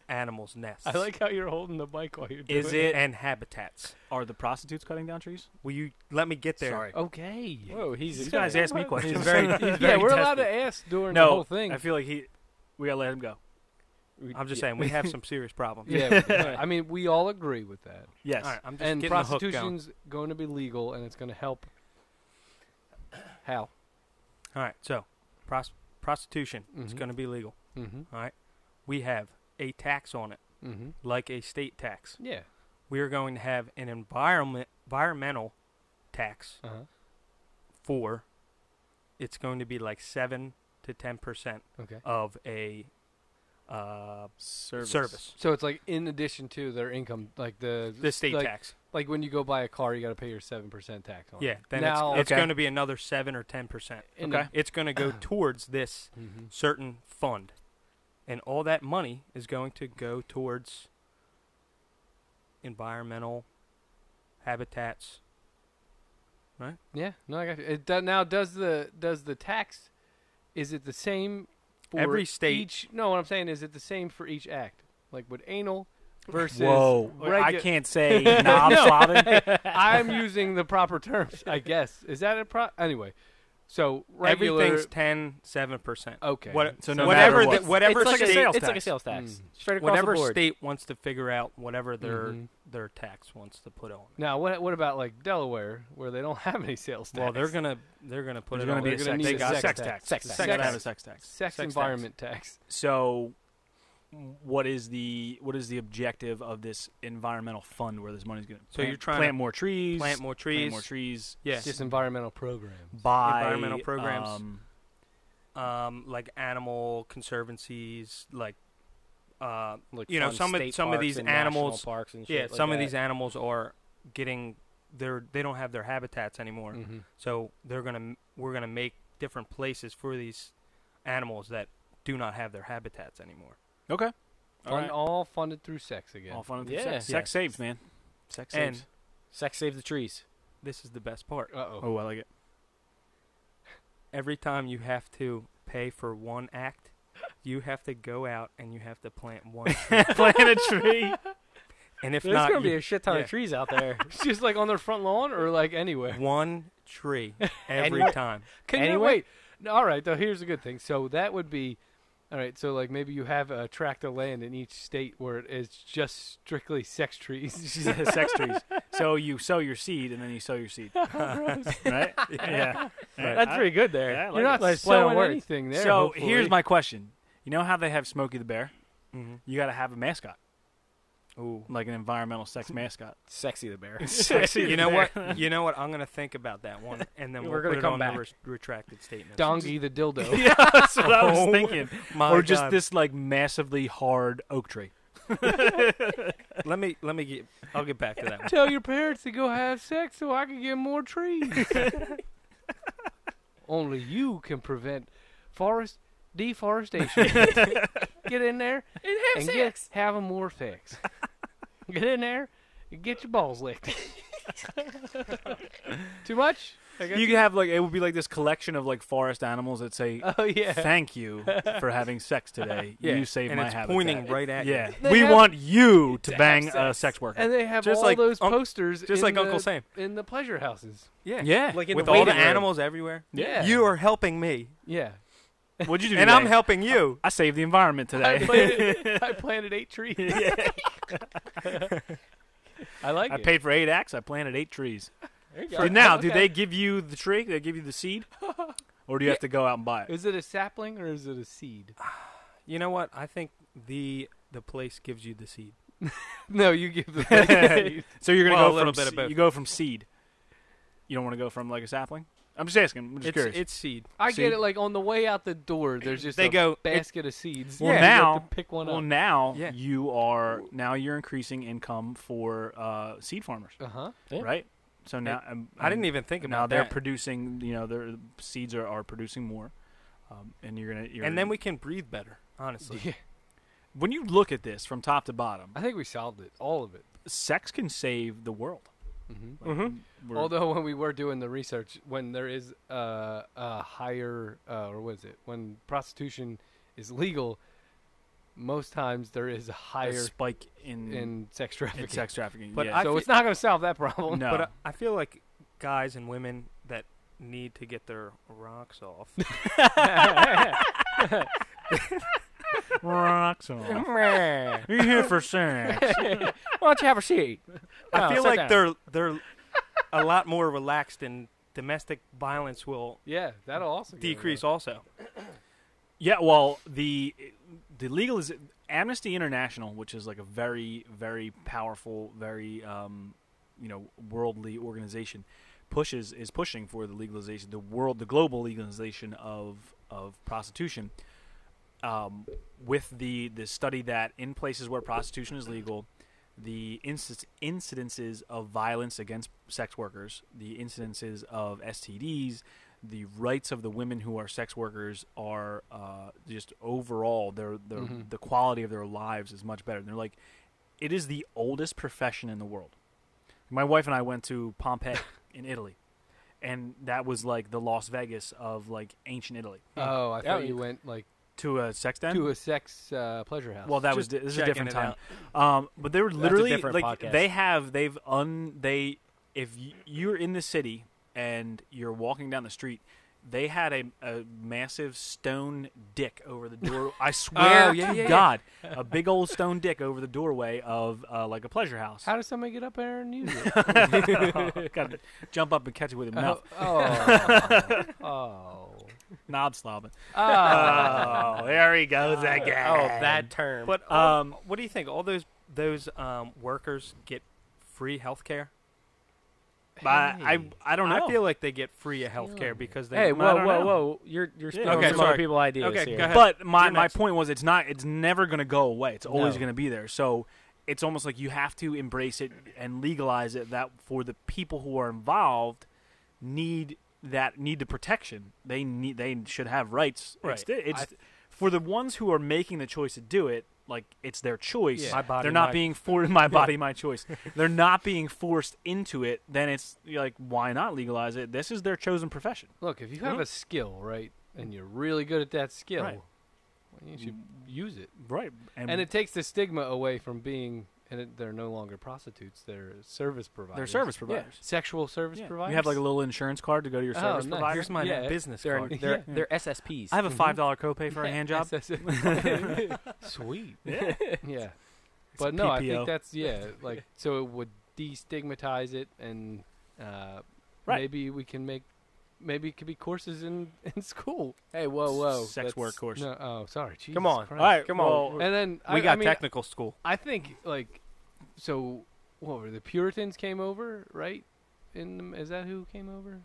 [SPEAKER 4] animals' nests.
[SPEAKER 2] I like how you're holding the mic while you're doing
[SPEAKER 1] Is
[SPEAKER 2] it.
[SPEAKER 1] it?
[SPEAKER 4] and habitats.
[SPEAKER 1] Are the prostitutes cutting down trees?
[SPEAKER 4] Will you let me get there?
[SPEAKER 3] Sorry.
[SPEAKER 2] Okay.
[SPEAKER 3] Whoa, he's
[SPEAKER 1] You guys asked me questions.
[SPEAKER 3] He's very.
[SPEAKER 4] *laughs*
[SPEAKER 3] He's
[SPEAKER 2] yeah,
[SPEAKER 3] very
[SPEAKER 2] we're allowed
[SPEAKER 3] testy.
[SPEAKER 2] to ask during the
[SPEAKER 1] no,
[SPEAKER 2] whole thing.
[SPEAKER 1] I feel like he. We gotta let him go.
[SPEAKER 3] We-
[SPEAKER 4] I'm just
[SPEAKER 3] yeah.
[SPEAKER 4] saying we have some serious
[SPEAKER 2] *laughs*
[SPEAKER 4] problems.
[SPEAKER 2] yeah,
[SPEAKER 1] *laughs*
[SPEAKER 2] we- I mean, we all agree with that.
[SPEAKER 1] Yes.
[SPEAKER 4] All right, I'm just
[SPEAKER 2] And
[SPEAKER 4] getting the hook going.
[SPEAKER 2] prostitution's going to be legal, and it's going to help. How?
[SPEAKER 4] All right, so pros- prostitution is
[SPEAKER 2] Mhm.
[SPEAKER 4] going to be legal.
[SPEAKER 2] Mm-hmm.
[SPEAKER 4] We have a tax on it,
[SPEAKER 2] Mm-hmm.
[SPEAKER 4] like a state tax.
[SPEAKER 2] Yeah.
[SPEAKER 4] We are going to have an environment environmental tax
[SPEAKER 2] Uh-huh.
[SPEAKER 4] for. It's going to be like seven to ten percent
[SPEAKER 2] Okay.
[SPEAKER 4] of a uh,
[SPEAKER 1] Service.
[SPEAKER 4] service.
[SPEAKER 2] So it's like in addition to their income, like the
[SPEAKER 4] The state
[SPEAKER 2] like,
[SPEAKER 4] tax.
[SPEAKER 2] Like when you go buy a car, you got to pay your seven percent tax on
[SPEAKER 4] Yeah.
[SPEAKER 2] it.
[SPEAKER 4] Then
[SPEAKER 2] now,
[SPEAKER 4] it's, it's
[SPEAKER 1] Okay.
[SPEAKER 4] going to be another seven or ten percent.
[SPEAKER 2] in the-
[SPEAKER 4] It's going to go towards this
[SPEAKER 2] Mhm.
[SPEAKER 4] certain fund, and all that money is going to go towards environmental habitats.
[SPEAKER 2] Yeah. No, I got you. It do, now does the does the tax? Is it the same for
[SPEAKER 4] Every state-
[SPEAKER 2] Each, no, what I'm saying is it the same for each act? Like with anal versus
[SPEAKER 1] Whoa! I
[SPEAKER 2] regu-
[SPEAKER 1] can't say knob slobbing.
[SPEAKER 2] I'm using the proper terms, I guess. Is that a pro? Anyway, so regular.
[SPEAKER 4] Everything's 10, 7 percent.
[SPEAKER 2] okay.
[SPEAKER 4] What,
[SPEAKER 1] So no
[SPEAKER 4] whatever
[SPEAKER 1] matter what.
[SPEAKER 4] the- whatever
[SPEAKER 3] it's like
[SPEAKER 4] state,
[SPEAKER 3] a
[SPEAKER 1] it's
[SPEAKER 3] sales It's
[SPEAKER 1] like
[SPEAKER 3] like
[SPEAKER 1] tax.
[SPEAKER 3] a
[SPEAKER 1] a
[SPEAKER 3] sales
[SPEAKER 2] tax.
[SPEAKER 3] tax.
[SPEAKER 2] Mm.
[SPEAKER 3] Straight across
[SPEAKER 4] whatever
[SPEAKER 3] the board.
[SPEAKER 4] state wants to figure out whatever their
[SPEAKER 2] Mhm.
[SPEAKER 4] their tax wants to put on. it.
[SPEAKER 2] Now, what what about like Delaware, where they don't *laughs* have any sales tax?
[SPEAKER 4] Well, they're gonna they're gonna put
[SPEAKER 1] There's
[SPEAKER 4] it
[SPEAKER 1] gonna
[SPEAKER 4] on.
[SPEAKER 1] be
[SPEAKER 2] They're
[SPEAKER 1] a
[SPEAKER 4] They're
[SPEAKER 1] sex,
[SPEAKER 2] gonna need
[SPEAKER 1] they
[SPEAKER 2] a
[SPEAKER 1] got
[SPEAKER 2] sex
[SPEAKER 1] sex
[SPEAKER 2] tax.
[SPEAKER 1] tax.
[SPEAKER 3] Sex
[SPEAKER 1] They
[SPEAKER 3] tax.
[SPEAKER 1] gotta have
[SPEAKER 2] Sex.
[SPEAKER 1] a sex tax.
[SPEAKER 2] sex,
[SPEAKER 4] sex
[SPEAKER 2] environment tax.
[SPEAKER 1] So, what is the what is the objective of this environmental fund where this money's going to?
[SPEAKER 4] So you're trying to
[SPEAKER 1] plant more trees,
[SPEAKER 4] plant more trees.
[SPEAKER 1] plant more trees,
[SPEAKER 4] Yes.
[SPEAKER 2] Just environmental programs.
[SPEAKER 1] buy
[SPEAKER 4] Environmental programs.
[SPEAKER 1] um,
[SPEAKER 4] um, like animal conservancies, like uh,
[SPEAKER 3] Like
[SPEAKER 4] You know,
[SPEAKER 3] fun
[SPEAKER 4] some of-
[SPEAKER 3] state
[SPEAKER 4] some of
[SPEAKER 3] parks
[SPEAKER 4] these
[SPEAKER 3] and national
[SPEAKER 4] animals-
[SPEAKER 3] parks and shit
[SPEAKER 4] yeah.
[SPEAKER 3] like
[SPEAKER 4] some of
[SPEAKER 3] that.
[SPEAKER 4] these animals are getting their they don't have their habitats anymore,
[SPEAKER 2] Mhm.
[SPEAKER 4] so they're gonna m- we're gonna make different places for these animals that do not have their habitats anymore.
[SPEAKER 1] okay, all
[SPEAKER 2] Fun,
[SPEAKER 1] right, all,
[SPEAKER 2] all funded through sex again.
[SPEAKER 1] fun and
[SPEAKER 3] Yeah.
[SPEAKER 1] sex. Sex
[SPEAKER 4] Yes.
[SPEAKER 1] saves, man. Sex
[SPEAKER 4] And-
[SPEAKER 1] saves.
[SPEAKER 3] Sex save the trees.
[SPEAKER 4] This is the best part.
[SPEAKER 2] Uh oh.
[SPEAKER 1] Oh, I like it.
[SPEAKER 4] Every time you have to pay for one act. You have to go out and you have to plant one. tree.
[SPEAKER 1] Plant a tree.
[SPEAKER 4] and if
[SPEAKER 3] There's
[SPEAKER 4] not,
[SPEAKER 3] gonna be
[SPEAKER 4] you-
[SPEAKER 3] a shit ton
[SPEAKER 4] yeah.
[SPEAKER 3] of trees *laughs* out there.
[SPEAKER 2] It's *laughs* just like on their front lawn or like anywhere.
[SPEAKER 4] *laughs* one tree every
[SPEAKER 3] Anywhere.
[SPEAKER 4] time.
[SPEAKER 2] Can you
[SPEAKER 3] Anywhere?
[SPEAKER 2] wait? No, all right. Though here's a good thing. So that would be, all right. So like maybe you have a tract of land in each state where it is just strictly sex trees. *laughs*
[SPEAKER 1] sex trees. So you sow your seed and then you sow your seed. right? Yeah.
[SPEAKER 3] That's pretty good there.
[SPEAKER 1] yeah, I like
[SPEAKER 2] You're not
[SPEAKER 1] it.
[SPEAKER 3] Nice play on
[SPEAKER 2] sowing
[SPEAKER 3] words.
[SPEAKER 2] anything there.
[SPEAKER 1] so
[SPEAKER 2] hopefully.
[SPEAKER 1] here's my question. You know how they have Smokey the Bear?
[SPEAKER 4] hmm
[SPEAKER 1] You got to have a mascot,
[SPEAKER 4] Ooh.
[SPEAKER 1] like an environmental sex mascot. *laughs*
[SPEAKER 3] Sexy the bear.
[SPEAKER 1] Sexy
[SPEAKER 4] You
[SPEAKER 1] the
[SPEAKER 4] know
[SPEAKER 1] Bear.
[SPEAKER 4] what? You know what? I'm gonna think about that one, and then
[SPEAKER 3] We're
[SPEAKER 4] we'll
[SPEAKER 3] gonna
[SPEAKER 4] put
[SPEAKER 3] come
[SPEAKER 4] it on
[SPEAKER 3] back.
[SPEAKER 4] the res- retracted statement.
[SPEAKER 2] Dongi the *laughs* dildo.
[SPEAKER 1] yeah, that's what I was
[SPEAKER 4] Oh,
[SPEAKER 1] thinking.
[SPEAKER 4] My
[SPEAKER 1] Or just
[SPEAKER 4] God.
[SPEAKER 1] this like massively hard oak tree.
[SPEAKER 4] *laughs* Let me let me get. I'll get back to that. one.
[SPEAKER 2] Tell your parents to go have sex so I can get more *laughs* trees. Only you can prevent forest deforestation. *laughs* get in there
[SPEAKER 3] and
[SPEAKER 2] and get have a more fix. get in there and get your balls *laughs* licked. Too much? I guess-
[SPEAKER 1] You could have like it would be like this collection of like forest animals that say,
[SPEAKER 2] oh *laughs* yeah.
[SPEAKER 1] "Thank you for having sex today.
[SPEAKER 4] Yeah,
[SPEAKER 1] You saved
[SPEAKER 4] and
[SPEAKER 1] my
[SPEAKER 4] it's
[SPEAKER 1] habitat."
[SPEAKER 4] pointing right at *laughs*
[SPEAKER 1] yeah,
[SPEAKER 2] They
[SPEAKER 1] we
[SPEAKER 2] have-
[SPEAKER 1] want you to
[SPEAKER 3] To have
[SPEAKER 1] bang a
[SPEAKER 3] sex.
[SPEAKER 1] sex worker.
[SPEAKER 2] And they have
[SPEAKER 4] Just
[SPEAKER 2] all
[SPEAKER 4] like
[SPEAKER 2] those
[SPEAKER 4] Unc-
[SPEAKER 2] posters
[SPEAKER 4] you, just
[SPEAKER 2] in
[SPEAKER 4] like
[SPEAKER 2] the,
[SPEAKER 4] Uncle Sam.
[SPEAKER 2] in the pleasure houses.
[SPEAKER 4] Yeah,
[SPEAKER 1] yeah,
[SPEAKER 3] Like in
[SPEAKER 4] With
[SPEAKER 3] the
[SPEAKER 4] all
[SPEAKER 3] waiting
[SPEAKER 4] the *laughs*
[SPEAKER 3] room.
[SPEAKER 4] animals everywhere.
[SPEAKER 2] Yeah.
[SPEAKER 4] You are helping me,
[SPEAKER 2] Yeah.
[SPEAKER 1] What'd you do?
[SPEAKER 4] and
[SPEAKER 1] today?
[SPEAKER 4] I'm helping you.
[SPEAKER 1] I saved the environment
[SPEAKER 2] *laughs* I
[SPEAKER 1] today.
[SPEAKER 2] planted, I planted eight trees. I like
[SPEAKER 1] I
[SPEAKER 2] it.
[SPEAKER 1] paid for eight acts. I planted eight trees.
[SPEAKER 3] There you go.
[SPEAKER 1] Did-
[SPEAKER 2] *laughs*
[SPEAKER 1] now, do
[SPEAKER 2] okay.
[SPEAKER 1] they give you the tree? They give you the seed, or do you have to go out and buy it?
[SPEAKER 2] Is it a sapling or is it a seed?
[SPEAKER 4] You know what? I think the the place gives you the seed.
[SPEAKER 2] No, you give *laughs* the seed.
[SPEAKER 1] So you're gonna
[SPEAKER 4] Well, a
[SPEAKER 1] go
[SPEAKER 4] little
[SPEAKER 1] from
[SPEAKER 4] bit of
[SPEAKER 1] se-
[SPEAKER 4] both.
[SPEAKER 1] you go from seed. You don't want to go from like a sapling. I'm just asking. I'm just
[SPEAKER 4] It's
[SPEAKER 1] curious.
[SPEAKER 4] it's seed.
[SPEAKER 2] I
[SPEAKER 1] Seed.
[SPEAKER 2] get it. Like on the way out the door, there's just
[SPEAKER 4] They
[SPEAKER 2] a
[SPEAKER 4] go, it-
[SPEAKER 2] basket of seeds.
[SPEAKER 1] Well,
[SPEAKER 2] and you have
[SPEAKER 1] now-
[SPEAKER 2] to pick one
[SPEAKER 1] well,
[SPEAKER 2] up.
[SPEAKER 1] now
[SPEAKER 4] Yeah.
[SPEAKER 1] you are now you're increasing income for uh, seed farmers,
[SPEAKER 2] Uh huh.
[SPEAKER 3] Yeah.
[SPEAKER 1] right? So now I'm,
[SPEAKER 4] I didn't
[SPEAKER 1] I'm-
[SPEAKER 4] even think about
[SPEAKER 1] now they're
[SPEAKER 4] that.
[SPEAKER 1] producing. You know, their seeds are, are producing more, um, and you're gonna. You're,
[SPEAKER 4] and then we can breathe better. Honestly,
[SPEAKER 2] Yeah.
[SPEAKER 1] when you look at this from top to bottom,
[SPEAKER 2] I think we solved it. All of it.
[SPEAKER 1] sex can save the world.
[SPEAKER 2] hmm
[SPEAKER 1] Like,
[SPEAKER 4] Mhm.
[SPEAKER 1] we're-
[SPEAKER 2] Although when we were doing the research, when there is uh, a higher, uh, or was it when prostitution is legal, most times there is a
[SPEAKER 1] a
[SPEAKER 2] higher
[SPEAKER 1] spike in in,
[SPEAKER 2] in sex trafficking.
[SPEAKER 1] sex trafficking.
[SPEAKER 4] But
[SPEAKER 1] yeah.
[SPEAKER 4] *laughs* I
[SPEAKER 2] so
[SPEAKER 4] fe-
[SPEAKER 2] it's not going to solve that problem.
[SPEAKER 1] no,
[SPEAKER 4] *laughs* but I, I feel like guys and women that need to get their rocks off.
[SPEAKER 1] rocks on.
[SPEAKER 3] *laughs* Why
[SPEAKER 1] You're here for sex.
[SPEAKER 3] don't you have a seat?
[SPEAKER 4] I
[SPEAKER 3] Oh,
[SPEAKER 4] feel
[SPEAKER 3] sit
[SPEAKER 4] like
[SPEAKER 3] down.
[SPEAKER 4] they're they're a lot more relaxed, and domestic violence will
[SPEAKER 2] yeah, that'll also go
[SPEAKER 4] decrease.
[SPEAKER 2] away.
[SPEAKER 4] Also,
[SPEAKER 1] yeah, well, the the legal is Amnesty International, which is like a very very powerful, very um, you know worldly organization, pushes is pushing for the legalization, the world, the global legalization of of prostitution. Um, with the the study that in places where prostitution is legal, the incis- incidences of violence against sex workers, the incidences of STDs, the rights of the women who are sex workers are uh, just overall their their
[SPEAKER 2] Mhm.
[SPEAKER 1] the quality of their lives is much better. They're like, it is the oldest profession in the world. My wife and I went to
[SPEAKER 2] *laughs*
[SPEAKER 1] Pompeii in Italy, and that was like the Las Vegas of like ancient Italy
[SPEAKER 2] Oh, I thought
[SPEAKER 3] Yeah.
[SPEAKER 2] you went like
[SPEAKER 1] to a sex den.
[SPEAKER 2] to a sex uh, pleasure house.
[SPEAKER 1] Well, that was
[SPEAKER 4] Just
[SPEAKER 1] di- this is a
[SPEAKER 4] checking
[SPEAKER 1] different
[SPEAKER 4] it
[SPEAKER 1] time. Um, but they were
[SPEAKER 3] a
[SPEAKER 1] literally
[SPEAKER 3] different
[SPEAKER 1] like
[SPEAKER 3] podcast.
[SPEAKER 1] they have they've un they if y- you're in the city and you're walking down the street, they had a, a massive stone dick over the door. I swear
[SPEAKER 4] Oh, yeah,
[SPEAKER 1] to
[SPEAKER 4] yeah, yeah.
[SPEAKER 1] God, a big old stone dick over the doorway of uh, like a pleasure house.
[SPEAKER 2] how does somebody get up there and use
[SPEAKER 1] *laughs*
[SPEAKER 2] it?
[SPEAKER 1] Got to jump up and catch it with a mouth,
[SPEAKER 2] *laughs* Oh, oh, oh,
[SPEAKER 1] knob slobbing.
[SPEAKER 2] oh.
[SPEAKER 1] Oh, there he goes again.
[SPEAKER 3] Oh, that term.
[SPEAKER 4] but all-
[SPEAKER 1] Um,
[SPEAKER 4] what do you think? All those those um, workers get free health care.
[SPEAKER 1] but I
[SPEAKER 2] Hey.
[SPEAKER 1] I don't know.
[SPEAKER 4] I feel like they get free health care
[SPEAKER 2] Sure.
[SPEAKER 4] because they.
[SPEAKER 3] hey,
[SPEAKER 1] I
[SPEAKER 3] whoa,
[SPEAKER 1] don't
[SPEAKER 3] whoa,
[SPEAKER 1] know.
[SPEAKER 3] whoa! You're you're
[SPEAKER 1] Yeah.
[SPEAKER 3] stealing
[SPEAKER 1] Okay,
[SPEAKER 3] some
[SPEAKER 4] sorry.
[SPEAKER 3] other people's ideas
[SPEAKER 4] Okay,
[SPEAKER 3] here.
[SPEAKER 4] go *laughs* ahead.
[SPEAKER 1] But my,
[SPEAKER 4] You're
[SPEAKER 1] my
[SPEAKER 4] next.
[SPEAKER 1] point was it's not it's never going to go away. It's always
[SPEAKER 3] No.
[SPEAKER 1] going to be there. So it's almost like you have to embrace it and legalize it that for the people who are involved need that need the protection. They need they should have rights. It's,
[SPEAKER 4] Right.
[SPEAKER 1] it's for the ones who are making the choice to do it. Like it's their choice.
[SPEAKER 4] Yeah. My body,
[SPEAKER 1] They're not
[SPEAKER 4] my-
[SPEAKER 1] being for
[SPEAKER 4] *laughs*
[SPEAKER 1] my body, my choice. They're not being forced into it. Then it's you're like, why not legalize it? This is their chosen profession.
[SPEAKER 2] Look, if you have a skill, right, and you're really good at that skill,
[SPEAKER 1] Right.
[SPEAKER 2] well, you should use it.
[SPEAKER 1] Right. And,
[SPEAKER 2] And it takes the stigma away from being, and it, they're no longer prostitutes; they're service providers.
[SPEAKER 1] they're service providers.
[SPEAKER 2] sexual service
[SPEAKER 1] Yeah.
[SPEAKER 2] providers.
[SPEAKER 1] You have like a little insurance card to go to your
[SPEAKER 2] Oh,
[SPEAKER 1] service
[SPEAKER 2] nice.
[SPEAKER 1] provider.
[SPEAKER 4] Here's
[SPEAKER 2] *laughs*
[SPEAKER 4] my
[SPEAKER 2] Yeah,
[SPEAKER 4] business
[SPEAKER 3] They're,
[SPEAKER 4] card.
[SPEAKER 3] they're,
[SPEAKER 1] Yeah.
[SPEAKER 3] they're SSPs.
[SPEAKER 1] I have a
[SPEAKER 2] Mhm.
[SPEAKER 1] five dollar copay *laughs*
[SPEAKER 2] *laughs*
[SPEAKER 1] for a hand job.
[SPEAKER 2] SSL.
[SPEAKER 1] *laughs*
[SPEAKER 2] *laughs* Sweet.
[SPEAKER 1] Yeah.
[SPEAKER 2] Yeah.
[SPEAKER 1] It's
[SPEAKER 2] But no, I
[SPEAKER 1] PPO.
[SPEAKER 2] think
[SPEAKER 1] *laughs*
[SPEAKER 2] that's yeah, like so it would destigmatize it and uh
[SPEAKER 1] Right.
[SPEAKER 2] maybe we can make maybe it could be courses in *laughs* in school. Hey, whoa, whoa.
[SPEAKER 1] Sex work course.
[SPEAKER 2] No, oh, sorry. Jesus
[SPEAKER 3] Come on.
[SPEAKER 2] Christ.
[SPEAKER 1] All right.
[SPEAKER 3] Come
[SPEAKER 1] well,
[SPEAKER 2] And then I,
[SPEAKER 4] we got
[SPEAKER 2] I mean,
[SPEAKER 4] technical school.
[SPEAKER 2] I think like so what were the Puritans came over, right? In the, is that who came over?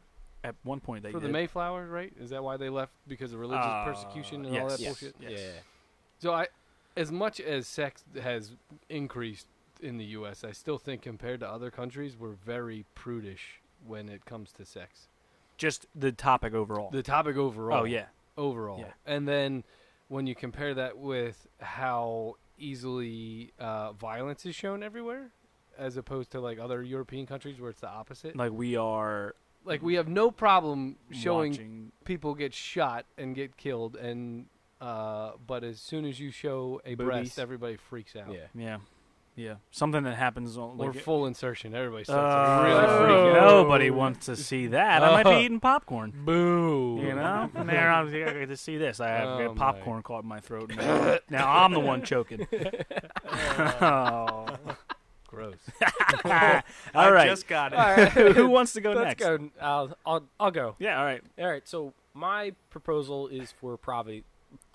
[SPEAKER 1] at one point they
[SPEAKER 2] For the
[SPEAKER 1] did.
[SPEAKER 2] Mayflower, right? Is that why they left because of religious
[SPEAKER 1] Uh,
[SPEAKER 2] persecution and all
[SPEAKER 1] yes.
[SPEAKER 2] that
[SPEAKER 1] Yes.
[SPEAKER 2] bullshit?
[SPEAKER 1] Yes.
[SPEAKER 2] So I, as much as sex has increased in the U.S., I still think compared to other countries, we're very prudish when it comes to sex.
[SPEAKER 1] Just the topic overall.
[SPEAKER 2] The topic overall.
[SPEAKER 1] Oh yeah.
[SPEAKER 2] Overall.
[SPEAKER 1] Yeah.
[SPEAKER 2] And then when you compare that with how easily uh, violence is shown everywhere, as opposed to like other European countries where it's the opposite.
[SPEAKER 1] Like we are
[SPEAKER 2] Like we have no problem showing
[SPEAKER 1] watching
[SPEAKER 2] people get shot and get killed and uh, but as soon as you show a breast
[SPEAKER 3] Boobies.
[SPEAKER 2] everybody freaks out
[SPEAKER 3] Yeah.
[SPEAKER 1] Yeah, yeah. Something that happens on
[SPEAKER 2] or
[SPEAKER 1] like.
[SPEAKER 2] full insertion everybody
[SPEAKER 1] Oh,
[SPEAKER 2] starts really freaking out
[SPEAKER 1] nobody wants to see that. I might
[SPEAKER 2] Oh. *laughs*
[SPEAKER 1] be eating popcorn.
[SPEAKER 2] boo
[SPEAKER 1] You
[SPEAKER 2] *laughs*
[SPEAKER 1] know, there I'm I get to see this. I have
[SPEAKER 2] Oh, my.
[SPEAKER 1] popcorn caught in my throat. Now, now I'm the one
[SPEAKER 2] *laughs*
[SPEAKER 1] choking. *laughs* oh. *laughs*
[SPEAKER 2] gross *laughs*
[SPEAKER 1] All right.
[SPEAKER 4] just got it.
[SPEAKER 3] *laughs* All right.
[SPEAKER 1] *laughs* Who wants to go
[SPEAKER 3] Let's
[SPEAKER 1] next?
[SPEAKER 3] go. I'll, I'll, I'll go.
[SPEAKER 1] Yeah. All right.
[SPEAKER 3] All right. So my proposal is for poverty.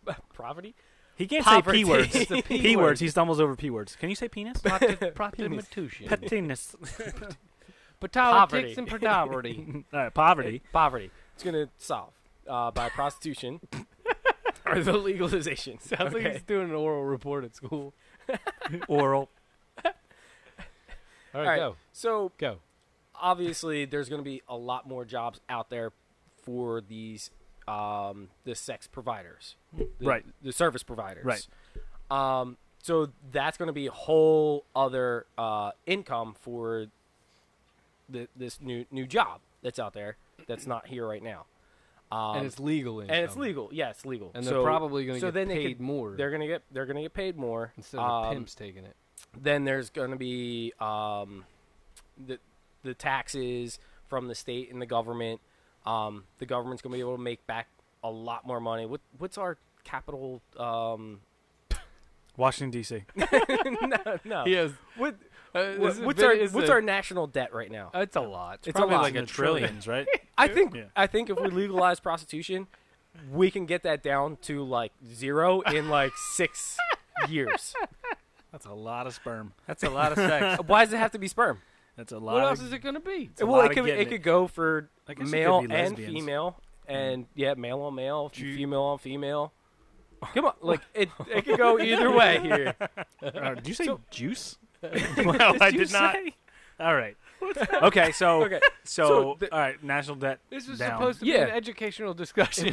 [SPEAKER 3] *laughs* Poverty?
[SPEAKER 1] He can't say
[SPEAKER 3] Poverty.
[SPEAKER 1] p words. *laughs*
[SPEAKER 3] It's the P
[SPEAKER 1] p
[SPEAKER 3] word.
[SPEAKER 1] words. He stumbles over p words. Can you say *laughs* penis?
[SPEAKER 2] prostitution
[SPEAKER 1] Penis. *laughs*
[SPEAKER 2] politics
[SPEAKER 3] Poverty.
[SPEAKER 2] and poverty *laughs*
[SPEAKER 1] all right. Uh, Poverty.
[SPEAKER 3] Uh, Poverty. It's going to solve uh,
[SPEAKER 1] *laughs*
[SPEAKER 3] by prostitution or the legalization.
[SPEAKER 2] sounds like he's doing an oral report at school
[SPEAKER 1] Oral.
[SPEAKER 2] all right,
[SPEAKER 3] All right.
[SPEAKER 2] go
[SPEAKER 3] So
[SPEAKER 2] go
[SPEAKER 3] obviously there's going to be a lot more jobs out there for these um, the sex providers, the,
[SPEAKER 1] Right.
[SPEAKER 3] The service providers,
[SPEAKER 1] Right.
[SPEAKER 3] Um, so that's going to be a whole other uh, income for the, this new new job that's out there that's not here right now. Um,
[SPEAKER 2] and it's legal income.
[SPEAKER 3] and it's legal. Yeah, it's legal.
[SPEAKER 2] and they're
[SPEAKER 3] So-
[SPEAKER 2] probably going to
[SPEAKER 3] so
[SPEAKER 2] get
[SPEAKER 3] then they
[SPEAKER 2] paid
[SPEAKER 3] could-
[SPEAKER 2] more
[SPEAKER 3] They're gonna get they're gonna get paid more
[SPEAKER 2] instead of
[SPEAKER 3] Um,
[SPEAKER 2] pimps taking it
[SPEAKER 3] then there's going to be um, the the taxes from the state and the government. Um, the government's going to be able to make back a lot more money. What what's our capital? Um,
[SPEAKER 1] Washington *laughs* D.C.
[SPEAKER 3] no, *laughs* no.
[SPEAKER 2] yes
[SPEAKER 3] What,
[SPEAKER 2] uh,
[SPEAKER 3] what- what's our what's our national debt right now?
[SPEAKER 2] it's a lot
[SPEAKER 3] It's a
[SPEAKER 1] Probably
[SPEAKER 3] lot.
[SPEAKER 1] like a trillions, right?
[SPEAKER 3] I think
[SPEAKER 1] Yeah.
[SPEAKER 3] I think if we legalize prostitution, we can get that down to like zero in like six years.
[SPEAKER 1] *laughs* That's a lot of sperm.
[SPEAKER 4] That's
[SPEAKER 1] *laughs*
[SPEAKER 4] a lot of sex.
[SPEAKER 3] Why does it have to be sperm?
[SPEAKER 1] That's a lot.
[SPEAKER 2] what
[SPEAKER 1] of,
[SPEAKER 2] else is it going to be
[SPEAKER 1] It's a
[SPEAKER 3] well,
[SPEAKER 1] lot
[SPEAKER 3] it
[SPEAKER 1] of
[SPEAKER 3] could
[SPEAKER 1] getting
[SPEAKER 3] it
[SPEAKER 1] it.
[SPEAKER 3] could go for
[SPEAKER 1] I guess it could
[SPEAKER 3] male
[SPEAKER 1] be
[SPEAKER 3] and
[SPEAKER 1] lesbians. Mm.
[SPEAKER 3] female, and yeah, male on male,
[SPEAKER 1] Do you-
[SPEAKER 3] female
[SPEAKER 1] *laughs*
[SPEAKER 3] on female. Come on, like it it could go either way here.
[SPEAKER 1] Uh, did you say *laughs* juice? well, I
[SPEAKER 3] you
[SPEAKER 1] did not. All right. Okay, so
[SPEAKER 3] Okay,
[SPEAKER 1] so,
[SPEAKER 3] so the-
[SPEAKER 1] all right, national debt.
[SPEAKER 2] This was
[SPEAKER 1] down.
[SPEAKER 2] supposed to
[SPEAKER 3] Yeah.
[SPEAKER 2] be an educational discussion.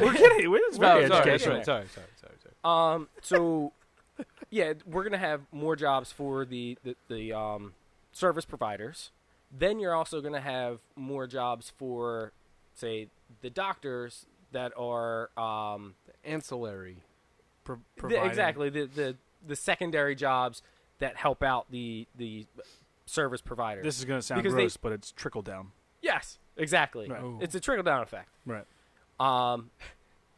[SPEAKER 1] *laughs*
[SPEAKER 2] *laughs*
[SPEAKER 1] We're getting we're *laughs* just very
[SPEAKER 2] No, sorry,
[SPEAKER 1] educational.
[SPEAKER 2] Sorry, sorry, sorry, sorry, sorry.
[SPEAKER 3] um, so yeah, we're gonna have more jobs for the the, the um, service providers. Then you're also gonna have more jobs for, say, the doctors that are um,
[SPEAKER 2] Ancillary.
[SPEAKER 1] Pro-
[SPEAKER 3] The-
[SPEAKER 1] providing-
[SPEAKER 3] exactly the, the the secondary jobs that help out the the service providers.
[SPEAKER 1] This is going to sound
[SPEAKER 3] Because they-
[SPEAKER 1] gross, but it's trickle down.
[SPEAKER 3] yes, exactly.
[SPEAKER 1] Right. Oh.
[SPEAKER 3] It's a trickle down effect.
[SPEAKER 1] Right.
[SPEAKER 3] Um,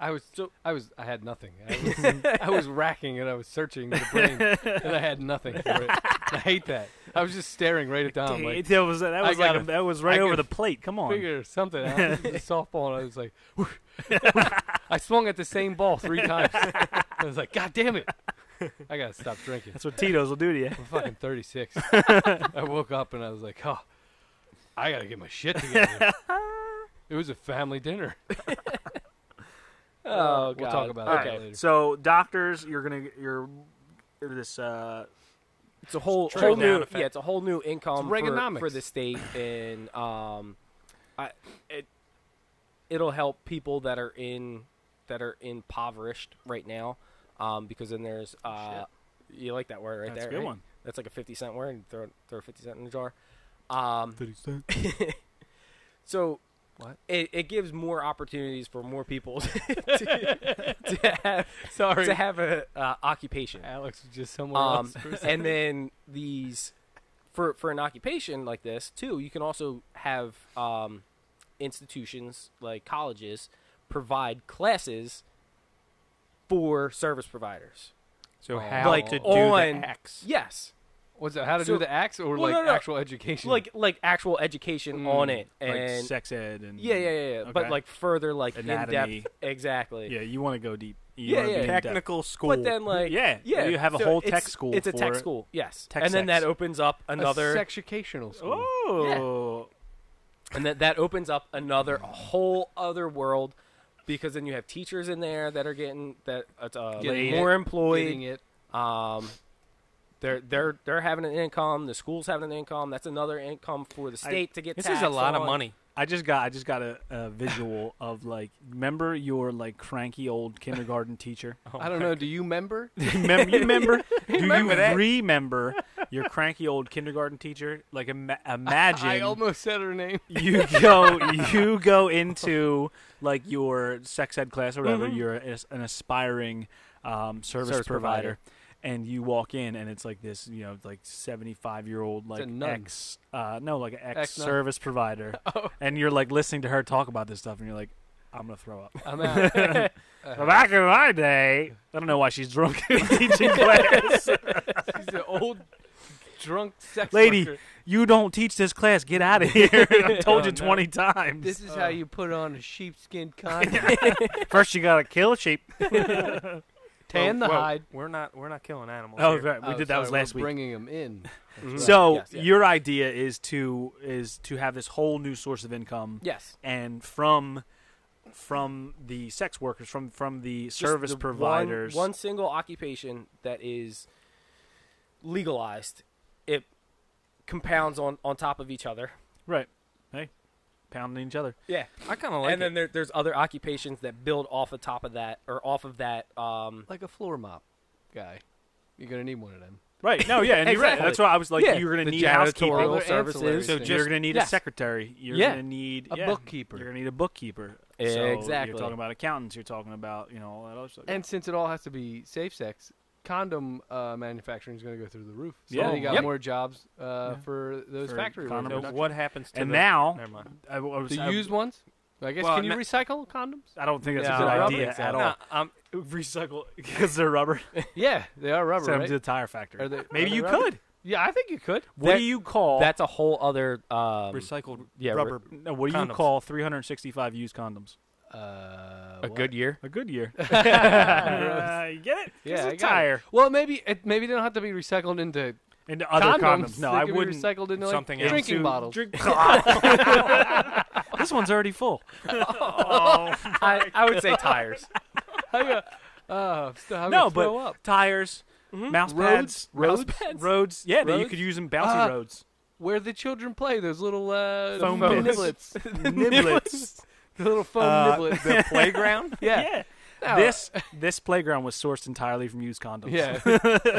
[SPEAKER 2] I was, I was, I had nothing. I was,
[SPEAKER 3] *laughs*
[SPEAKER 2] I was racking and I was searching the brain, and I had nothing for it. I hate that. I was just staring right at
[SPEAKER 1] Oh,
[SPEAKER 2] Dom, like
[SPEAKER 1] that was that
[SPEAKER 2] I
[SPEAKER 1] was like
[SPEAKER 2] gotta-
[SPEAKER 1] a, that was right
[SPEAKER 2] I
[SPEAKER 1] over the
[SPEAKER 2] could
[SPEAKER 1] plate. Come on.
[SPEAKER 2] figure something out. It was a softball, and I was like, *laughs*
[SPEAKER 3] *laughs*
[SPEAKER 2] I swung at the same ball three times. I was like, God damn it! I gotta stop drinking.
[SPEAKER 1] That's what Tito's will do to you.
[SPEAKER 2] I'm fucking 36. I woke up and I was like, oh, I gotta get my shit
[SPEAKER 3] *laughs*
[SPEAKER 2] together. it was a family dinner.
[SPEAKER 3] oh, God.
[SPEAKER 2] We'll talk about
[SPEAKER 3] All
[SPEAKER 2] that
[SPEAKER 3] right.
[SPEAKER 2] later.
[SPEAKER 1] So doctors, you're gonna you're this uh
[SPEAKER 3] It's a whole
[SPEAKER 1] Trickle
[SPEAKER 3] whole
[SPEAKER 1] down
[SPEAKER 3] new
[SPEAKER 1] effect.
[SPEAKER 3] yeah. It's a whole new income
[SPEAKER 2] It's
[SPEAKER 3] for,
[SPEAKER 2] Reaganomics.
[SPEAKER 3] for the state, and um, I, it it'll help people that are in that are impoverished right now, um, because then there's uh, you like that word right
[SPEAKER 1] that's
[SPEAKER 3] there.
[SPEAKER 1] a good
[SPEAKER 3] right?
[SPEAKER 1] one.
[SPEAKER 3] That's like a fifty cent word. And throw throw fifty cent in the jar. Um, so it, it gives more opportunities for more people *laughs* to, to have
[SPEAKER 2] Sorry.
[SPEAKER 3] to have a uh, occupation.
[SPEAKER 2] Alex was just somewhere
[SPEAKER 3] Um,
[SPEAKER 2] else. for a second.
[SPEAKER 3] and then these for for an occupation like this too, you can also have um, institutions like colleges provide classes for service providers.
[SPEAKER 4] So
[SPEAKER 2] Oh.
[SPEAKER 4] how
[SPEAKER 3] Like
[SPEAKER 4] to do
[SPEAKER 3] on-
[SPEAKER 4] the axe?
[SPEAKER 3] Yes,
[SPEAKER 2] What's that? How to
[SPEAKER 3] so-
[SPEAKER 2] do the axe or
[SPEAKER 3] Well,
[SPEAKER 2] like
[SPEAKER 3] no, no.
[SPEAKER 2] actual education?
[SPEAKER 3] like like actual education
[SPEAKER 2] Mm,
[SPEAKER 3] on it
[SPEAKER 1] Hmm. like
[SPEAKER 3] and.
[SPEAKER 1] sex ed and
[SPEAKER 3] yeah, yeah, yeah, yeah.
[SPEAKER 1] Okay.
[SPEAKER 3] But like further, like
[SPEAKER 1] Anatomy.
[SPEAKER 3] in depth, exactly.
[SPEAKER 1] yeah. You want to go deep. You
[SPEAKER 3] Yeah,
[SPEAKER 1] wanna
[SPEAKER 3] yeah.
[SPEAKER 1] Be in-depth.
[SPEAKER 4] Technical school.
[SPEAKER 3] But then, like,
[SPEAKER 1] Yeah,
[SPEAKER 3] yeah,
[SPEAKER 1] you have a
[SPEAKER 3] so
[SPEAKER 1] whole
[SPEAKER 3] it's-
[SPEAKER 1] tech school
[SPEAKER 3] It's a
[SPEAKER 1] for
[SPEAKER 3] tech
[SPEAKER 1] it.
[SPEAKER 3] school, yes.
[SPEAKER 1] Tech
[SPEAKER 3] and then
[SPEAKER 1] sex.
[SPEAKER 3] that opens up
[SPEAKER 2] another
[SPEAKER 3] another,
[SPEAKER 2] educational school.
[SPEAKER 1] Oh,
[SPEAKER 3] and that that opens up another a whole other world, because then you have teachers in there that are getting that uh,
[SPEAKER 2] Getting
[SPEAKER 3] more
[SPEAKER 2] it, Getting
[SPEAKER 3] employed.
[SPEAKER 2] it.
[SPEAKER 3] Um, they're they're they're having an income. The school's having an income. That's another income for the state to get.
[SPEAKER 4] this is a
[SPEAKER 3] taxed
[SPEAKER 4] lot of
[SPEAKER 3] on. *laughs*
[SPEAKER 4] money.
[SPEAKER 1] I just got I just got a, a visual of like remember your like cranky old kindergarten teacher. *laughs*
[SPEAKER 2] I don't know. Do you remember?
[SPEAKER 1] Remem- you remember? Do
[SPEAKER 4] Remember
[SPEAKER 1] you
[SPEAKER 4] that?
[SPEAKER 1] remember your cranky old kindergarten teacher? Like ima- imagine
[SPEAKER 2] I almost said her *laughs* name.
[SPEAKER 1] you go you go into like your sex ed class or
[SPEAKER 2] Mm-hmm.
[SPEAKER 1] whatever you're a, an aspiring um, service,
[SPEAKER 3] Service
[SPEAKER 1] provider,
[SPEAKER 3] provider.
[SPEAKER 1] and you walk in and it's like this you know like 75 year old like
[SPEAKER 2] nun.
[SPEAKER 1] ex uh, no like ex
[SPEAKER 2] Ex-nun. Oh.
[SPEAKER 1] service
[SPEAKER 2] *laughs*
[SPEAKER 1] provider and you're like listening to her talk about this stuff and you're like I'm gonna throw up.
[SPEAKER 2] I'm out. Uh-huh.
[SPEAKER 1] But Back in my day, I don't know why she's drunk in
[SPEAKER 2] *laughs*
[SPEAKER 1] teaching class.
[SPEAKER 2] She's an old drunk sex
[SPEAKER 1] Lady.
[SPEAKER 2] worker.
[SPEAKER 1] you don't teach this class. Get out of here. *laughs* I've told
[SPEAKER 2] Oh,
[SPEAKER 1] you
[SPEAKER 2] no.
[SPEAKER 1] 20 times.
[SPEAKER 2] This is how you put on a sheepskin condom.
[SPEAKER 1] First, you gotta kill a sheep.
[SPEAKER 2] Tan
[SPEAKER 4] Whoa,
[SPEAKER 2] the
[SPEAKER 4] whoa,
[SPEAKER 2] hide.
[SPEAKER 4] We're not. We're not killing animals.
[SPEAKER 1] Oh,
[SPEAKER 4] here.
[SPEAKER 1] right. We
[SPEAKER 2] *laughs* Oh,
[SPEAKER 1] did that was
[SPEAKER 2] sorry, we're
[SPEAKER 1] last week.
[SPEAKER 2] Bringing them in.
[SPEAKER 3] Mhm.
[SPEAKER 1] So
[SPEAKER 3] Yes, yes.
[SPEAKER 1] your idea is to is to have this whole new source of income,
[SPEAKER 3] yes,
[SPEAKER 1] and from from the sex workers, from from the
[SPEAKER 3] Just
[SPEAKER 1] service
[SPEAKER 3] the one-
[SPEAKER 1] providers.
[SPEAKER 3] One, single occupation that is legalized, it compounds on on top of each other.
[SPEAKER 1] right? Hey, pounding each other.
[SPEAKER 3] Yeah,
[SPEAKER 4] I kind of like
[SPEAKER 3] and
[SPEAKER 4] it.
[SPEAKER 3] then there, there's other occupations that build off the top of that or off of that. Um,
[SPEAKER 2] Like a floor mop guy. You're gonna need one of them.
[SPEAKER 1] Right? No, yeah, and you're right.
[SPEAKER 3] Exactly.
[SPEAKER 1] That's why I was like,
[SPEAKER 3] Yeah,
[SPEAKER 1] you're gonna
[SPEAKER 3] the
[SPEAKER 1] need
[SPEAKER 2] All
[SPEAKER 1] housekeeping.
[SPEAKER 3] janitorial
[SPEAKER 2] their ancillary
[SPEAKER 3] services.
[SPEAKER 1] So
[SPEAKER 2] things.
[SPEAKER 1] you're gonna need a
[SPEAKER 3] Yes.
[SPEAKER 1] secretary. You're
[SPEAKER 3] Yeah.
[SPEAKER 1] gonna need
[SPEAKER 2] A
[SPEAKER 1] yeah,
[SPEAKER 2] bookkeeper.
[SPEAKER 1] You're gonna need a bookkeeper. So
[SPEAKER 3] Exactly.
[SPEAKER 1] you're talking about accountants. You're talking about you know all that other stuff.
[SPEAKER 2] And since it all has to be safe sex, condom uh, manufacturing is going to go through the roof. So
[SPEAKER 1] Yeah.
[SPEAKER 2] yeah, you got
[SPEAKER 1] Yep.
[SPEAKER 2] more jobs uh,
[SPEAKER 1] Yeah.
[SPEAKER 2] for those
[SPEAKER 1] For
[SPEAKER 2] factory
[SPEAKER 1] condom
[SPEAKER 2] workers.
[SPEAKER 4] So what happens to
[SPEAKER 1] And
[SPEAKER 4] the,
[SPEAKER 1] *laughs* now-
[SPEAKER 4] Never mind.
[SPEAKER 1] I, I was,
[SPEAKER 2] The
[SPEAKER 1] I,
[SPEAKER 2] used ones? I guess
[SPEAKER 4] Well,
[SPEAKER 2] can you
[SPEAKER 4] no-
[SPEAKER 2] recycle condoms?
[SPEAKER 1] I don't think that's
[SPEAKER 2] No,
[SPEAKER 1] a good
[SPEAKER 2] I don't
[SPEAKER 1] idea
[SPEAKER 2] think so.
[SPEAKER 1] at all.
[SPEAKER 4] No, um,
[SPEAKER 1] Recycle *laughs* because they're rubber.
[SPEAKER 2] yeah, they are rubber,
[SPEAKER 1] Send them
[SPEAKER 2] right?
[SPEAKER 1] to the tire factory.
[SPEAKER 2] Are they-
[SPEAKER 1] Maybe
[SPEAKER 2] are they
[SPEAKER 1] you
[SPEAKER 2] rubber?
[SPEAKER 1] could.
[SPEAKER 2] Yeah, I think
[SPEAKER 1] *laughs*
[SPEAKER 2] you could. *laughs*
[SPEAKER 1] What
[SPEAKER 3] That-
[SPEAKER 1] do you call
[SPEAKER 3] That's a whole other. Um,
[SPEAKER 4] recycled
[SPEAKER 3] yeah, re-
[SPEAKER 4] rubber.
[SPEAKER 1] No, what do you
[SPEAKER 4] condoms.
[SPEAKER 1] call 365 used condoms?
[SPEAKER 2] Uh,
[SPEAKER 3] a
[SPEAKER 2] what?
[SPEAKER 3] good year.
[SPEAKER 1] A good
[SPEAKER 2] *laughs*
[SPEAKER 1] year. *laughs* Uh, you get it?
[SPEAKER 2] Yeah,
[SPEAKER 1] Just
[SPEAKER 2] I
[SPEAKER 1] a
[SPEAKER 2] got it.
[SPEAKER 1] tire
[SPEAKER 2] Well, maybe it, maybe they don't have to be recycled into
[SPEAKER 1] and other condoms. No,
[SPEAKER 2] they
[SPEAKER 1] I
[SPEAKER 2] could be
[SPEAKER 1] wouldn't.
[SPEAKER 2] recycled into like,
[SPEAKER 4] Something else.
[SPEAKER 2] drinking
[SPEAKER 1] Into
[SPEAKER 2] bottles.
[SPEAKER 1] drink-
[SPEAKER 2] *laughs*
[SPEAKER 1] *laughs* this one's already full.
[SPEAKER 2] Oh.
[SPEAKER 3] I, I would say tires.
[SPEAKER 2] I, uh, uh, still having
[SPEAKER 1] no,
[SPEAKER 2] to throw
[SPEAKER 1] but
[SPEAKER 2] up.
[SPEAKER 1] tires, *laughs* mouse pads,
[SPEAKER 2] Roads?
[SPEAKER 1] roads,
[SPEAKER 2] Roads?
[SPEAKER 1] roads, Yeah, that you
[SPEAKER 2] Roads?
[SPEAKER 1] could use them bouncy
[SPEAKER 2] Ah. *laughs*
[SPEAKER 1] roads.
[SPEAKER 2] where the children play those little uh,
[SPEAKER 1] Foam
[SPEAKER 2] foam
[SPEAKER 1] bits.
[SPEAKER 2] niblets,
[SPEAKER 1] *laughs*
[SPEAKER 2] *laughs*
[SPEAKER 1] Niblets.
[SPEAKER 2] the little foam
[SPEAKER 1] Uh, *laughs*
[SPEAKER 2] niblets.
[SPEAKER 4] the playground.
[SPEAKER 2] Yeah,
[SPEAKER 1] Yeah.
[SPEAKER 2] No,
[SPEAKER 1] This this playground was sourced entirely from used condoms.
[SPEAKER 2] yeah.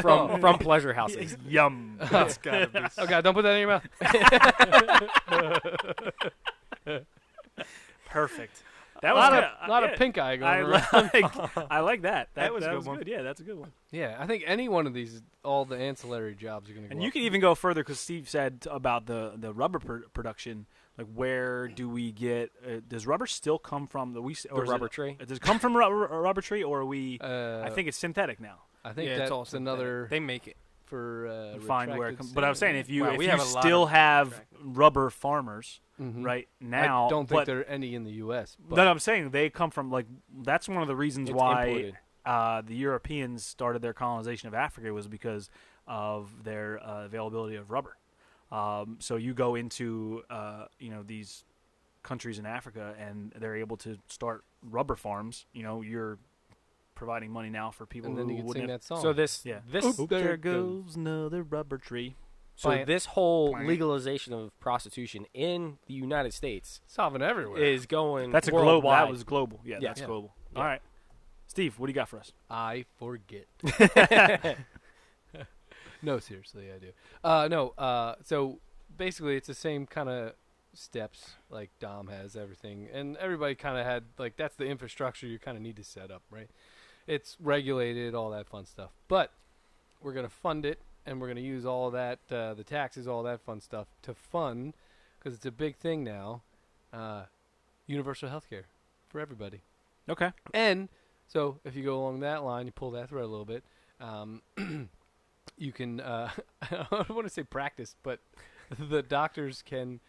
[SPEAKER 3] *laughs* from from
[SPEAKER 4] *laughs*
[SPEAKER 3] pleasure houses.
[SPEAKER 1] Yum. That's gotta be.
[SPEAKER 2] Oh god, don't put that in your mouth.
[SPEAKER 1] *laughs* Perfect. That
[SPEAKER 2] a
[SPEAKER 1] was
[SPEAKER 2] lot
[SPEAKER 1] good.
[SPEAKER 2] of, lot
[SPEAKER 1] Yeah.
[SPEAKER 2] of pink eye going
[SPEAKER 1] I
[SPEAKER 2] around.
[SPEAKER 1] *laughs* like, I like that. That,
[SPEAKER 4] was a
[SPEAKER 1] that
[SPEAKER 4] good
[SPEAKER 1] was
[SPEAKER 4] one.
[SPEAKER 1] good. Yeah, that's a good one.
[SPEAKER 2] yeah, I think any one of these, all the ancillary jobs are going to go.
[SPEAKER 1] And you
[SPEAKER 2] up.
[SPEAKER 1] could even go further because Steve said t- about the the rubber pr- production. Like, where do we get? Uh, does rubber still come from the we? s- Or is
[SPEAKER 3] rubber
[SPEAKER 1] it, uh,
[SPEAKER 3] tree?
[SPEAKER 1] Does it come from rubber, a rubber tree, or are we?
[SPEAKER 2] Uh,
[SPEAKER 1] I think it's synthetic now.
[SPEAKER 2] I think
[SPEAKER 4] yeah,
[SPEAKER 2] that's
[SPEAKER 4] it's all synthetic.
[SPEAKER 2] another
[SPEAKER 4] They make it.
[SPEAKER 2] for uh,
[SPEAKER 1] Find where it
[SPEAKER 2] retracted
[SPEAKER 1] comes. But I was saying, if you
[SPEAKER 4] Wow,
[SPEAKER 1] if
[SPEAKER 4] we
[SPEAKER 1] you
[SPEAKER 4] have a lot of
[SPEAKER 1] still have
[SPEAKER 4] retracted.
[SPEAKER 1] rubber farmers
[SPEAKER 2] Mhm.
[SPEAKER 1] right
[SPEAKER 2] I
[SPEAKER 1] now,
[SPEAKER 2] don't think
[SPEAKER 1] but
[SPEAKER 2] there are any in the U.S. But
[SPEAKER 1] that I'm saying they come from like that's one of the reasons
[SPEAKER 3] It's
[SPEAKER 1] why
[SPEAKER 3] imported.
[SPEAKER 1] uh, the Europeans started their colonization of Africa was because of their uh, availability of rubber. Um, so you go into uh, you know these countries in Africa and they're able to start rubber farms. You know you're providing money now for people
[SPEAKER 2] and then
[SPEAKER 1] who
[SPEAKER 2] you can sing
[SPEAKER 1] wouldn't. have-
[SPEAKER 2] that song.
[SPEAKER 3] So this
[SPEAKER 1] Yeah.
[SPEAKER 3] this
[SPEAKER 2] Oop,
[SPEAKER 1] Oop,
[SPEAKER 2] there
[SPEAKER 1] there,
[SPEAKER 2] it
[SPEAKER 1] goes, another rubber tree.
[SPEAKER 3] so
[SPEAKER 2] Plant.
[SPEAKER 3] this whole
[SPEAKER 1] Plant.
[SPEAKER 3] legalization of prostitution in the United States
[SPEAKER 2] solving everywhere.
[SPEAKER 3] is going
[SPEAKER 1] That's a
[SPEAKER 3] worldwide.
[SPEAKER 1] global. That was global. Yeah,
[SPEAKER 3] Yeah.
[SPEAKER 1] that's
[SPEAKER 2] Yeah.
[SPEAKER 1] global.
[SPEAKER 3] Yeah.
[SPEAKER 1] All right, Steve, what do you got for us?
[SPEAKER 2] I
[SPEAKER 1] *laughs*
[SPEAKER 2] forget. *laughs* no, seriously, I do. Uh, no, uh, so basically, it's the same kind of steps like Dom has everything, and everybody kind of had like that's the infrastructure you kind of need to set up, right? It's regulated, all that fun stuff. But we're gonna fund it, and we're gonna use all that uh, the taxes, all that fun stuff to fund because it's a big thing now. Uh, universal health care for everybody.
[SPEAKER 1] Okay.
[SPEAKER 2] And so, if you go along that line, you pull that thread a little bit. Um, *clears throat* you can uh, *laughs* I don't want to say practice, but the doctors can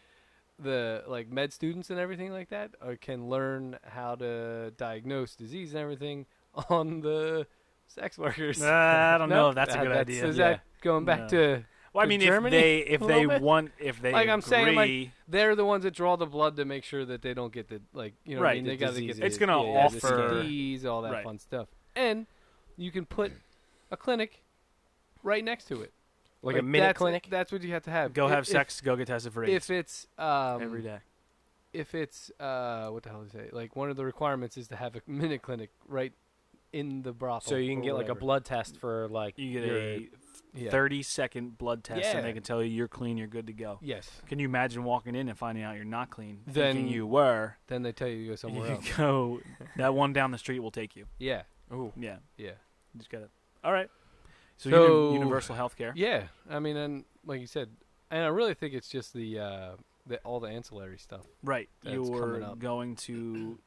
[SPEAKER 2] the like med students and everything like that uh, can learn how to diagnose disease and everything on the sex
[SPEAKER 1] *laughs*
[SPEAKER 2] workers.
[SPEAKER 1] Uh, I don't know
[SPEAKER 2] *laughs* No?
[SPEAKER 1] if that's a
[SPEAKER 2] Uh,
[SPEAKER 1] good idea.
[SPEAKER 2] Is
[SPEAKER 1] Yeah.
[SPEAKER 2] that going back
[SPEAKER 1] No.
[SPEAKER 2] to
[SPEAKER 1] Well, I
[SPEAKER 2] to
[SPEAKER 1] mean,
[SPEAKER 2] Germany
[SPEAKER 1] if they if
[SPEAKER 2] *laughs* a
[SPEAKER 1] they
[SPEAKER 2] little bit?
[SPEAKER 1] want if they
[SPEAKER 2] Like
[SPEAKER 1] agree,
[SPEAKER 2] I'm saying, like, they're the ones that draw the blood to make sure that they don't get the like you know what I
[SPEAKER 1] Right,
[SPEAKER 2] mean?
[SPEAKER 1] the
[SPEAKER 2] they got to get
[SPEAKER 1] diseases.
[SPEAKER 2] the,
[SPEAKER 1] It's gonna
[SPEAKER 2] yeah, the
[SPEAKER 1] offer-
[SPEAKER 2] STDs, all that
[SPEAKER 1] Right.
[SPEAKER 2] fun stuff, and you can put a clinic right next to it,
[SPEAKER 3] Like, a minute
[SPEAKER 2] that's,
[SPEAKER 3] clinic.
[SPEAKER 2] That's what you have to have.
[SPEAKER 1] go
[SPEAKER 2] If-
[SPEAKER 1] have
[SPEAKER 2] if-
[SPEAKER 1] sex, go get tested for
[SPEAKER 2] If
[SPEAKER 1] AIDS
[SPEAKER 2] it's um,
[SPEAKER 1] every day.
[SPEAKER 2] if it's uh, what the hell is it? Like one of the requirements is to have a minute clinic right in the brothel,
[SPEAKER 3] so you can
[SPEAKER 2] or
[SPEAKER 3] get like a
[SPEAKER 2] whatever.
[SPEAKER 3] blood test for like
[SPEAKER 1] You get
[SPEAKER 3] your-
[SPEAKER 1] a
[SPEAKER 2] Yeah.
[SPEAKER 1] thirty second blood test, and they
[SPEAKER 2] Yeah.
[SPEAKER 1] can tell you you're clean, you're good to go.
[SPEAKER 2] Yes.
[SPEAKER 1] Can you imagine walking in and finding out you're not clean?
[SPEAKER 2] Then-
[SPEAKER 1] thinking you were.
[SPEAKER 2] Then they tell you to go somewhere
[SPEAKER 3] *laughs*
[SPEAKER 1] you *laughs*
[SPEAKER 2] else.
[SPEAKER 1] go. That one down the street will take you.
[SPEAKER 2] Yeah.
[SPEAKER 3] Ooh.
[SPEAKER 1] Yeah,
[SPEAKER 2] Yeah.
[SPEAKER 1] you just got it. All right. So,
[SPEAKER 2] So-
[SPEAKER 1] uni- universal health care.
[SPEAKER 2] Yeah, I mean, and like you said, and I really think it's just the uh, the all the ancillary stuff,
[SPEAKER 1] Right.
[SPEAKER 2] That's
[SPEAKER 1] you're
[SPEAKER 2] coming up.
[SPEAKER 1] going to,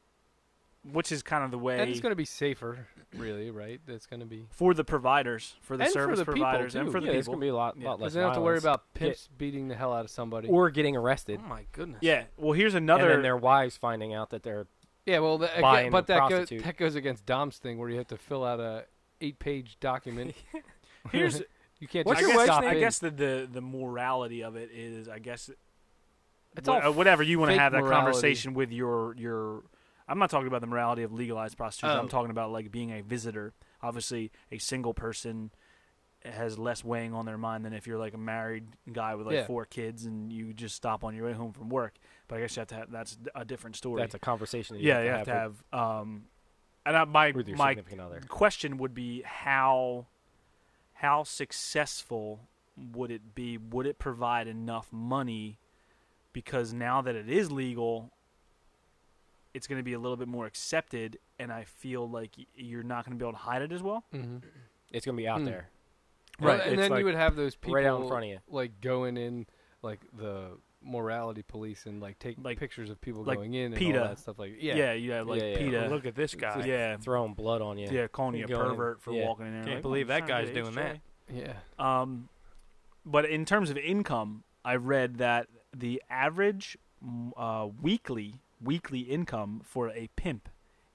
[SPEAKER 1] which is kind of the way
[SPEAKER 2] and it's going to be safer, really, right? That's going to be
[SPEAKER 1] for the providers, for the
[SPEAKER 2] And for
[SPEAKER 1] service
[SPEAKER 2] the people,
[SPEAKER 1] providers, and
[SPEAKER 2] too.
[SPEAKER 1] for the
[SPEAKER 3] yeah, it's
[SPEAKER 1] people.
[SPEAKER 3] gonna be a lot,
[SPEAKER 1] Yeah.
[SPEAKER 3] lot less.
[SPEAKER 2] because they don't have to worry
[SPEAKER 3] violence.
[SPEAKER 2] about pimps beating the hell out of somebody.
[SPEAKER 3] or getting arrested,
[SPEAKER 4] Oh my goodness.
[SPEAKER 1] yeah. Well, here's
[SPEAKER 3] and then
[SPEAKER 1] another.
[SPEAKER 3] their wives finding out that they're
[SPEAKER 2] yeah, well, that,
[SPEAKER 3] buying
[SPEAKER 2] but
[SPEAKER 3] the
[SPEAKER 2] that goes
[SPEAKER 3] prostitute.
[SPEAKER 2] that goes against Dom's thing where you have to fill out a eight page
[SPEAKER 3] *laughs*
[SPEAKER 2] document. *laughs*
[SPEAKER 1] Here's
[SPEAKER 2] you can't.
[SPEAKER 3] What's
[SPEAKER 1] I
[SPEAKER 2] just
[SPEAKER 3] your
[SPEAKER 1] guess,
[SPEAKER 3] wife's
[SPEAKER 2] stop
[SPEAKER 1] I
[SPEAKER 2] in.
[SPEAKER 1] guess the, the the morality of it is, I guess,
[SPEAKER 2] It's
[SPEAKER 1] wha-
[SPEAKER 2] all
[SPEAKER 1] uh, whatever you want to
[SPEAKER 2] fake
[SPEAKER 1] have that
[SPEAKER 2] morality.
[SPEAKER 1] conversation with your your. I'm not talking about the morality of legalized prostitution. I'm
[SPEAKER 2] Oh.
[SPEAKER 1] talking about like being a visitor. Obviously, a single person has less weighing on their mind than if you're like a married guy with like
[SPEAKER 2] Yeah.
[SPEAKER 1] four kids and you just stop on your way home from work. But I guess you have to have that's a different story.
[SPEAKER 3] that's a conversation. That you
[SPEAKER 1] yeah, you have to have. um, and I, my
[SPEAKER 3] with, with your
[SPEAKER 1] my
[SPEAKER 3] significant other.
[SPEAKER 1] question would be how how successful would it be would it provide enough money because now that it is legal it's going to be a little bit more accepted and i feel like y- you're not going to be able to hide it as well
[SPEAKER 2] Mhm.
[SPEAKER 3] It's gonna be out
[SPEAKER 2] Mm.
[SPEAKER 3] there,
[SPEAKER 2] Well,
[SPEAKER 1] Right,
[SPEAKER 2] and
[SPEAKER 3] it's
[SPEAKER 2] then
[SPEAKER 3] like
[SPEAKER 2] you would have those people
[SPEAKER 3] right out in front of you.
[SPEAKER 2] like going in like the morality police and like taking
[SPEAKER 1] Like-
[SPEAKER 2] pictures of people
[SPEAKER 1] like
[SPEAKER 2] going in and
[SPEAKER 1] PETA.
[SPEAKER 2] all that stuff like yeah
[SPEAKER 1] yeah yeah like
[SPEAKER 3] Yeah, yeah.
[SPEAKER 1] peta
[SPEAKER 4] Look at this guy.
[SPEAKER 1] yeah yeah,
[SPEAKER 3] Throwing blood on you.
[SPEAKER 1] calling you a
[SPEAKER 3] Going in.
[SPEAKER 1] pervert for
[SPEAKER 3] Yeah.
[SPEAKER 1] walking in there
[SPEAKER 4] Can't
[SPEAKER 1] like,
[SPEAKER 4] believe
[SPEAKER 1] "Oh, I'm
[SPEAKER 4] that
[SPEAKER 1] trying to
[SPEAKER 4] guy's
[SPEAKER 1] get
[SPEAKER 4] doing
[SPEAKER 1] HIV."
[SPEAKER 4] that.
[SPEAKER 2] yeah
[SPEAKER 1] Um, but in terms of income, I read that the average mm, uh, weekly weekly income for a pimp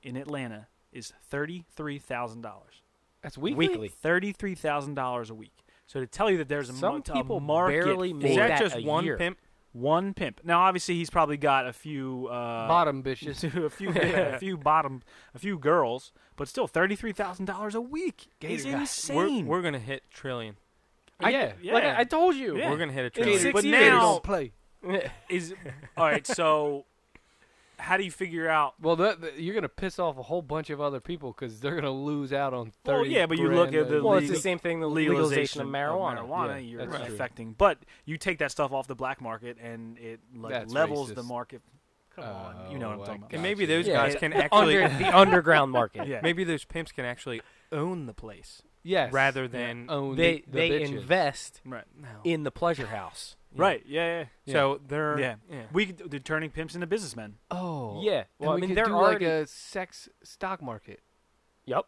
[SPEAKER 1] in Atlanta is thirty three thousand dollars.
[SPEAKER 2] that's weekly,
[SPEAKER 1] Thirty three thousand dollars a week. So to tell you that there's a,
[SPEAKER 3] Some
[SPEAKER 1] mo- a
[SPEAKER 3] people
[SPEAKER 1] market
[SPEAKER 3] barely
[SPEAKER 1] for
[SPEAKER 3] make
[SPEAKER 4] Is that
[SPEAKER 3] that
[SPEAKER 4] just
[SPEAKER 3] a
[SPEAKER 4] one
[SPEAKER 3] year.
[SPEAKER 4] pimp?
[SPEAKER 1] one pimp. Now, obviously, he's probably got a few uh,
[SPEAKER 2] bottom
[SPEAKER 4] *laughs*
[SPEAKER 2] bitches
[SPEAKER 1] *laughs* a few, a few bottom, a few girls, but still thirty three thousand dollars a week is
[SPEAKER 2] Gator guy. We're-
[SPEAKER 1] insane.
[SPEAKER 4] We're, we're gonna hit trillion.
[SPEAKER 2] yeah
[SPEAKER 1] yeah.
[SPEAKER 3] Like I, I told you.
[SPEAKER 1] Yeah.
[SPEAKER 4] We're gonna hit a
[SPEAKER 1] In
[SPEAKER 4] trillion.
[SPEAKER 1] six
[SPEAKER 4] but
[SPEAKER 1] years.
[SPEAKER 4] now
[SPEAKER 1] Don't
[SPEAKER 2] play.
[SPEAKER 1] is all right. So, how do you figure out?
[SPEAKER 2] Well, that, that- you're gonna piss off a whole bunch of other people because they're gonna lose out on thirty.
[SPEAKER 1] Well, yeah, but you look
[SPEAKER 2] grand
[SPEAKER 1] at the
[SPEAKER 2] a-
[SPEAKER 3] Well, it's the
[SPEAKER 1] legal-
[SPEAKER 3] same thing. The legalization, of marijuana.
[SPEAKER 1] marijuana,
[SPEAKER 2] Yeah,
[SPEAKER 1] you're
[SPEAKER 2] that's true.
[SPEAKER 1] affecting. But you take that stuff off the black market, and it like
[SPEAKER 2] That's
[SPEAKER 1] levels the
[SPEAKER 2] racist.
[SPEAKER 1] market. Come on, you know what I'm
[SPEAKER 2] Oh,
[SPEAKER 1] talking
[SPEAKER 2] I
[SPEAKER 1] about.
[SPEAKER 4] and maybe those
[SPEAKER 3] Yeah.
[SPEAKER 4] guys
[SPEAKER 1] Yeah.
[SPEAKER 4] can
[SPEAKER 3] The
[SPEAKER 4] actually
[SPEAKER 3] under- the underground
[SPEAKER 1] *laughs*
[SPEAKER 3] market.
[SPEAKER 1] Yeah,
[SPEAKER 4] maybe those pimps can actually own the place
[SPEAKER 2] yes,
[SPEAKER 4] rather than
[SPEAKER 2] own
[SPEAKER 3] They
[SPEAKER 2] the, the
[SPEAKER 3] they
[SPEAKER 2] bitches.
[SPEAKER 3] invest
[SPEAKER 1] right,
[SPEAKER 4] no.
[SPEAKER 3] in the pleasure house.
[SPEAKER 4] Yeah.
[SPEAKER 1] right, yeah, yeah.
[SPEAKER 2] Yeah.
[SPEAKER 4] So they're
[SPEAKER 1] Yeah. We could, they're turning pimps into businessmen.
[SPEAKER 2] Oh
[SPEAKER 3] Yeah.
[SPEAKER 2] and
[SPEAKER 3] Well, I
[SPEAKER 2] we
[SPEAKER 3] mean,
[SPEAKER 2] could
[SPEAKER 3] they're
[SPEAKER 2] do
[SPEAKER 3] already.
[SPEAKER 2] like a sex stock market.
[SPEAKER 3] yep.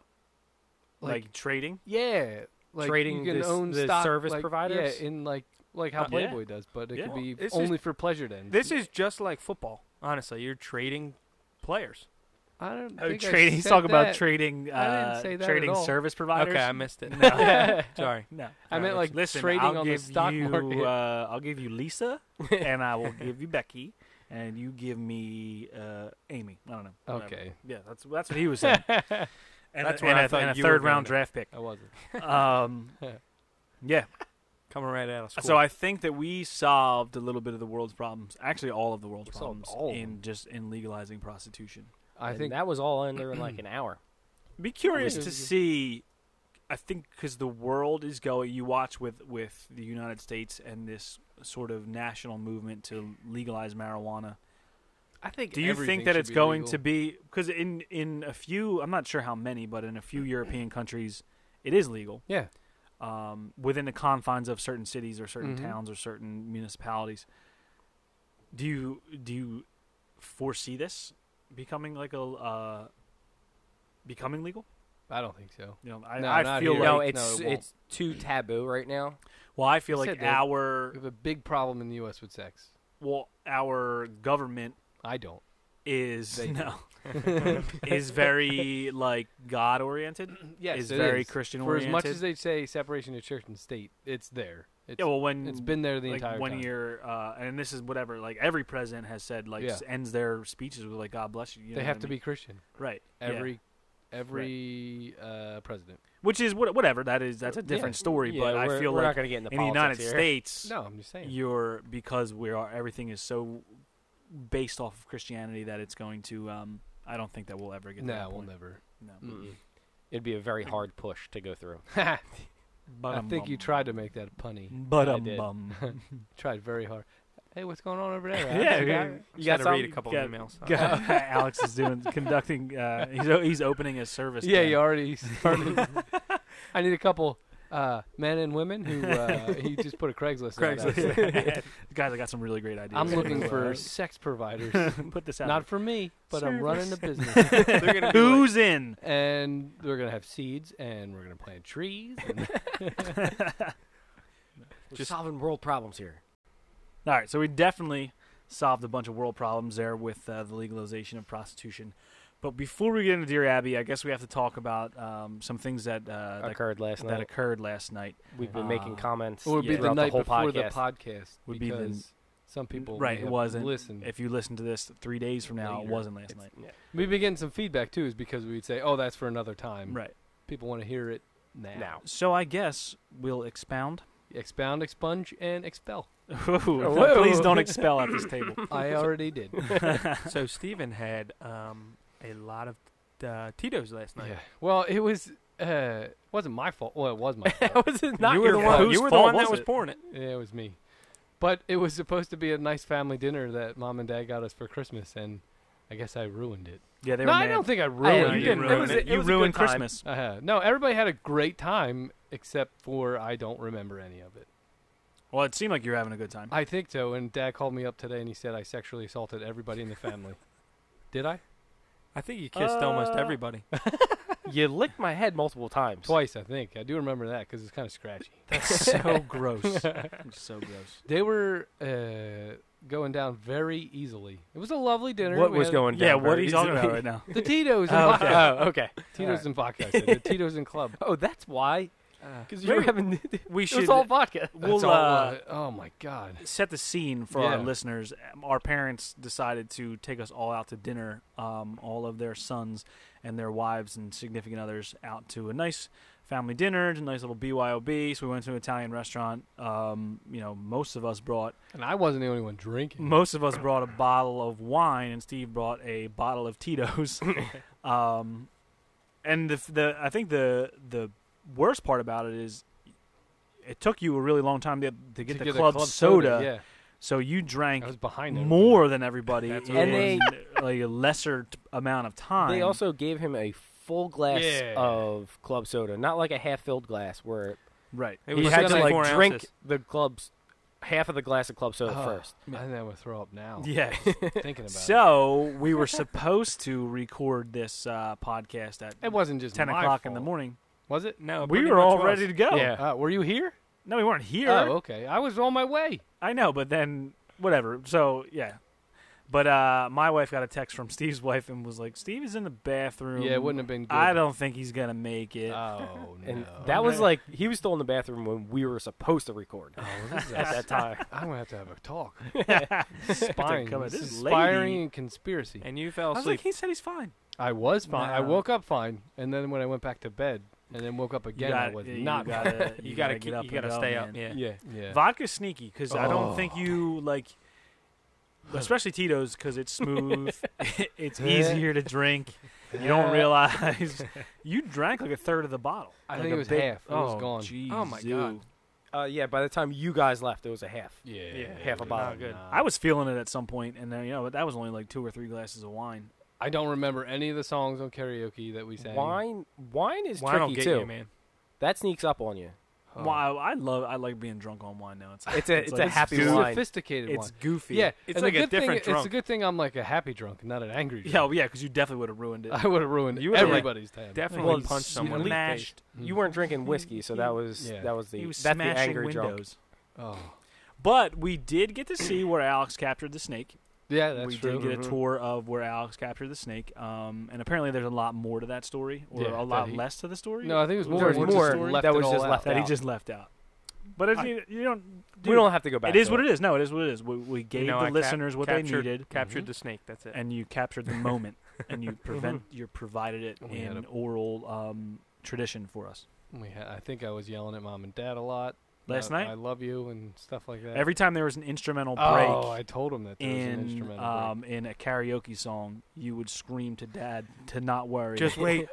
[SPEAKER 1] Like,
[SPEAKER 2] Like-
[SPEAKER 1] trading.
[SPEAKER 2] Yeah, like
[SPEAKER 3] Trading
[SPEAKER 2] you can
[SPEAKER 3] this-
[SPEAKER 2] own
[SPEAKER 3] the
[SPEAKER 2] stock,
[SPEAKER 3] service
[SPEAKER 2] like,
[SPEAKER 3] providers?
[SPEAKER 2] Yeah, in like like how
[SPEAKER 1] Uh, yeah.
[SPEAKER 2] Playboy does, but it
[SPEAKER 1] Yeah.
[SPEAKER 2] could be
[SPEAKER 4] Well, it's
[SPEAKER 2] only for pleasure. Then
[SPEAKER 4] This is just like football. Honestly, you're trading players.
[SPEAKER 2] I don't
[SPEAKER 1] Oh,
[SPEAKER 2] think I
[SPEAKER 1] trading. He's
[SPEAKER 2] said
[SPEAKER 1] talking about
[SPEAKER 2] that.
[SPEAKER 1] trading.
[SPEAKER 2] I didn't
[SPEAKER 1] Uh,
[SPEAKER 2] say that at
[SPEAKER 1] trading
[SPEAKER 2] all.
[SPEAKER 1] service providers.
[SPEAKER 4] Okay, I missed it.
[SPEAKER 1] *laughs*
[SPEAKER 4] *laughs* Sorry.
[SPEAKER 1] No,
[SPEAKER 2] I meant, like,
[SPEAKER 1] Listen,
[SPEAKER 2] trading
[SPEAKER 1] I'll
[SPEAKER 2] on the
[SPEAKER 1] give
[SPEAKER 2] stock
[SPEAKER 1] you,
[SPEAKER 2] market.
[SPEAKER 1] Uh, I'll give you
[SPEAKER 2] *laughs*
[SPEAKER 1] Lisa, and I will give you Becky, and you give me uh, Amy. I don't know. whatever.
[SPEAKER 2] Okay.
[SPEAKER 1] Yeah, that's that's what he was
[SPEAKER 2] *laughs*
[SPEAKER 1] saying. and
[SPEAKER 4] That's
[SPEAKER 1] a,
[SPEAKER 4] where
[SPEAKER 1] and
[SPEAKER 4] I
[SPEAKER 1] a-
[SPEAKER 4] thought
[SPEAKER 1] and a
[SPEAKER 4] you were
[SPEAKER 1] third
[SPEAKER 4] going
[SPEAKER 1] round
[SPEAKER 4] to-
[SPEAKER 1] draft pick.
[SPEAKER 2] I wasn't.
[SPEAKER 1] *laughs* Um,
[SPEAKER 2] *laughs*
[SPEAKER 1] yeah.
[SPEAKER 4] Coming right out of school.
[SPEAKER 1] So I think that we solved a little bit of the world's problems. Actually, all of the world's
[SPEAKER 2] We solved
[SPEAKER 1] problems
[SPEAKER 2] all of
[SPEAKER 1] in just in legalizing prostitution.
[SPEAKER 2] I
[SPEAKER 3] And
[SPEAKER 2] think
[SPEAKER 3] that was all under in like
[SPEAKER 1] *clears throat*
[SPEAKER 3] an hour.
[SPEAKER 1] be curious
[SPEAKER 2] Which
[SPEAKER 1] to
[SPEAKER 2] is-
[SPEAKER 1] see i think because the world is going you watch with with the united states and this sort of national movement to legalize marijuana.
[SPEAKER 2] I think.
[SPEAKER 1] Do you think that it's going to be because in in a few I'm not sure how many, but in a few European countries it is legal
[SPEAKER 2] Yeah.
[SPEAKER 1] um, within the confines of certain cities or certain
[SPEAKER 2] Mhm.
[SPEAKER 1] towns or certain municipalities. Do you do you foresee this becoming like a uh, becoming legal?
[SPEAKER 2] I don't think so.
[SPEAKER 1] You know, I,
[SPEAKER 2] No,
[SPEAKER 1] I
[SPEAKER 2] not
[SPEAKER 1] feel
[SPEAKER 2] here.
[SPEAKER 1] like
[SPEAKER 3] no,
[SPEAKER 2] like-
[SPEAKER 3] it's
[SPEAKER 2] no, it won't.
[SPEAKER 3] it's too taboo right now.
[SPEAKER 1] well, I feel
[SPEAKER 2] They
[SPEAKER 1] like
[SPEAKER 2] said they-
[SPEAKER 1] our
[SPEAKER 2] We have a big problem in the U.S. with sex.
[SPEAKER 1] well our government
[SPEAKER 2] I don't.
[SPEAKER 1] *clears throat* is
[SPEAKER 2] They do.
[SPEAKER 1] *laughs* no is very like God oriented.
[SPEAKER 2] Yes,
[SPEAKER 1] Is
[SPEAKER 2] it
[SPEAKER 1] very Christian-oriented.
[SPEAKER 2] For as much as they say separation of church and state, it's there. It's,
[SPEAKER 1] Yeah, well, when
[SPEAKER 2] it's been there the
[SPEAKER 1] like
[SPEAKER 2] entire
[SPEAKER 1] one
[SPEAKER 2] time.
[SPEAKER 1] year, uh, and this is whatever. Like every president has said, like
[SPEAKER 2] Yeah.
[SPEAKER 1] s- ends their speeches with like God bless you. you know
[SPEAKER 2] they
[SPEAKER 1] what
[SPEAKER 2] have
[SPEAKER 1] I
[SPEAKER 2] to
[SPEAKER 1] mean?
[SPEAKER 2] be Christian.
[SPEAKER 1] right yeah.
[SPEAKER 2] Every every uh, president.
[SPEAKER 1] which is what whatever that is. That's a
[SPEAKER 2] Yeah.
[SPEAKER 1] different story.
[SPEAKER 3] Yeah,
[SPEAKER 1] but I
[SPEAKER 3] we're-
[SPEAKER 1] feel
[SPEAKER 3] we're not
[SPEAKER 1] like
[SPEAKER 3] going to get in the,
[SPEAKER 1] in the United
[SPEAKER 3] politics here. *laughs*
[SPEAKER 1] States,
[SPEAKER 2] No, I'm just saying.
[SPEAKER 1] you're because we are everything is so based off of Christianity that it's going to. Um, I don't think that we'll ever get. to
[SPEAKER 2] no,
[SPEAKER 1] that
[SPEAKER 2] we'll
[SPEAKER 1] point.
[SPEAKER 2] never.
[SPEAKER 1] No.
[SPEAKER 3] Mm-mm. It'd be a very hard push to go *laughs* through.
[SPEAKER 1] But
[SPEAKER 2] I think you tried to make that punny.
[SPEAKER 1] But
[SPEAKER 3] I
[SPEAKER 1] um,
[SPEAKER 3] did.
[SPEAKER 1] bum.
[SPEAKER 2] *laughs* tried very hard. Hey, what's going on
[SPEAKER 1] *laughs*
[SPEAKER 2] over there? Alex?
[SPEAKER 1] yeah,
[SPEAKER 2] You got-
[SPEAKER 1] you-
[SPEAKER 4] *laughs* You
[SPEAKER 1] you
[SPEAKER 4] got to read a
[SPEAKER 1] something?
[SPEAKER 4] couple
[SPEAKER 1] Got-
[SPEAKER 4] of emails.
[SPEAKER 1] *laughs* Go- *laughs* Alex is doing conducting. Uh, he's o- he's opening a service.
[SPEAKER 2] yeah.
[SPEAKER 1] plan.
[SPEAKER 2] You
[SPEAKER 1] *laughs*
[SPEAKER 2] already started. I need a couple uh, men and women who uh, he just put a Craigslist. ad out. *laughs*
[SPEAKER 1] Craigslist. *laughs* Guys, I got some really great ideas.
[SPEAKER 2] I'm looking
[SPEAKER 1] Uh,
[SPEAKER 2] for sex providers.
[SPEAKER 1] *laughs* put this out.
[SPEAKER 2] Not for me, but I'm running a business.
[SPEAKER 1] *laughs*
[SPEAKER 4] *laughs* They're gonna be
[SPEAKER 1] Who's
[SPEAKER 2] *laughs*
[SPEAKER 1] in? *laughs*
[SPEAKER 2] and we're gonna have seeds, and we're gonna plant trees.
[SPEAKER 1] *laughs*
[SPEAKER 2] And
[SPEAKER 3] Just solving world problems here.
[SPEAKER 1] All right, so we definitely solved a bunch of world problems there with uh, the legalization of prostitution. But before we get into Dear Abby, I guess we have to talk about um, some things that uh, that,
[SPEAKER 3] Occurred Ah. last
[SPEAKER 1] that
[SPEAKER 3] night.
[SPEAKER 1] occurred last night.
[SPEAKER 3] We've been
[SPEAKER 1] Uh,
[SPEAKER 3] making comments.
[SPEAKER 2] it would be
[SPEAKER 1] Yeah.
[SPEAKER 2] the
[SPEAKER 3] throughout
[SPEAKER 2] night
[SPEAKER 3] whole
[SPEAKER 2] before
[SPEAKER 3] podcast.
[SPEAKER 2] the podcast
[SPEAKER 1] Would be the-
[SPEAKER 2] because some people
[SPEAKER 1] right,
[SPEAKER 2] may
[SPEAKER 1] it
[SPEAKER 2] have
[SPEAKER 1] wasn't.
[SPEAKER 2] listened.
[SPEAKER 1] If you listen to this three days from now, it
[SPEAKER 2] Later.
[SPEAKER 1] wasn't last night.
[SPEAKER 3] It's- yeah.
[SPEAKER 2] We'd be getting some feedback too, is because we'd say, "Oh, that's for another time."
[SPEAKER 1] Right.
[SPEAKER 2] People want to hear it now.
[SPEAKER 3] Now.
[SPEAKER 1] So I guess we'll expound. *laughs*
[SPEAKER 2] Expound, expunge, and expel.
[SPEAKER 1] Ooh, please don't expel at this table.
[SPEAKER 2] I already did.
[SPEAKER 4] So Steven had um, a lot of uh, Tito's last night.
[SPEAKER 2] yeah. Well, it was uh, wasn't my fault. Well, it was
[SPEAKER 1] *laughs*
[SPEAKER 2] my fault.
[SPEAKER 4] *laughs* That was not
[SPEAKER 1] You were
[SPEAKER 4] your
[SPEAKER 1] the
[SPEAKER 4] fault.
[SPEAKER 1] one-
[SPEAKER 4] You
[SPEAKER 1] whose
[SPEAKER 4] were the
[SPEAKER 1] fault
[SPEAKER 4] one
[SPEAKER 1] was
[SPEAKER 4] that was
[SPEAKER 1] it?
[SPEAKER 4] pouring it.
[SPEAKER 2] Yeah, it was me. But it was supposed to be a nice family dinner that mom and dad got us for Christmas, and I guess I ruined it.
[SPEAKER 1] Yeah, they
[SPEAKER 2] no,
[SPEAKER 1] were
[SPEAKER 2] I
[SPEAKER 1] mad.
[SPEAKER 2] don't think I
[SPEAKER 3] I-
[SPEAKER 2] ruined
[SPEAKER 4] you
[SPEAKER 2] it.
[SPEAKER 4] didn't
[SPEAKER 1] You
[SPEAKER 4] ruin
[SPEAKER 1] ruined
[SPEAKER 4] it.
[SPEAKER 1] it.
[SPEAKER 4] It
[SPEAKER 1] You
[SPEAKER 4] was a
[SPEAKER 1] ruined
[SPEAKER 4] good time.
[SPEAKER 1] Christmas.
[SPEAKER 2] Uh, no, everybody had a great time except for I don't remember any of it.
[SPEAKER 1] Well, it seemed like you were having a good time. *laughs*
[SPEAKER 2] I think so. And Dad called me up today and he said I sexually assaulted everybody in the family. *laughs* Did I?
[SPEAKER 4] I think you kissed almost
[SPEAKER 1] Uh,
[SPEAKER 4] everybody.
[SPEAKER 3] You licked my head multiple times.
[SPEAKER 2] Twice, I think. I do remember that because it's kind of scratchy.
[SPEAKER 1] That's so gross. It's so gross.
[SPEAKER 2] They were uh, going down very easily. It was a lovely dinner.
[SPEAKER 3] What
[SPEAKER 2] We
[SPEAKER 3] was
[SPEAKER 2] had
[SPEAKER 3] going
[SPEAKER 1] Yeah,
[SPEAKER 3] down
[SPEAKER 1] what are
[SPEAKER 3] very
[SPEAKER 1] you talking
[SPEAKER 3] *laughs*
[SPEAKER 1] about
[SPEAKER 3] easily?
[SPEAKER 1] right now?
[SPEAKER 2] The Tito's and
[SPEAKER 1] Oh,
[SPEAKER 2] vodka.
[SPEAKER 1] okay.
[SPEAKER 3] Oh, okay.
[SPEAKER 2] Tito's and vodka. I said. The Tito's and club.
[SPEAKER 3] Oh, that's
[SPEAKER 1] *laughs*
[SPEAKER 3] why.
[SPEAKER 4] Uh,
[SPEAKER 3] Because you were
[SPEAKER 1] Maybe
[SPEAKER 3] having.
[SPEAKER 1] We
[SPEAKER 3] It was
[SPEAKER 1] should
[SPEAKER 3] all vodka.
[SPEAKER 2] That's
[SPEAKER 1] we'll,
[SPEAKER 2] all it
[SPEAKER 1] uh,
[SPEAKER 2] was. oh my god.
[SPEAKER 1] set the scene for our
[SPEAKER 2] Yeah.
[SPEAKER 1] listeners. Um, Our parents decided to take us all out to dinner, um, all of their sons and their wives and significant others out to a nice family dinner, a nice little BYOB. So we went to an Italian restaurant. Um, you know, most of us brought
[SPEAKER 2] And I wasn't the only one drinking.
[SPEAKER 1] most of us brought a bottle of wine, and Steve brought a bottle of *laughs* Tito's. um, and the, the I think the the worst part about it is it took you a really long time to, to get
[SPEAKER 2] To
[SPEAKER 1] the
[SPEAKER 2] get a
[SPEAKER 1] club, soda, so you
[SPEAKER 2] Yeah,
[SPEAKER 1] drank
[SPEAKER 2] I was behind everybody.
[SPEAKER 1] more than everybody
[SPEAKER 4] That's
[SPEAKER 1] in
[SPEAKER 4] what
[SPEAKER 3] it
[SPEAKER 1] *laughs* like a lesser t- amount of time.
[SPEAKER 3] They also gave him a full glass
[SPEAKER 2] Yeah.
[SPEAKER 3] of club soda, not like a half-filled glass where
[SPEAKER 1] right.
[SPEAKER 4] it
[SPEAKER 3] he
[SPEAKER 4] was
[SPEAKER 3] had to like
[SPEAKER 4] 74
[SPEAKER 3] drink
[SPEAKER 4] ounces.
[SPEAKER 3] the club's half of the glass of club soda
[SPEAKER 2] Oh,
[SPEAKER 3] first.
[SPEAKER 2] I think I'm gonna throw up now. *laughs*
[SPEAKER 1] Yeah.
[SPEAKER 2] thinking *laughs* about it.
[SPEAKER 1] so we were supposed to record this uh, podcast at
[SPEAKER 2] It wasn't just
[SPEAKER 1] ten
[SPEAKER 2] my
[SPEAKER 1] o'clock in the
[SPEAKER 2] fault.
[SPEAKER 1] morning.
[SPEAKER 2] Was it?
[SPEAKER 4] No, it
[SPEAKER 1] We
[SPEAKER 4] pretty
[SPEAKER 1] were
[SPEAKER 4] much
[SPEAKER 1] all
[SPEAKER 4] was.
[SPEAKER 1] ready to go.
[SPEAKER 3] Yeah.
[SPEAKER 2] Uh, were you here?
[SPEAKER 1] No, we weren't here.
[SPEAKER 2] Oh, okay. I was on my way.
[SPEAKER 1] I know, but then whatever. So yeah, but uh, my wife got a text from Steve's wife and was like, "Steve is in the bathroom.
[SPEAKER 2] Yeah, it wouldn't have been good.
[SPEAKER 1] I don't think he's gonna make it."
[SPEAKER 2] *laughs* Oh no.
[SPEAKER 3] And that
[SPEAKER 1] Oh,
[SPEAKER 3] was
[SPEAKER 1] no.
[SPEAKER 3] like he was still in the bathroom when we were supposed to record
[SPEAKER 2] Oh, this is *laughs*
[SPEAKER 3] at *laughs* that time.
[SPEAKER 2] I'm gonna have to have a *laughs* talk.
[SPEAKER 1] *laughs* Spying.
[SPEAKER 2] Spying.
[SPEAKER 1] Come at
[SPEAKER 2] This
[SPEAKER 1] this
[SPEAKER 2] is
[SPEAKER 1] lady.
[SPEAKER 2] spying and conspiracy.
[SPEAKER 4] And you
[SPEAKER 1] I
[SPEAKER 4] fell
[SPEAKER 1] was
[SPEAKER 4] asleep.
[SPEAKER 1] like, *laughs* he said he's fine.
[SPEAKER 2] I was fine. I
[SPEAKER 1] No.
[SPEAKER 2] woke up fine, and then when I went back to bed, and then woke up
[SPEAKER 1] You
[SPEAKER 2] again, I
[SPEAKER 1] got,
[SPEAKER 2] was
[SPEAKER 1] you
[SPEAKER 2] not. fine.
[SPEAKER 1] gotta,
[SPEAKER 4] you gotta keep,
[SPEAKER 1] get up
[SPEAKER 4] you
[SPEAKER 1] and
[SPEAKER 4] gotta
[SPEAKER 1] go,
[SPEAKER 4] stay
[SPEAKER 1] man.
[SPEAKER 4] up. Yeah.
[SPEAKER 2] yeah, yeah.
[SPEAKER 1] Vodka's sneaky because I don't
[SPEAKER 2] Oh.
[SPEAKER 1] think you like, especially Tito's because it's
[SPEAKER 2] *laughs*
[SPEAKER 1] smooth. *laughs* it's easier to drink. You don't realize you drank like a third of the bottle.
[SPEAKER 2] I
[SPEAKER 1] Like
[SPEAKER 2] think
[SPEAKER 1] a
[SPEAKER 2] it was
[SPEAKER 1] big-
[SPEAKER 2] half. It was
[SPEAKER 1] oh,
[SPEAKER 2] gone.
[SPEAKER 1] Geez,
[SPEAKER 4] Oh, my God.
[SPEAKER 3] Uh, yeah, by the time you guys left, it was a half.
[SPEAKER 2] Yeah,
[SPEAKER 4] Yeah,
[SPEAKER 3] half a
[SPEAKER 2] it
[SPEAKER 3] bottle.
[SPEAKER 2] was
[SPEAKER 4] Not good.
[SPEAKER 2] not-
[SPEAKER 1] I was feeling it at some point, and then, you know that was only like two or three glasses of wine.
[SPEAKER 2] I don't remember any of the songs on karaoke that we sang.
[SPEAKER 3] Wine, wine is
[SPEAKER 4] Wine don't
[SPEAKER 3] tricky
[SPEAKER 4] get
[SPEAKER 3] too.
[SPEAKER 4] you, man.
[SPEAKER 3] That sneaks up on you.
[SPEAKER 2] Oh.
[SPEAKER 1] Wow, I love I like being drunk on wine now. It's
[SPEAKER 3] It's a- it's a
[SPEAKER 1] like-
[SPEAKER 3] happy
[SPEAKER 1] goofy.
[SPEAKER 3] wine.
[SPEAKER 2] Sophisticated
[SPEAKER 1] It's
[SPEAKER 2] wine.
[SPEAKER 1] goofy.
[SPEAKER 2] Yeah, and
[SPEAKER 4] It's
[SPEAKER 2] the
[SPEAKER 4] like a
[SPEAKER 2] good thing-
[SPEAKER 4] different
[SPEAKER 2] It's a
[SPEAKER 4] drunk.
[SPEAKER 2] good thing I'm like a happy drunk, not an angry.
[SPEAKER 1] yeah,
[SPEAKER 2] Drunk.
[SPEAKER 1] well, yeah, because you definitely would have ruined it.
[SPEAKER 2] *laughs* I would have ruined
[SPEAKER 4] You would've, like,
[SPEAKER 2] everybody's time.
[SPEAKER 4] Definitely
[SPEAKER 3] Well,
[SPEAKER 4] punch someone. in the face.
[SPEAKER 1] Smashed.
[SPEAKER 2] Mm.
[SPEAKER 3] You weren't drinking whiskey, so that was
[SPEAKER 2] Yeah.
[SPEAKER 3] that was the
[SPEAKER 1] He was
[SPEAKER 3] that's the
[SPEAKER 1] smashing
[SPEAKER 3] angry drunk.
[SPEAKER 1] windows.
[SPEAKER 2] Oh,
[SPEAKER 1] But we did get to see where Alex captured the snake.
[SPEAKER 2] yeah, that's
[SPEAKER 1] we
[SPEAKER 2] true. Mm-hmm.
[SPEAKER 1] did get a
[SPEAKER 3] Mhm.
[SPEAKER 1] tour of where Alex captured the snake. Um, and apparently there's a lot more to that story, or
[SPEAKER 2] Yeah,
[SPEAKER 1] a
[SPEAKER 2] that
[SPEAKER 1] lot
[SPEAKER 2] he-
[SPEAKER 1] less to the story.
[SPEAKER 2] No, I think it was more.
[SPEAKER 3] There was
[SPEAKER 2] we just
[SPEAKER 3] more
[SPEAKER 2] sort of
[SPEAKER 3] that
[SPEAKER 2] it
[SPEAKER 3] was
[SPEAKER 2] all
[SPEAKER 3] just
[SPEAKER 2] out.
[SPEAKER 3] left
[SPEAKER 1] that he
[SPEAKER 3] out.
[SPEAKER 1] just left out. But if
[SPEAKER 4] I-
[SPEAKER 1] you, you don't,
[SPEAKER 3] We
[SPEAKER 1] dude,
[SPEAKER 3] don't have to go back.
[SPEAKER 1] It is
[SPEAKER 3] to
[SPEAKER 1] what it is. No, it is what it is. We, we gave
[SPEAKER 4] know,
[SPEAKER 1] the
[SPEAKER 4] I cap-
[SPEAKER 1] listeners what they
[SPEAKER 4] captured-
[SPEAKER 1] needed, Mm-hmm.
[SPEAKER 4] Captured
[SPEAKER 2] Mhm.
[SPEAKER 4] the snake. That's it.
[SPEAKER 2] *laughs*
[SPEAKER 1] and you captured the moment, and you prevent you provided it
[SPEAKER 2] Mm-hmm. We had
[SPEAKER 1] in oral um, tradition for us.
[SPEAKER 2] We had, I think I was yelling at mom and dad a lot
[SPEAKER 1] Last
[SPEAKER 2] about
[SPEAKER 1] night?
[SPEAKER 2] I love you and stuff like that.
[SPEAKER 1] Every time there was an instrumental break,
[SPEAKER 2] oh, I told him that there was an
[SPEAKER 1] in
[SPEAKER 2] instrumental break.
[SPEAKER 1] um, in a karaoke song, you would scream to dad to not worry. *laughs*
[SPEAKER 4] Just wait.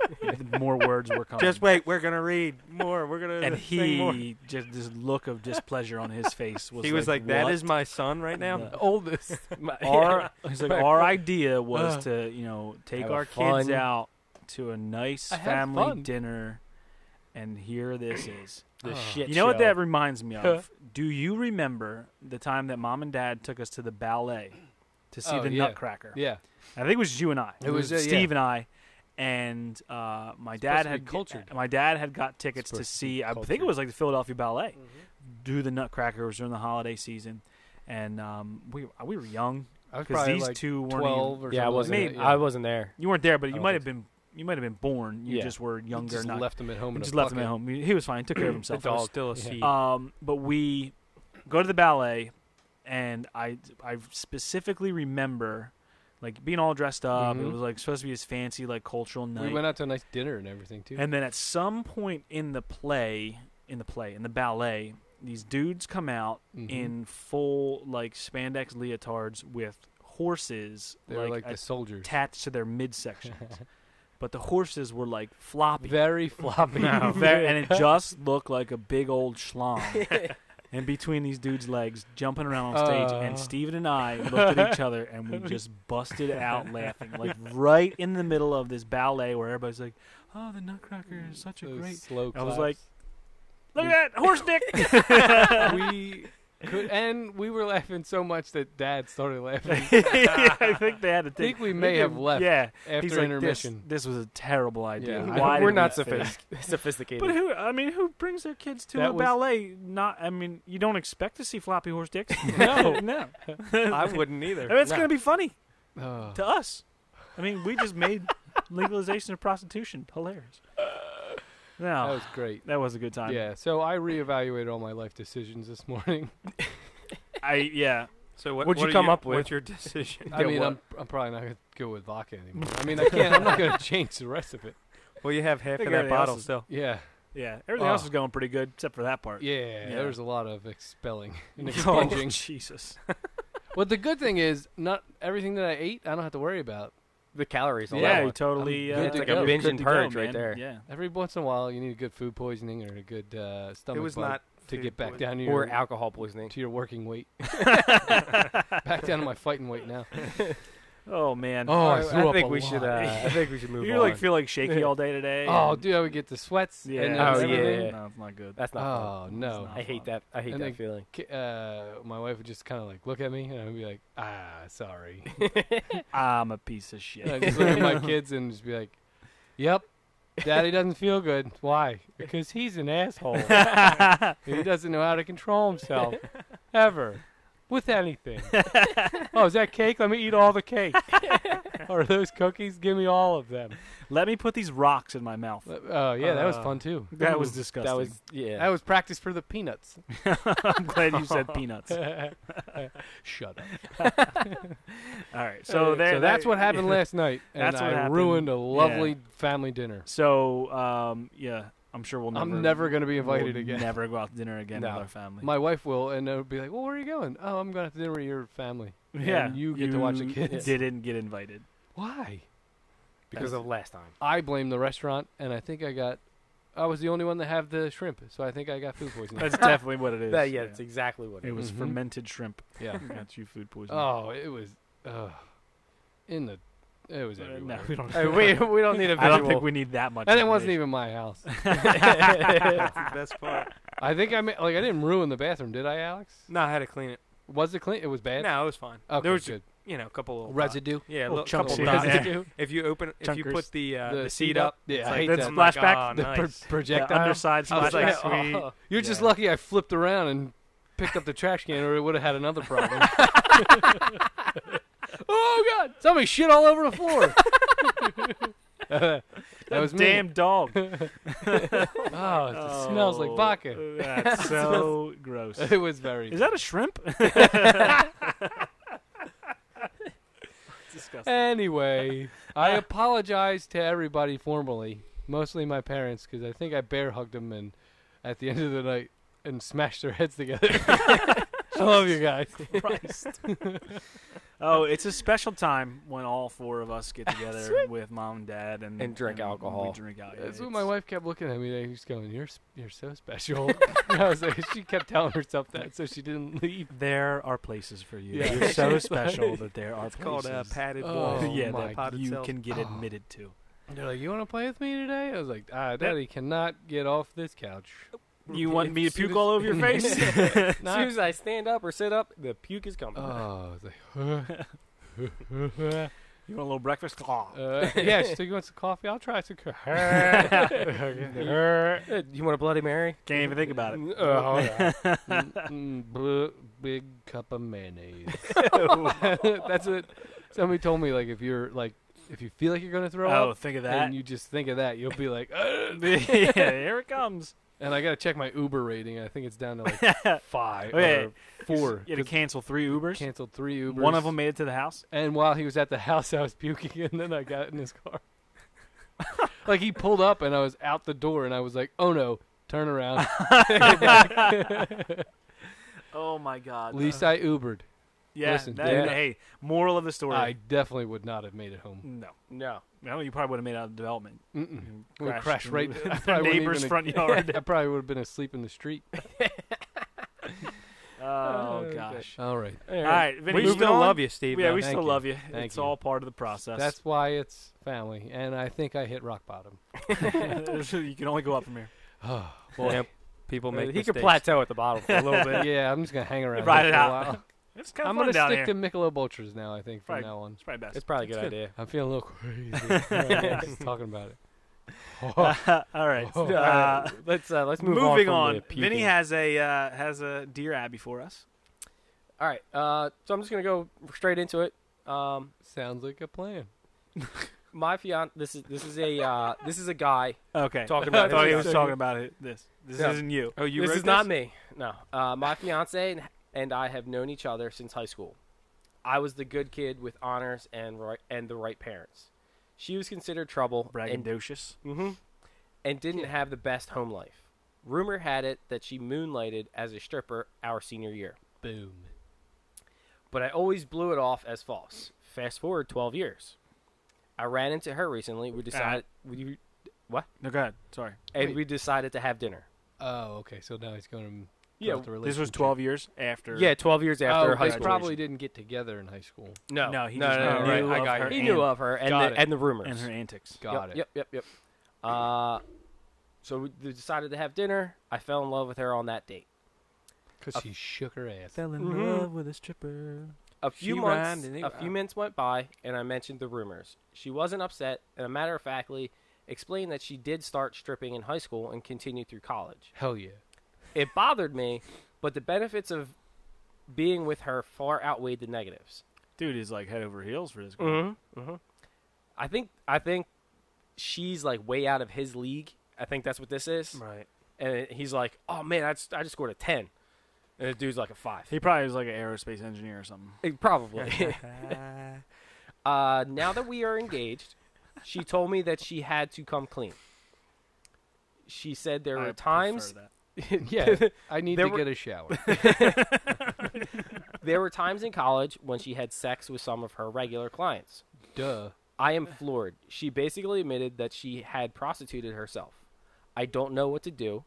[SPEAKER 1] more words
[SPEAKER 2] *laughs*
[SPEAKER 1] were coming.
[SPEAKER 4] Just wait. We're gonna read more. We're gonna *laughs*
[SPEAKER 1] and
[SPEAKER 4] sing more.
[SPEAKER 1] he just this look of displeasure on his face was
[SPEAKER 4] he was like, "That is my son right
[SPEAKER 1] *laughs*
[SPEAKER 4] now."
[SPEAKER 1] Yeah.
[SPEAKER 2] oldest. My-
[SPEAKER 1] our he's like our idea was
[SPEAKER 4] Ugh.
[SPEAKER 1] to you know take
[SPEAKER 3] Have
[SPEAKER 1] our kids
[SPEAKER 3] fun.
[SPEAKER 1] out to a nice
[SPEAKER 2] I had
[SPEAKER 1] family
[SPEAKER 2] fun.
[SPEAKER 1] dinner, and here this is.
[SPEAKER 3] The
[SPEAKER 2] Oh.
[SPEAKER 3] shit.
[SPEAKER 1] You know what
[SPEAKER 3] show.
[SPEAKER 1] that reminds me of? Do you remember the time that mom and dad took us to the ballet to see
[SPEAKER 2] Oh,
[SPEAKER 1] the
[SPEAKER 2] yeah.
[SPEAKER 1] Nutcracker?
[SPEAKER 2] yeah,
[SPEAKER 1] I think it was you and I.
[SPEAKER 2] It was, uh, yeah.
[SPEAKER 1] Steve and I, and uh, my
[SPEAKER 2] supposed
[SPEAKER 1] dad
[SPEAKER 2] to be
[SPEAKER 1] had
[SPEAKER 2] cultured.
[SPEAKER 1] My dad had got tickets to
[SPEAKER 2] supposed to be
[SPEAKER 1] see. I think it
[SPEAKER 2] cultured. Mm-hmm.
[SPEAKER 1] was like the Philadelphia Ballet do the Nutcracker. It was during the holiday season, and um, we we were young
[SPEAKER 2] I was
[SPEAKER 1] because
[SPEAKER 2] probably
[SPEAKER 1] these
[SPEAKER 2] like
[SPEAKER 1] two weren't.
[SPEAKER 2] twelve or
[SPEAKER 3] Yeah, I
[SPEAKER 2] something
[SPEAKER 3] wasn't.
[SPEAKER 2] like that, yeah.
[SPEAKER 3] I wasn't there.
[SPEAKER 1] Even, you weren't there, but
[SPEAKER 3] I
[SPEAKER 1] you
[SPEAKER 3] don't
[SPEAKER 1] might
[SPEAKER 3] think
[SPEAKER 1] have been. You might have been born. You
[SPEAKER 3] Yeah.
[SPEAKER 1] just were younger.
[SPEAKER 2] Just
[SPEAKER 1] not,
[SPEAKER 2] left him at home. in
[SPEAKER 1] just
[SPEAKER 2] a
[SPEAKER 1] left him at
[SPEAKER 2] bucket.
[SPEAKER 1] home. He was fine. Took
[SPEAKER 2] *clears throat*
[SPEAKER 1] care of himself.
[SPEAKER 4] There's still a
[SPEAKER 2] Yeah.
[SPEAKER 4] seed.
[SPEAKER 1] Um, but we go to the ballet, and I I specifically remember like being all dressed up. It
[SPEAKER 2] Mhm.
[SPEAKER 1] was like supposed to be this fancy like cultural night.
[SPEAKER 2] We went out to a nice dinner and everything too.
[SPEAKER 1] and then at some point in the play, in the play, in the ballet, these dudes come out
[SPEAKER 2] Mhm.
[SPEAKER 1] in full like spandex leotards with horses
[SPEAKER 2] they were like
[SPEAKER 1] like
[SPEAKER 2] the soldiers.
[SPEAKER 1] attached to their
[SPEAKER 2] *laughs*
[SPEAKER 1] midsection. But the horses were like floppy.
[SPEAKER 2] Very floppy. *laughs*
[SPEAKER 1] Ve- *laughs* and it just looked like a big old schlong
[SPEAKER 2] *laughs*
[SPEAKER 1] in between these dudes' legs jumping around on stage.
[SPEAKER 2] Uh.
[SPEAKER 1] and Steven and I looked at each other
[SPEAKER 2] *laughs*
[SPEAKER 1] and we just busted out laughing, like right in the middle of this ballet where everybody's like, "Oh, the Nutcracker is such a
[SPEAKER 2] Those
[SPEAKER 1] great."
[SPEAKER 2] slow
[SPEAKER 1] I was
[SPEAKER 2] claps.
[SPEAKER 1] Look at that horse dick.
[SPEAKER 2] *laughs*
[SPEAKER 1] *laughs*
[SPEAKER 2] we could, and we were laughing so much that Dad
[SPEAKER 1] *laughs*
[SPEAKER 2] started laughing.
[SPEAKER 1] Yeah, I think they had to
[SPEAKER 2] I
[SPEAKER 1] take.
[SPEAKER 2] think we may have left
[SPEAKER 1] Yeah,
[SPEAKER 2] after
[SPEAKER 1] he's like,
[SPEAKER 2] intermission.
[SPEAKER 1] This, this was a terrible idea.
[SPEAKER 2] Yeah.
[SPEAKER 1] Why
[SPEAKER 3] we're
[SPEAKER 1] did
[SPEAKER 3] not
[SPEAKER 1] we finish?"
[SPEAKER 3] sophistic- sophisticated.
[SPEAKER 1] But who? I mean, who brings their kids to
[SPEAKER 2] That
[SPEAKER 1] a
[SPEAKER 2] was-
[SPEAKER 1] ballet? Not. I mean, you don't expect to see floppy horse
[SPEAKER 2] *laughs*
[SPEAKER 1] dicks. no, *laughs* no.
[SPEAKER 4] *laughs*
[SPEAKER 1] *laughs*
[SPEAKER 4] I wouldn't either.
[SPEAKER 1] Uh, I mean, it's
[SPEAKER 3] No.
[SPEAKER 1] gonna be funny
[SPEAKER 2] Oh.
[SPEAKER 1] to us. I mean, we just made *laughs* legalization of prostitution hilarious.
[SPEAKER 2] Uh, that
[SPEAKER 1] No,
[SPEAKER 2] was great.
[SPEAKER 1] that was a good time.
[SPEAKER 2] Yeah, so I reevaluated all my life decisions
[SPEAKER 1] *laughs*
[SPEAKER 2] this morning.
[SPEAKER 1] I yeah.
[SPEAKER 4] So what?
[SPEAKER 3] What'd you
[SPEAKER 4] what are
[SPEAKER 3] come up with?
[SPEAKER 4] What's your decision?
[SPEAKER 2] *laughs* I
[SPEAKER 3] Yeah,
[SPEAKER 2] mean,
[SPEAKER 3] what?
[SPEAKER 2] I'm, I'm probably not going to go with vodka anymore. I mean, I can't. I'm not
[SPEAKER 1] *laughs*
[SPEAKER 2] going to change the rest of it.
[SPEAKER 4] well, you have half
[SPEAKER 1] Think
[SPEAKER 4] of that
[SPEAKER 1] everything else
[SPEAKER 4] bottle
[SPEAKER 1] is-
[SPEAKER 4] still.
[SPEAKER 2] Yeah,
[SPEAKER 1] Yeah, everything else
[SPEAKER 2] Oh.
[SPEAKER 1] is going pretty good except for that part.
[SPEAKER 2] yeah.
[SPEAKER 1] Yeah.
[SPEAKER 2] There was a lot of expelling
[SPEAKER 1] *laughs*
[SPEAKER 2] and
[SPEAKER 1] Oh,
[SPEAKER 2] expunging.
[SPEAKER 1] Jesus.
[SPEAKER 2] Well, the good thing is, not everything that I ate, I don't have to worry about.
[SPEAKER 3] the calories. on
[SPEAKER 2] that
[SPEAKER 1] yeah,
[SPEAKER 3] that
[SPEAKER 1] you
[SPEAKER 3] one.
[SPEAKER 1] totally.
[SPEAKER 2] I'm
[SPEAKER 1] uh,
[SPEAKER 2] good to It's like a go.
[SPEAKER 3] binge
[SPEAKER 1] good
[SPEAKER 3] and
[SPEAKER 1] to
[SPEAKER 3] purge
[SPEAKER 1] go,
[SPEAKER 3] right
[SPEAKER 1] man.
[SPEAKER 3] there.
[SPEAKER 1] Yeah.
[SPEAKER 2] Every once in a while, you need a good food poisoning or a good uh,
[SPEAKER 4] It
[SPEAKER 2] stomach
[SPEAKER 4] was
[SPEAKER 2] bug
[SPEAKER 4] not
[SPEAKER 2] to
[SPEAKER 4] food
[SPEAKER 2] get back
[SPEAKER 1] *laughs*
[SPEAKER 4] poison.
[SPEAKER 2] down to your
[SPEAKER 3] or alcohol poisoning.
[SPEAKER 2] to your working
[SPEAKER 3] *laughs*
[SPEAKER 2] weight. back down to my fighting weight now.
[SPEAKER 1] Oh man.
[SPEAKER 2] Oh, I
[SPEAKER 3] I,
[SPEAKER 2] threw up
[SPEAKER 3] think
[SPEAKER 2] a
[SPEAKER 3] we should.
[SPEAKER 2] lot.
[SPEAKER 3] Uh, I think we should move
[SPEAKER 1] you
[SPEAKER 3] on.
[SPEAKER 1] like feel like
[SPEAKER 2] *laughs*
[SPEAKER 1] shaky all day today.
[SPEAKER 2] Oh,
[SPEAKER 1] and-
[SPEAKER 2] dude, I would get the sweats.
[SPEAKER 1] Yeah.
[SPEAKER 2] And
[SPEAKER 3] Oh, yeah.
[SPEAKER 2] everything.
[SPEAKER 1] No, it's not good.
[SPEAKER 3] That's not. fun.
[SPEAKER 2] Oh no!
[SPEAKER 1] not
[SPEAKER 3] I
[SPEAKER 1] fun.
[SPEAKER 3] hate that. I hate
[SPEAKER 2] And
[SPEAKER 3] that
[SPEAKER 2] they-
[SPEAKER 3] feeling.
[SPEAKER 2] K- Uh, my wife would just kind of like look at me, and I would be like, "Ah, sorry."
[SPEAKER 1] I'm a piece of
[SPEAKER 2] *laughs*
[SPEAKER 1] shit.
[SPEAKER 2] And I'd just look at my
[SPEAKER 1] *laughs*
[SPEAKER 2] kids and just be like, "Yep, Daddy doesn't feel good. Why? Because he's
[SPEAKER 1] *laughs*
[SPEAKER 2] an asshole. he doesn't know how to control himself ever." With anything. oh, is that cake? Let me eat all
[SPEAKER 1] *laughs*
[SPEAKER 2] the cake. Or those cookies? Give me all of them.
[SPEAKER 1] Let me put these rocks in my mouth.
[SPEAKER 2] Let- Oh, yeah, that was
[SPEAKER 4] Uh,
[SPEAKER 2] fun too.
[SPEAKER 1] That was
[SPEAKER 3] Ooh,
[SPEAKER 1] disgusting.
[SPEAKER 3] That was yeah.
[SPEAKER 2] That was practice for the peanuts.
[SPEAKER 1] *laughs* I'm glad you
[SPEAKER 2] *laughs*
[SPEAKER 1] said peanuts. All
[SPEAKER 2] Shut up.
[SPEAKER 1] right. So
[SPEAKER 2] Uh,
[SPEAKER 1] there.
[SPEAKER 2] that's
[SPEAKER 1] *laughs*
[SPEAKER 2] what happened
[SPEAKER 1] yeah.
[SPEAKER 2] last night, and
[SPEAKER 1] That's what
[SPEAKER 2] I
[SPEAKER 1] happened.
[SPEAKER 2] ruined a lovely
[SPEAKER 1] Yeah.
[SPEAKER 2] family dinner.
[SPEAKER 1] So um, yeah, I'm sure we'll never.
[SPEAKER 2] I'm never going to be invited
[SPEAKER 1] we'll
[SPEAKER 2] again.
[SPEAKER 1] Never go out to dinner again
[SPEAKER 3] No.
[SPEAKER 1] with our family. *laughs*
[SPEAKER 2] My wife will, and it'll be like, "Well, where are you going? Oh, I'm going to dinner with your family.
[SPEAKER 1] yeah,
[SPEAKER 2] and you get to watch the
[SPEAKER 1] you
[SPEAKER 2] kids.
[SPEAKER 1] Didn't get
[SPEAKER 2] *laughs*
[SPEAKER 1] invited.
[SPEAKER 2] Why?
[SPEAKER 3] because of last time.
[SPEAKER 2] I blame the restaurant, and I think I got I was the only one that have the shrimp, so I think I got food poisoning.
[SPEAKER 1] That's definitely what it is.
[SPEAKER 3] That, yeah, it's exactly what
[SPEAKER 1] It
[SPEAKER 3] it is.
[SPEAKER 1] was
[SPEAKER 2] Mhm.
[SPEAKER 1] fermented shrimp. *laughs*
[SPEAKER 2] yeah.
[SPEAKER 1] Got you food poisoning.
[SPEAKER 2] *laughs* Oh, it was uh, in the. It was
[SPEAKER 1] Uh, no,
[SPEAKER 2] everywhere.
[SPEAKER 1] we don't- *laughs*
[SPEAKER 2] Uh, we, we don't need a
[SPEAKER 1] I
[SPEAKER 2] visual.
[SPEAKER 1] don't think we need that much.
[SPEAKER 2] and it wasn't even *laughs* my house.
[SPEAKER 4] *laughs*
[SPEAKER 1] *laughs*
[SPEAKER 4] That's the best part.
[SPEAKER 2] I think I ma- like I didn't ruin the bathroom, did I, Alex?
[SPEAKER 4] No, I had to clean it.
[SPEAKER 2] Was it clean? It was bad.
[SPEAKER 4] No, it was fine.
[SPEAKER 2] Okay,
[SPEAKER 4] there was
[SPEAKER 2] good.
[SPEAKER 4] you know a couple little dots.
[SPEAKER 2] Residue.
[SPEAKER 4] Yeah, a
[SPEAKER 1] Little
[SPEAKER 4] little,
[SPEAKER 1] chunks
[SPEAKER 4] couple
[SPEAKER 1] of
[SPEAKER 4] dots.
[SPEAKER 1] residue. *laughs*
[SPEAKER 4] If you open, if you
[SPEAKER 1] Chunkers.
[SPEAKER 4] put the uh,
[SPEAKER 2] The
[SPEAKER 4] the
[SPEAKER 2] seat
[SPEAKER 4] seat
[SPEAKER 2] up?
[SPEAKER 4] up,
[SPEAKER 2] Yeah,
[SPEAKER 4] it's
[SPEAKER 2] I
[SPEAKER 4] like,
[SPEAKER 2] hate
[SPEAKER 4] that's
[SPEAKER 2] that.
[SPEAKER 4] like,
[SPEAKER 1] Splashback?
[SPEAKER 4] oh,
[SPEAKER 2] The pro- *laughs*
[SPEAKER 4] nice.
[SPEAKER 1] The
[SPEAKER 2] projectile.
[SPEAKER 1] underside
[SPEAKER 2] I was like,
[SPEAKER 1] splashback. sweet.
[SPEAKER 2] *laughs* oh, you're just
[SPEAKER 4] Yeah.
[SPEAKER 2] lucky I flipped around and picked up the trash can, or it would have had
[SPEAKER 1] *laughs*
[SPEAKER 2] another problem. *laughs* oh God! Somebody shit all over the
[SPEAKER 1] *laughs*
[SPEAKER 2] floor. *laughs* that was me.
[SPEAKER 1] damn dog.
[SPEAKER 2] Oh, it smells like
[SPEAKER 1] Oh,
[SPEAKER 2] vodka. *laughs*
[SPEAKER 1] That's so gross.
[SPEAKER 2] It was very.
[SPEAKER 1] Is that a
[SPEAKER 2] *laughs*
[SPEAKER 1] shrimp? *laughs* disgusting. *laughs*
[SPEAKER 2] Anyway, I apologize to everybody formally, mostly my parents, because I think I bear hugged them and at the end of the night and smashed their heads together. *laughs*
[SPEAKER 1] *laughs*
[SPEAKER 2] I love you guys.
[SPEAKER 1] Oh, it's a special time when all four of us get together with mom and dad and
[SPEAKER 3] And drink
[SPEAKER 1] We
[SPEAKER 3] alcohol.
[SPEAKER 1] drink alcohol.
[SPEAKER 2] That's what my wife kept looking at me. Like, she's going, "You're s- you're so *laughs* special." And I was like, she kept telling herself that, so she didn't *laughs* leave.
[SPEAKER 1] There are places for you.
[SPEAKER 2] Yeah.
[SPEAKER 1] You're
[SPEAKER 2] *laughs*
[SPEAKER 1] so special that there are
[SPEAKER 4] It's
[SPEAKER 1] places
[SPEAKER 4] called uh, padded
[SPEAKER 2] Oh,
[SPEAKER 4] walls.
[SPEAKER 1] *laughs*
[SPEAKER 2] wall.
[SPEAKER 1] yeah,
[SPEAKER 2] my
[SPEAKER 1] that Ah.
[SPEAKER 4] Potted
[SPEAKER 1] you
[SPEAKER 4] self.
[SPEAKER 1] can get
[SPEAKER 2] Oh.
[SPEAKER 1] admitted to.
[SPEAKER 2] And they're like, "You want to play with me today?" I was like, "Ah, Daddy cannot get off this couch."
[SPEAKER 1] You want me to
[SPEAKER 2] As soon
[SPEAKER 1] puke
[SPEAKER 2] as-
[SPEAKER 1] all
[SPEAKER 2] *laughs*
[SPEAKER 1] over your face?
[SPEAKER 3] As soon as I stand up or sit up, the puke is coming.
[SPEAKER 2] Oh, *laughs* I was like.
[SPEAKER 1] You want a little breakfast?
[SPEAKER 2] Uh, yeah, she's like, you want some coffee? I'll try some *laughs* coffee.
[SPEAKER 3] Uh, you want a Bloody Mary?
[SPEAKER 1] Can't even think about it.
[SPEAKER 3] Uh,
[SPEAKER 2] Oh,
[SPEAKER 3] hold
[SPEAKER 1] *laughs*
[SPEAKER 3] on.
[SPEAKER 2] Mm, Big cup
[SPEAKER 1] *laughs*
[SPEAKER 2] of mayonnaise. *laughs* That's what somebody told me. Like, if you're like, if you feel like you're gonna throw
[SPEAKER 1] Oh,
[SPEAKER 2] up,
[SPEAKER 1] think of that.
[SPEAKER 2] and you just think of that, you'll
[SPEAKER 1] *laughs*
[SPEAKER 2] be like,
[SPEAKER 1] yeah,
[SPEAKER 2] "Ugh."
[SPEAKER 1] here it comes.
[SPEAKER 2] *laughs* and I gotta check my Uber rating. I think it's down to like five
[SPEAKER 1] Okay.
[SPEAKER 2] or four.
[SPEAKER 1] You had to
[SPEAKER 2] 'cause
[SPEAKER 1] cancel three
[SPEAKER 2] I
[SPEAKER 1] Ubers.
[SPEAKER 2] canceled three Ubers.
[SPEAKER 1] One of them made it to the
[SPEAKER 2] *laughs*
[SPEAKER 1] house. *laughs*
[SPEAKER 2] And while he was at the house, I was puking, and then I got in his
[SPEAKER 1] *laughs*
[SPEAKER 2] car. like he pulled up, and I was out the door, and I was like, "Oh no, turn
[SPEAKER 1] *laughs*
[SPEAKER 2] around."
[SPEAKER 1] Oh my God.
[SPEAKER 2] At least I Ubered.
[SPEAKER 1] yeah,
[SPEAKER 2] listen,
[SPEAKER 1] that-
[SPEAKER 2] yeah.
[SPEAKER 1] Hey, moral of the story.
[SPEAKER 2] I definitely would not have made it home.
[SPEAKER 1] no,
[SPEAKER 3] No.
[SPEAKER 1] no, you probably would have made it out of development.
[SPEAKER 2] Mm-mm.
[SPEAKER 1] You
[SPEAKER 2] We would
[SPEAKER 1] crashed
[SPEAKER 2] crash
[SPEAKER 1] in
[SPEAKER 2] right. *laughs* I
[SPEAKER 1] Your
[SPEAKER 2] probably wouldn't
[SPEAKER 1] neighbor's
[SPEAKER 2] even- *laughs*
[SPEAKER 1] front yard.
[SPEAKER 2] I probably would have been asleep in the street.
[SPEAKER 1] *laughs* oh gosh.
[SPEAKER 2] All right,
[SPEAKER 1] *laughs* All right, Vinny,
[SPEAKER 4] We
[SPEAKER 1] moving
[SPEAKER 4] still
[SPEAKER 1] on?
[SPEAKER 4] love you, Steve.
[SPEAKER 1] Yeah,
[SPEAKER 4] though.
[SPEAKER 1] we
[SPEAKER 2] Thank
[SPEAKER 1] still
[SPEAKER 2] you.
[SPEAKER 1] love you.
[SPEAKER 2] Thank
[SPEAKER 1] it's
[SPEAKER 2] you.
[SPEAKER 1] all part of the process.
[SPEAKER 2] that's why it's family, and I think I hit rock bottom.
[SPEAKER 1] *sighs* *laughs*
[SPEAKER 2] *laughs*
[SPEAKER 1] you can only go up from here.
[SPEAKER 2] Oh,
[SPEAKER 4] You
[SPEAKER 2] boy.
[SPEAKER 4] know, people make
[SPEAKER 3] uh, he could
[SPEAKER 4] mistakes. *laughs*
[SPEAKER 3] plateau at the bottom for a little bit.
[SPEAKER 2] yeah, I'm just gonna hang around.
[SPEAKER 1] Ride
[SPEAKER 2] here
[SPEAKER 1] it
[SPEAKER 2] for a
[SPEAKER 1] out. *laughs*
[SPEAKER 2] while.
[SPEAKER 1] It's kind of
[SPEAKER 2] I'm
[SPEAKER 1] fun
[SPEAKER 2] gonna
[SPEAKER 1] down here.
[SPEAKER 2] stick to Michelob Ultras now. I think from
[SPEAKER 1] Right.
[SPEAKER 2] now on.
[SPEAKER 1] it's probably best.
[SPEAKER 3] It's probably a good,
[SPEAKER 2] That's
[SPEAKER 3] idea.
[SPEAKER 2] I'm feeling a little crazy *laughs* right now, just talking about it. Oh,
[SPEAKER 1] *laughs* all right.
[SPEAKER 2] *laughs* Oh.
[SPEAKER 1] Uh,
[SPEAKER 3] Uh, let's uh, let's move
[SPEAKER 1] moving
[SPEAKER 3] on.
[SPEAKER 1] on,
[SPEAKER 3] from the puking.
[SPEAKER 1] Vinny has a uh, has a Dear Abby for us.
[SPEAKER 3] All right. Uh, so I'm just gonna go straight into it. Um,
[SPEAKER 2] sounds like a plan.
[SPEAKER 3] my fiance. This is this is a uh, this is a guy
[SPEAKER 1] Okay, *laughs*
[SPEAKER 3] talking
[SPEAKER 1] I
[SPEAKER 3] about.
[SPEAKER 1] thought he
[SPEAKER 3] his-
[SPEAKER 1] was talking about it. This this
[SPEAKER 3] Yeah.
[SPEAKER 1] isn't you.
[SPEAKER 4] Oh, you
[SPEAKER 3] this
[SPEAKER 4] wrote
[SPEAKER 3] is not me. No. Uh, my fiance and, and I have known each other since high school. I was the good kid with honors and right, and the right parents. She was considered trouble and,
[SPEAKER 1] Braggadocious.
[SPEAKER 3] Mhm. and didn't have the best home life. Rumor had it that she moonlighted as a stripper our senior year,
[SPEAKER 2] Boom.
[SPEAKER 3] but I always blew it off as false. Fast forward 12 years. I ran into her recently. We decided we,
[SPEAKER 1] No, go ahead. Sorry.
[SPEAKER 3] and
[SPEAKER 2] wait.
[SPEAKER 3] we decided to have dinner.
[SPEAKER 2] Oh, okay. So now he's going to m-
[SPEAKER 3] Yeah,
[SPEAKER 2] start the
[SPEAKER 1] This was
[SPEAKER 2] relationship.
[SPEAKER 1] 12 years after.
[SPEAKER 3] Yeah, 12 years after
[SPEAKER 2] oh,
[SPEAKER 3] high
[SPEAKER 2] they
[SPEAKER 3] school.
[SPEAKER 2] probably didn't get together in high school.
[SPEAKER 3] No,
[SPEAKER 1] No, he
[SPEAKER 3] no,
[SPEAKER 1] just
[SPEAKER 3] no, no,
[SPEAKER 1] knew
[SPEAKER 3] right.
[SPEAKER 1] of
[SPEAKER 3] I got
[SPEAKER 1] her
[SPEAKER 3] it. He
[SPEAKER 1] and-
[SPEAKER 3] knew of her and
[SPEAKER 2] Got
[SPEAKER 3] the,
[SPEAKER 2] it.
[SPEAKER 3] and the rumors.
[SPEAKER 1] and her antics.
[SPEAKER 2] Got
[SPEAKER 3] yep,
[SPEAKER 2] it.
[SPEAKER 3] Yep, yep, yep. Uh, so we d- decided to have dinner. I fell in love with her on that date.
[SPEAKER 2] Because she shook her ass.
[SPEAKER 4] Fell in
[SPEAKER 3] Mhm.
[SPEAKER 4] love with a stripper.
[SPEAKER 3] A few
[SPEAKER 4] She
[SPEAKER 3] months,
[SPEAKER 4] ran and he
[SPEAKER 3] a few
[SPEAKER 4] ran.
[SPEAKER 3] minutes went by, and I mentioned the rumors. She wasn't upset, and a matter of factly explained that she did start stripping in high school and continued through college.
[SPEAKER 2] Hell yeah.
[SPEAKER 3] It bothered me, but the benefits of being with her far outweighed the negatives.
[SPEAKER 1] Dude is like head over heels for this girl.
[SPEAKER 3] Mm-hmm. Mm-hmm. I think I think she's like way out of his league. I think that's what this is.
[SPEAKER 4] Right.
[SPEAKER 3] And he's like, "Oh man, I just, I just scored a ten. And the dude's like a five.
[SPEAKER 1] He probably was like an aerospace engineer or something.
[SPEAKER 3] Eh,
[SPEAKER 4] *laughs*
[SPEAKER 3] Probably. *laughs* uh, now that we are engaged, she told me that she had to come clean. She said there
[SPEAKER 1] I
[SPEAKER 3] were
[SPEAKER 1] prefer
[SPEAKER 3] times
[SPEAKER 1] that.
[SPEAKER 2] *laughs* Yeah. I need
[SPEAKER 3] There
[SPEAKER 2] to
[SPEAKER 3] were-
[SPEAKER 2] get a *laughs* shower.
[SPEAKER 3] there were times in college when she had sex with some of her regular clients.
[SPEAKER 2] Duh.
[SPEAKER 3] I am floored. She basically admitted that she had prostituted herself. I don't know what to do.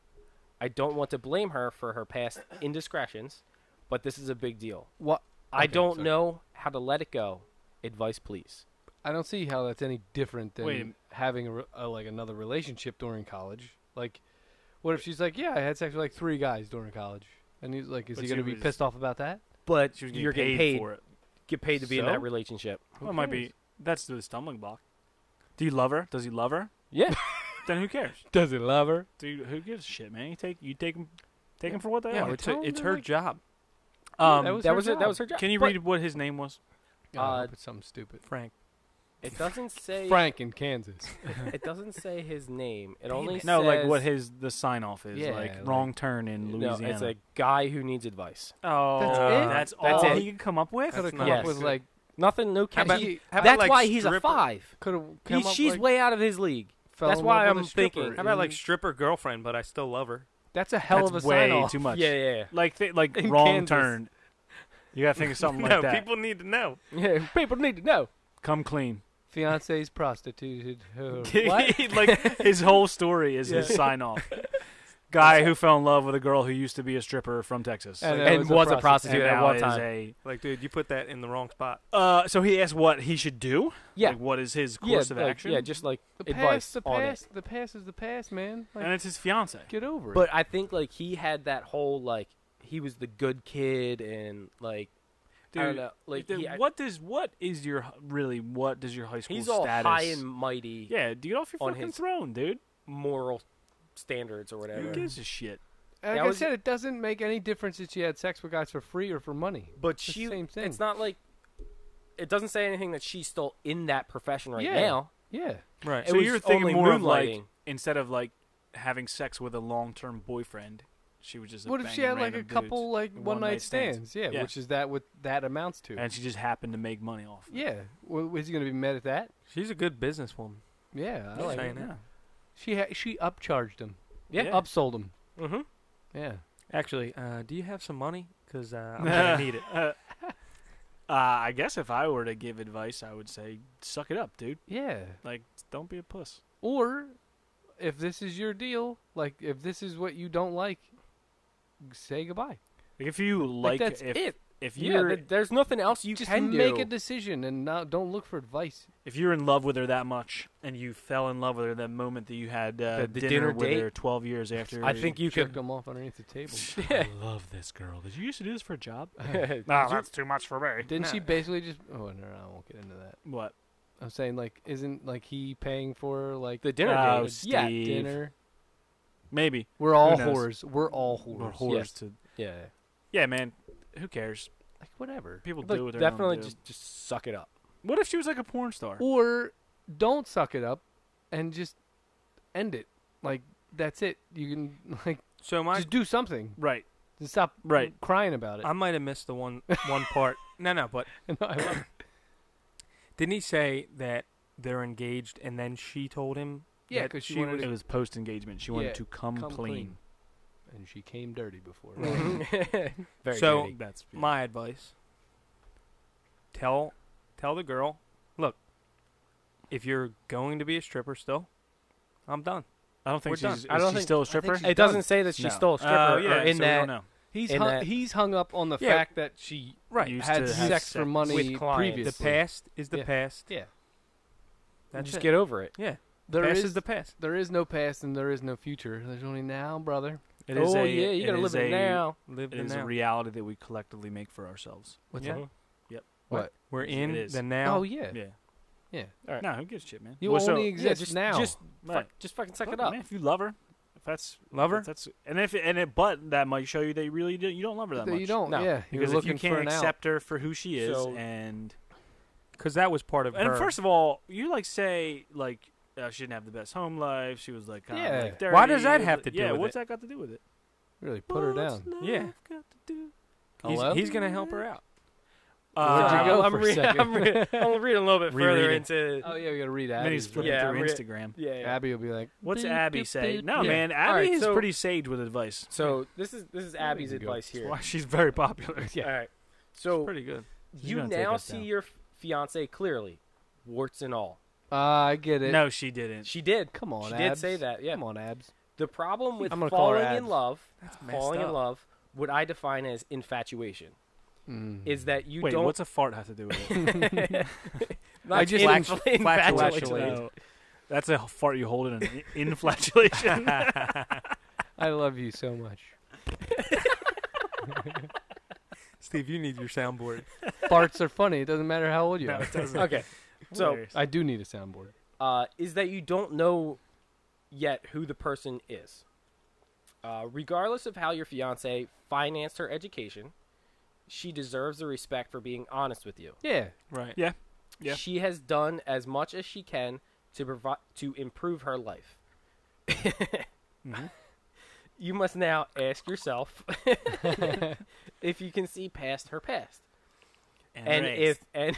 [SPEAKER 3] I don't want to blame her for her *coughs* past indiscretions, but this is a big deal.
[SPEAKER 2] What?
[SPEAKER 3] I don't
[SPEAKER 2] sorry.
[SPEAKER 3] know how to let it go. Advice, please.
[SPEAKER 2] I don't see how that's any different than
[SPEAKER 1] Wait a m-
[SPEAKER 2] having a, re- a, like another relationship during college. Like, what if she's like, "Yeah, I had sex with like three guys during college," and he's like, "Is
[SPEAKER 1] But
[SPEAKER 2] he
[SPEAKER 1] she
[SPEAKER 2] gonna be
[SPEAKER 1] was-
[SPEAKER 2] pissed off about that?"
[SPEAKER 3] But
[SPEAKER 1] She was getting
[SPEAKER 3] you're
[SPEAKER 1] paid
[SPEAKER 3] getting paid.
[SPEAKER 1] for it.
[SPEAKER 3] Get paid to be in
[SPEAKER 2] So?
[SPEAKER 3] that relationship.
[SPEAKER 1] Well, it might be. That's the stumbling block. Do you love her? Does he love her?
[SPEAKER 3] Yeah.
[SPEAKER 1] *laughs* Then who cares?
[SPEAKER 2] Does he love her?
[SPEAKER 1] Dude, who gives a shit, man? You take you take them, take 'em for what they
[SPEAKER 4] Yeah,
[SPEAKER 1] are.
[SPEAKER 4] it's,
[SPEAKER 2] tell
[SPEAKER 4] a,
[SPEAKER 2] 'em
[SPEAKER 4] it's
[SPEAKER 2] to,
[SPEAKER 4] her
[SPEAKER 2] like-
[SPEAKER 4] job,
[SPEAKER 1] Um,
[SPEAKER 2] that was
[SPEAKER 3] that
[SPEAKER 2] her
[SPEAKER 3] was it.
[SPEAKER 2] job.
[SPEAKER 3] That was her job.
[SPEAKER 1] can you
[SPEAKER 3] But
[SPEAKER 1] read what his name was?
[SPEAKER 2] God, I
[SPEAKER 3] Uh,
[SPEAKER 2] hope it's something stupid.
[SPEAKER 4] Frank.
[SPEAKER 3] It doesn't say.
[SPEAKER 2] Frank in Kansas.
[SPEAKER 3] It doesn't say his name. It only
[SPEAKER 1] No, like
[SPEAKER 3] says-
[SPEAKER 1] what his the sign off is.
[SPEAKER 2] Yeah,
[SPEAKER 1] like,
[SPEAKER 2] like-
[SPEAKER 1] wrong turn in
[SPEAKER 3] No,
[SPEAKER 1] Louisiana.
[SPEAKER 3] it's a guy who needs advice.
[SPEAKER 1] oh,
[SPEAKER 2] That's
[SPEAKER 4] it?
[SPEAKER 1] that's
[SPEAKER 3] That's
[SPEAKER 1] all
[SPEAKER 3] it.
[SPEAKER 1] he could come up with.
[SPEAKER 2] Could have
[SPEAKER 4] That's
[SPEAKER 2] come
[SPEAKER 3] not-
[SPEAKER 2] up with
[SPEAKER 4] Yes.
[SPEAKER 2] like.
[SPEAKER 3] Nothing. No.
[SPEAKER 4] How
[SPEAKER 3] ca-
[SPEAKER 4] about-
[SPEAKER 3] he-
[SPEAKER 4] how about,
[SPEAKER 3] that's
[SPEAKER 4] like,
[SPEAKER 3] why he's a
[SPEAKER 4] stripper?
[SPEAKER 3] five.
[SPEAKER 2] Could have.
[SPEAKER 3] He, she's way out of his league. that's why I'm thinking-
[SPEAKER 4] How about like stripper girlfriend, but I still love *laughs* her?
[SPEAKER 2] That's a hell
[SPEAKER 1] That's
[SPEAKER 2] of a
[SPEAKER 1] way
[SPEAKER 2] sign off.
[SPEAKER 1] too much.
[SPEAKER 3] Yeah, yeah,
[SPEAKER 1] Like th- like
[SPEAKER 2] *laughs* In
[SPEAKER 1] wrong
[SPEAKER 2] Kansas.
[SPEAKER 1] turn. You gotta think of
[SPEAKER 3] *laughs*
[SPEAKER 4] *laughs*
[SPEAKER 1] something like
[SPEAKER 4] no,
[SPEAKER 1] that.
[SPEAKER 4] people need to know.
[SPEAKER 3] yeah. yeah. People need to know.
[SPEAKER 1] Come
[SPEAKER 3] *laughs*
[SPEAKER 1] clean.
[SPEAKER 2] Fiance's prostituted. Her.
[SPEAKER 1] *laughs* like his whole story is his sign
[SPEAKER 3] *laughs*
[SPEAKER 1] off. Guy who fell in love with a girl who used to be a stripper from Texas.
[SPEAKER 2] And
[SPEAKER 1] Like,
[SPEAKER 2] That
[SPEAKER 3] and
[SPEAKER 2] was a
[SPEAKER 3] was a
[SPEAKER 2] prostitute.
[SPEAKER 3] prostitute
[SPEAKER 1] and
[SPEAKER 3] at
[SPEAKER 1] now
[SPEAKER 3] one
[SPEAKER 1] is
[SPEAKER 3] time.
[SPEAKER 1] a-
[SPEAKER 4] Like, dude, you put that in the wrong spot.
[SPEAKER 1] uh, so he asked what he should do.
[SPEAKER 3] Yeah.
[SPEAKER 1] Like, what is his
[SPEAKER 3] yeah,
[SPEAKER 1] course of
[SPEAKER 3] like-
[SPEAKER 1] action?
[SPEAKER 3] yeah, just like
[SPEAKER 2] the
[SPEAKER 3] advice
[SPEAKER 2] past. The
[SPEAKER 3] on it.
[SPEAKER 2] past. The past is the past, man. Like,
[SPEAKER 1] and it's his fiance.
[SPEAKER 2] get over it.
[SPEAKER 3] But I think like he had that whole like he was the good kid and like I don't know like
[SPEAKER 1] dude,
[SPEAKER 3] he- I-
[SPEAKER 1] what does what is your really what does your high school
[SPEAKER 3] he's all
[SPEAKER 1] status?
[SPEAKER 3] high and mighty
[SPEAKER 1] yeah, dude, off your
[SPEAKER 3] on
[SPEAKER 1] fucking
[SPEAKER 3] his-
[SPEAKER 1] throne, dude.
[SPEAKER 3] moral standards or
[SPEAKER 1] Who
[SPEAKER 3] whatever.
[SPEAKER 1] gives a shit?
[SPEAKER 2] Like
[SPEAKER 3] That
[SPEAKER 2] I
[SPEAKER 3] was-
[SPEAKER 2] said, it doesn't make any difference that she had sex with guys for free or for money.
[SPEAKER 3] But
[SPEAKER 2] the
[SPEAKER 3] she
[SPEAKER 2] same thing.
[SPEAKER 3] it's not like it doesn't say anything that she's still in that profession right
[SPEAKER 2] Yeah.
[SPEAKER 3] now.
[SPEAKER 2] Yeah.
[SPEAKER 4] Right.
[SPEAKER 3] It
[SPEAKER 1] so
[SPEAKER 3] was
[SPEAKER 1] you're thinking
[SPEAKER 3] only
[SPEAKER 1] more of like
[SPEAKER 3] moonlighting.
[SPEAKER 1] instead of like having sex with a long term boyfriend, she was just
[SPEAKER 2] What if she had like a couple like
[SPEAKER 1] and
[SPEAKER 2] one
[SPEAKER 1] one-night
[SPEAKER 2] night
[SPEAKER 1] stands.
[SPEAKER 2] stands? Yeah,
[SPEAKER 1] Yeah.
[SPEAKER 2] which is that what that amounts to?
[SPEAKER 1] and she just happened to make money off. of it.
[SPEAKER 2] yeah. Well, is he gonna be mad at that?
[SPEAKER 4] She's a good businesswoman.
[SPEAKER 2] Yeah. I
[SPEAKER 4] Yeah.
[SPEAKER 2] like it.
[SPEAKER 4] Saying that.
[SPEAKER 2] She ha- she upcharged him.
[SPEAKER 1] Yeah.
[SPEAKER 2] Upsold him.
[SPEAKER 3] Mm-hmm.
[SPEAKER 2] Yeah.
[SPEAKER 4] Actually, uh, do you have some money? Because uh, *laughs* I'm gonna need it.
[SPEAKER 1] *laughs* Uh, I guess if I were to give advice, I would say suck it up, dude.
[SPEAKER 2] Yeah.
[SPEAKER 1] Like, don't be a puss.
[SPEAKER 2] Or if this is your deal, like if this is what you don't like, say goodbye.
[SPEAKER 1] Like, if you like,
[SPEAKER 2] that's
[SPEAKER 1] if
[SPEAKER 3] it.
[SPEAKER 1] if
[SPEAKER 3] Yeah,
[SPEAKER 1] you're
[SPEAKER 3] th- there's nothing else you
[SPEAKER 2] Just
[SPEAKER 3] can
[SPEAKER 2] make
[SPEAKER 3] do.
[SPEAKER 2] a decision and not don't look for advice.
[SPEAKER 1] if you're in love with her that much, and you fell in love with her that moment that you had uh,
[SPEAKER 3] The- the
[SPEAKER 1] dinner,
[SPEAKER 3] dinner
[SPEAKER 1] with
[SPEAKER 3] date?
[SPEAKER 1] her 12 years after.
[SPEAKER 3] I think you
[SPEAKER 2] Jerk
[SPEAKER 3] could.
[SPEAKER 2] them off underneath the table.
[SPEAKER 1] I love this girl. Did you used to do this for a job?
[SPEAKER 2] Did you-
[SPEAKER 1] too much for me.
[SPEAKER 2] Didn't she
[SPEAKER 4] Nah.
[SPEAKER 2] basically just? Oh no, no, I won't get into that.
[SPEAKER 1] What?
[SPEAKER 2] I'm saying like, isn't like he paying for like uh,
[SPEAKER 3] The dinner
[SPEAKER 1] Oh,
[SPEAKER 3] date.
[SPEAKER 1] Steve.
[SPEAKER 3] Yeah.
[SPEAKER 2] dinner?
[SPEAKER 1] Maybe.
[SPEAKER 2] We're all
[SPEAKER 1] knows?
[SPEAKER 2] whores. We're all whores.
[SPEAKER 1] Or whores
[SPEAKER 3] yes.
[SPEAKER 1] to.
[SPEAKER 3] Yeah.
[SPEAKER 1] Yeah, man. Who cares?
[SPEAKER 2] Like whatever.
[SPEAKER 1] People
[SPEAKER 3] Like,
[SPEAKER 1] do what they
[SPEAKER 3] definitely
[SPEAKER 1] do.
[SPEAKER 3] just just suck it up.
[SPEAKER 1] What if she was like a porn star?
[SPEAKER 2] Or don't suck it up, and just end it. Like that's it. You can like
[SPEAKER 4] So my,
[SPEAKER 2] just do something.
[SPEAKER 1] Right.
[SPEAKER 2] Just stop
[SPEAKER 1] Right.
[SPEAKER 2] crying about *laughs* it.
[SPEAKER 4] I might have missed the one one part. No, no, but
[SPEAKER 2] And I love-
[SPEAKER 4] didn't he say that they're engaged and then she told him?
[SPEAKER 2] yeah,
[SPEAKER 4] that
[SPEAKER 2] because she
[SPEAKER 4] she
[SPEAKER 2] wanted
[SPEAKER 1] It
[SPEAKER 2] to,
[SPEAKER 1] was post engagement. She wanted
[SPEAKER 2] Yeah,
[SPEAKER 1] to come,
[SPEAKER 2] come
[SPEAKER 1] clean.
[SPEAKER 2] clean. and she came dirty before.
[SPEAKER 3] *laughs* Very
[SPEAKER 4] So-
[SPEAKER 3] dirty.
[SPEAKER 1] That's
[SPEAKER 4] My advice. Tell, tell the girl, look, if you're going to be a stripper still, I'm done.
[SPEAKER 1] I don't
[SPEAKER 4] We're
[SPEAKER 1] think
[SPEAKER 4] done.
[SPEAKER 1] she's. Is
[SPEAKER 3] I don't
[SPEAKER 1] she
[SPEAKER 3] think-
[SPEAKER 1] still a stripper?
[SPEAKER 2] she's
[SPEAKER 3] It
[SPEAKER 2] done.
[SPEAKER 3] doesn't say that she's
[SPEAKER 1] No.
[SPEAKER 3] still a stripper
[SPEAKER 1] Oh,
[SPEAKER 3] or
[SPEAKER 1] yeah,
[SPEAKER 3] in
[SPEAKER 1] so we
[SPEAKER 3] that
[SPEAKER 1] don't know.
[SPEAKER 2] He's
[SPEAKER 3] In
[SPEAKER 2] hung,
[SPEAKER 3] that-
[SPEAKER 2] he's hung up on the
[SPEAKER 4] Yeah.
[SPEAKER 2] fact that she
[SPEAKER 4] Right.
[SPEAKER 1] Used
[SPEAKER 2] had
[SPEAKER 1] to
[SPEAKER 2] sex,
[SPEAKER 1] have
[SPEAKER 2] for money
[SPEAKER 3] with clients.
[SPEAKER 2] previously.
[SPEAKER 4] the past is the
[SPEAKER 2] Yeah.
[SPEAKER 4] past.
[SPEAKER 2] Yeah.
[SPEAKER 4] That's
[SPEAKER 3] just
[SPEAKER 4] it.
[SPEAKER 3] get over it.
[SPEAKER 4] yeah.
[SPEAKER 2] There
[SPEAKER 4] past
[SPEAKER 2] is,
[SPEAKER 4] is, the past.
[SPEAKER 2] there is no past and there is no future. There's only now, brother.
[SPEAKER 1] It
[SPEAKER 3] oh
[SPEAKER 1] is a-
[SPEAKER 3] yeah, you gotta
[SPEAKER 1] is
[SPEAKER 3] live it
[SPEAKER 1] a-
[SPEAKER 3] now.
[SPEAKER 4] Live
[SPEAKER 1] It
[SPEAKER 4] the
[SPEAKER 1] is
[SPEAKER 4] now.
[SPEAKER 1] a reality that we collectively make for ourselves.
[SPEAKER 2] What's
[SPEAKER 4] Yeah.
[SPEAKER 2] that?
[SPEAKER 4] We're
[SPEAKER 1] It
[SPEAKER 4] in
[SPEAKER 1] is.
[SPEAKER 4] the now.
[SPEAKER 2] Oh yeah.
[SPEAKER 1] Yeah.
[SPEAKER 2] Yeah.
[SPEAKER 1] All right. No, who gives a shit, man?
[SPEAKER 2] You
[SPEAKER 1] Well, so-
[SPEAKER 2] only exist
[SPEAKER 3] just-
[SPEAKER 2] now.
[SPEAKER 3] just-
[SPEAKER 1] right.
[SPEAKER 3] Fuck, just fucking suck
[SPEAKER 1] Fuck,
[SPEAKER 3] it up. *laughs*
[SPEAKER 1] man, if you love her, if that's
[SPEAKER 4] Love her?
[SPEAKER 1] that's and if and it, but that might show you that you really do, you don't love her that
[SPEAKER 2] That
[SPEAKER 1] much.
[SPEAKER 2] you don't.
[SPEAKER 3] No,
[SPEAKER 2] Yeah.
[SPEAKER 1] because if
[SPEAKER 2] You're
[SPEAKER 1] you
[SPEAKER 2] looking for
[SPEAKER 1] can't
[SPEAKER 2] an out.
[SPEAKER 1] accept her for who she is,
[SPEAKER 3] So-
[SPEAKER 1] and
[SPEAKER 4] Because that was part of her.
[SPEAKER 1] and first of all, you like say like uh, she didn't have the best home life. She was like, kinda, like,
[SPEAKER 2] Yeah.
[SPEAKER 4] Why does that
[SPEAKER 1] dirty,
[SPEAKER 4] have to do
[SPEAKER 1] yeah,
[SPEAKER 4] with
[SPEAKER 1] what's that got to do with it?
[SPEAKER 2] Really put her
[SPEAKER 1] What's
[SPEAKER 2] down.
[SPEAKER 1] love
[SPEAKER 4] Yeah.
[SPEAKER 1] got to do-
[SPEAKER 4] he's,
[SPEAKER 2] Hello?
[SPEAKER 4] he's gonna help her out.
[SPEAKER 2] Where'd you
[SPEAKER 1] Uh,
[SPEAKER 2] go
[SPEAKER 3] I'm,
[SPEAKER 2] for a
[SPEAKER 3] re-
[SPEAKER 2] second?
[SPEAKER 3] I'm, re- I'm reading a little bit
[SPEAKER 1] Reread
[SPEAKER 3] further
[SPEAKER 1] it.
[SPEAKER 3] into.
[SPEAKER 2] *laughs* Oh yeah, we gotta read
[SPEAKER 1] and then he's
[SPEAKER 2] Abby's.
[SPEAKER 1] flipping
[SPEAKER 3] Yeah,
[SPEAKER 1] through
[SPEAKER 3] I'm re-
[SPEAKER 1] Instagram.
[SPEAKER 3] yeah, yeah.
[SPEAKER 2] Abby will be like,
[SPEAKER 1] What's
[SPEAKER 2] "Boop,
[SPEAKER 1] Abby
[SPEAKER 2] doop,
[SPEAKER 1] say?
[SPEAKER 2] doop,
[SPEAKER 1] No,
[SPEAKER 2] doop."
[SPEAKER 1] man,
[SPEAKER 3] All
[SPEAKER 1] Abby
[SPEAKER 3] right,
[SPEAKER 1] is
[SPEAKER 3] so-
[SPEAKER 1] pretty sage with advice.
[SPEAKER 3] So this is this is Abby's
[SPEAKER 2] we go.
[SPEAKER 3] advice
[SPEAKER 1] That's
[SPEAKER 3] here. *laughs*
[SPEAKER 1] why she's very popular.
[SPEAKER 2] Yeah.
[SPEAKER 3] All right. So
[SPEAKER 4] Pretty good.
[SPEAKER 1] She's
[SPEAKER 3] you
[SPEAKER 1] gonna take
[SPEAKER 3] now
[SPEAKER 1] us
[SPEAKER 3] see
[SPEAKER 1] down.
[SPEAKER 3] your fiance clearly, warts and all.
[SPEAKER 2] Ah, I get it.
[SPEAKER 1] No, she didn't.
[SPEAKER 3] She did.
[SPEAKER 2] Come on,
[SPEAKER 3] she
[SPEAKER 2] abs.
[SPEAKER 3] did say that. Yeah.
[SPEAKER 2] Come on, abs.
[SPEAKER 3] The problem with
[SPEAKER 4] I'm gonna call her
[SPEAKER 3] falling in
[SPEAKER 4] ads.
[SPEAKER 3] love,
[SPEAKER 4] messed
[SPEAKER 3] falling in
[SPEAKER 4] up.
[SPEAKER 3] love, what I define as infatuation
[SPEAKER 2] Mm.
[SPEAKER 3] is that you
[SPEAKER 4] Wait,
[SPEAKER 3] don't.
[SPEAKER 4] what's a fart have to do with it?
[SPEAKER 3] *laughs* not
[SPEAKER 2] I just
[SPEAKER 3] infl- *laughs*
[SPEAKER 4] Flatu-
[SPEAKER 3] infatuation.
[SPEAKER 4] flatulate.
[SPEAKER 1] Oh, that's a fart you hold in *laughs* an i-
[SPEAKER 3] *laughs*
[SPEAKER 1] inflatulation.
[SPEAKER 2] I love you so much.
[SPEAKER 4] Steve, you need your soundboard.
[SPEAKER 2] Farts are funny. It doesn't matter how old you
[SPEAKER 1] No,
[SPEAKER 2] are.
[SPEAKER 1] it doesn't.
[SPEAKER 3] Okay, so
[SPEAKER 1] Hilarious.
[SPEAKER 2] I do need a soundboard.
[SPEAKER 3] uh, is that you don't know yet who the person is. Uh, regardless of how your fiance financed her education, she deserves the respect for being honest with you.
[SPEAKER 2] Yeah.
[SPEAKER 4] *laughs* Right.
[SPEAKER 1] yeah, Yeah.
[SPEAKER 3] She has done as much as she can to provide to improve her life.
[SPEAKER 4] Mm-hmm.
[SPEAKER 3] *laughs* You must now
[SPEAKER 4] *laughs*
[SPEAKER 3] ask yourself *laughs* if you can see past her past, and if *laughs* and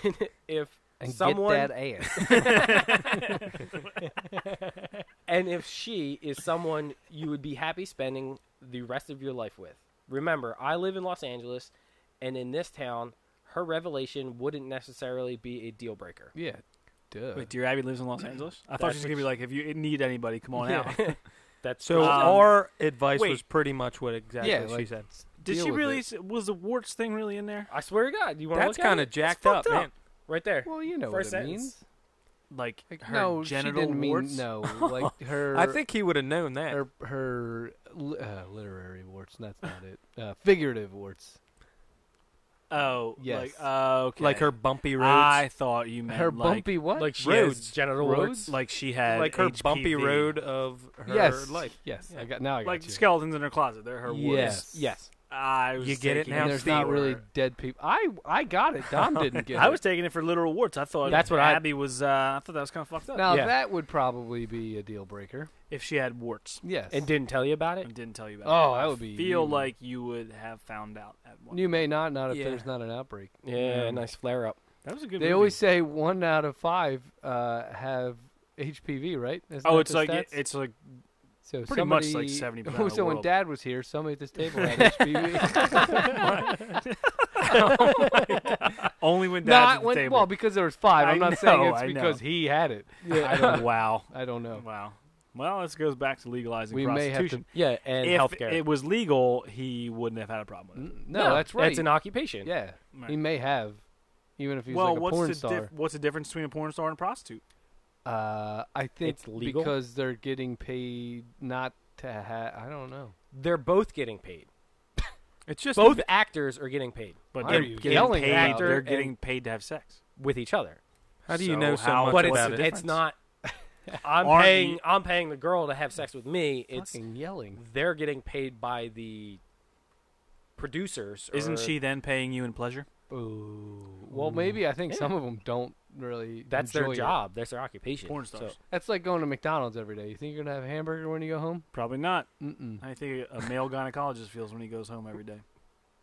[SPEAKER 3] if
[SPEAKER 2] And
[SPEAKER 3] someone
[SPEAKER 2] get that ass.
[SPEAKER 3] and if she is someone you would be happy spending the rest of your life with. Remember, I live in Los Angeles, and in this town, her revelation wouldn't necessarily be a deal breaker.
[SPEAKER 2] yeah. Duh.
[SPEAKER 1] Wait, dear Abby lives in Los Angeles. I thought
[SPEAKER 3] That's
[SPEAKER 1] she was
[SPEAKER 3] what
[SPEAKER 1] gonna be
[SPEAKER 3] she-
[SPEAKER 1] like, if you need anybody, come on
[SPEAKER 2] *laughs*
[SPEAKER 1] out.
[SPEAKER 3] That's
[SPEAKER 4] so
[SPEAKER 1] Um,
[SPEAKER 4] our advice
[SPEAKER 1] wait.
[SPEAKER 4] was pretty much what exactly
[SPEAKER 2] yeah.
[SPEAKER 4] she
[SPEAKER 2] like,
[SPEAKER 4] said.
[SPEAKER 1] Did
[SPEAKER 2] deal
[SPEAKER 1] she
[SPEAKER 2] with
[SPEAKER 1] really?
[SPEAKER 2] it.
[SPEAKER 1] s Was the warts thing really in there?
[SPEAKER 3] I swear to God, you want to
[SPEAKER 4] That's
[SPEAKER 3] look kind of
[SPEAKER 4] jacked
[SPEAKER 1] fucked
[SPEAKER 4] up,
[SPEAKER 1] up.
[SPEAKER 4] man.
[SPEAKER 3] right there.
[SPEAKER 2] Well, you know
[SPEAKER 3] First
[SPEAKER 2] what it
[SPEAKER 3] sentence.
[SPEAKER 2] means.
[SPEAKER 1] Like,
[SPEAKER 2] Like,
[SPEAKER 1] her
[SPEAKER 2] no,
[SPEAKER 1] genital
[SPEAKER 2] she didn't mean
[SPEAKER 1] warts?
[SPEAKER 2] no. Like her.
[SPEAKER 4] I think he would have known that.
[SPEAKER 2] her her li- uh, literary warts. That's not it. Uh, figurative warts.
[SPEAKER 1] Oh,
[SPEAKER 2] Yes.
[SPEAKER 1] Like, uh, okay.
[SPEAKER 4] Like her bumpy roads.
[SPEAKER 1] I thought you meant
[SPEAKER 2] Her
[SPEAKER 1] like,
[SPEAKER 2] bumpy what?
[SPEAKER 3] Like she
[SPEAKER 4] roads.
[SPEAKER 3] has genital
[SPEAKER 2] Roads?
[SPEAKER 3] warts.
[SPEAKER 1] like she had
[SPEAKER 4] like her bumpy
[SPEAKER 1] HPV.
[SPEAKER 4] road of her
[SPEAKER 2] yes.
[SPEAKER 4] life.
[SPEAKER 2] Yes.
[SPEAKER 4] Yeah.
[SPEAKER 2] I got now. I got
[SPEAKER 1] Like
[SPEAKER 2] you.
[SPEAKER 1] skeletons in her closet. They're her warts.
[SPEAKER 2] yes.
[SPEAKER 3] Yes.
[SPEAKER 1] I was
[SPEAKER 4] You get it
[SPEAKER 1] taking
[SPEAKER 4] now,
[SPEAKER 2] And
[SPEAKER 4] Now,
[SPEAKER 2] there's
[SPEAKER 4] Steve,
[SPEAKER 2] not really
[SPEAKER 1] for-
[SPEAKER 2] dead people. I I got it. Dom
[SPEAKER 1] *laughs*
[SPEAKER 2] didn't get it.
[SPEAKER 1] I was taking it for literal warts. I thought
[SPEAKER 3] That's what I-
[SPEAKER 1] Abby was. Uh, I thought that was kind of fucked up.
[SPEAKER 2] Now
[SPEAKER 3] Yeah.
[SPEAKER 2] that would probably be a deal breaker.
[SPEAKER 1] if she had warts
[SPEAKER 2] Yes.
[SPEAKER 3] and didn't tell you about it.
[SPEAKER 1] and didn't tell you about
[SPEAKER 2] Oh,
[SPEAKER 1] it,
[SPEAKER 2] that
[SPEAKER 1] I
[SPEAKER 2] would be
[SPEAKER 1] Feel
[SPEAKER 2] you.
[SPEAKER 1] like you would have found out at one.
[SPEAKER 2] you may not not if
[SPEAKER 4] Yeah.
[SPEAKER 2] there's not an outbreak.
[SPEAKER 3] Yeah, nice flare up.
[SPEAKER 1] that was a good.
[SPEAKER 2] They
[SPEAKER 1] movie.
[SPEAKER 2] always say one out of five uh, have HPV, right? Isn't
[SPEAKER 1] Oh,
[SPEAKER 2] that
[SPEAKER 1] it's
[SPEAKER 2] the
[SPEAKER 1] like
[SPEAKER 2] stats?
[SPEAKER 1] it's like
[SPEAKER 2] so
[SPEAKER 1] pretty much like
[SPEAKER 2] somebody- *laughs*
[SPEAKER 1] 70%
[SPEAKER 2] Oh,
[SPEAKER 1] of the
[SPEAKER 2] so when
[SPEAKER 1] world.
[SPEAKER 2] Dad was here,
[SPEAKER 1] *laughs*
[SPEAKER 2] somebody at this table had *laughs* HPV.
[SPEAKER 1] only when dad's at
[SPEAKER 2] not
[SPEAKER 1] the
[SPEAKER 2] when
[SPEAKER 1] table.
[SPEAKER 2] well because there was five.
[SPEAKER 1] I
[SPEAKER 2] I'm not saying
[SPEAKER 1] know,
[SPEAKER 2] it's
[SPEAKER 1] I know.
[SPEAKER 2] because he had it.
[SPEAKER 1] *laughs* I
[SPEAKER 2] *laughs*
[SPEAKER 1] don't- wow,
[SPEAKER 2] I don't know.
[SPEAKER 1] wow. Well, this goes back to legalizing
[SPEAKER 2] We may have to.
[SPEAKER 1] prostitution.
[SPEAKER 3] Yeah, and
[SPEAKER 1] if
[SPEAKER 3] healthcare.
[SPEAKER 1] it was legal, he wouldn't have had a problem with it.
[SPEAKER 2] N- No, that's right.
[SPEAKER 3] It's an occupation.
[SPEAKER 2] yeah,
[SPEAKER 1] Right.
[SPEAKER 2] he may have, even if he's
[SPEAKER 1] well,
[SPEAKER 2] like a
[SPEAKER 1] what's
[SPEAKER 2] porn
[SPEAKER 1] the
[SPEAKER 2] star.
[SPEAKER 1] dif- what's the difference between a porn star and a prostitute?
[SPEAKER 2] Uh, I think
[SPEAKER 3] It's legal?
[SPEAKER 2] because they're getting paid not to have. I don't know.
[SPEAKER 3] They're both getting paid.
[SPEAKER 4] It's just
[SPEAKER 3] Both actors are getting paid
[SPEAKER 1] But
[SPEAKER 2] Why
[SPEAKER 1] they're
[SPEAKER 2] are you
[SPEAKER 1] getting
[SPEAKER 2] yelling
[SPEAKER 1] paid.
[SPEAKER 2] about
[SPEAKER 1] They're
[SPEAKER 3] it?
[SPEAKER 1] getting paid to have sex.
[SPEAKER 3] with each other.
[SPEAKER 4] how do you
[SPEAKER 1] So
[SPEAKER 4] know so
[SPEAKER 1] how-
[SPEAKER 4] much
[SPEAKER 3] but
[SPEAKER 1] what's
[SPEAKER 3] it's
[SPEAKER 4] about
[SPEAKER 1] the
[SPEAKER 4] it?
[SPEAKER 3] it's not. I'm
[SPEAKER 1] Aren't
[SPEAKER 3] paying
[SPEAKER 1] you-
[SPEAKER 3] I'm paying the girl to have sex with me. It's
[SPEAKER 2] Fucking yelling.
[SPEAKER 3] they're getting paid by the producers. or-
[SPEAKER 1] Isn't she then paying you in pleasure?
[SPEAKER 2] Well, maybe I think
[SPEAKER 3] Yeah.
[SPEAKER 2] some of them don't really.
[SPEAKER 3] That's their
[SPEAKER 2] enjoy it.
[SPEAKER 3] job. That's their occupation.
[SPEAKER 1] Porn
[SPEAKER 3] So-
[SPEAKER 1] stars.
[SPEAKER 2] That's like going to McDonald's every day. You think you're gonna have a hamburger when you go home?
[SPEAKER 1] Probably not.
[SPEAKER 2] Mm-mm.
[SPEAKER 1] I think a male gynecologist feels when he goes home every day.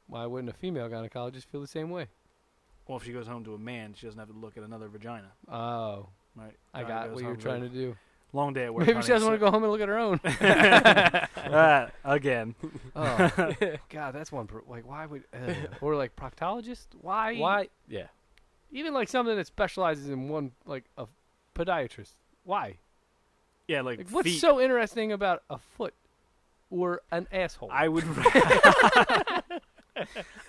[SPEAKER 2] Why wouldn't a female gynecologist feel the same way?
[SPEAKER 1] Well, if she goes home to a man, she doesn't have to look at another vagina.
[SPEAKER 2] Oh,
[SPEAKER 1] Right?
[SPEAKER 2] I got what you're trying to do.
[SPEAKER 1] Long day at work.
[SPEAKER 2] Maybe she doesn't want to go home and look at her *laughs* own.
[SPEAKER 1] *laughs* uh, again.
[SPEAKER 2] oh, *laughs* God, that's one. Per- like, why would? *laughs* Uh, or like proctologist? Why?
[SPEAKER 3] why? Yeah.
[SPEAKER 2] Even like something that specializes in one, like a podiatrist. Why?
[SPEAKER 1] Yeah, like,
[SPEAKER 2] Like, what's
[SPEAKER 1] feet.
[SPEAKER 2] so interesting about a foot or an asshole?
[SPEAKER 1] I would. *laughs*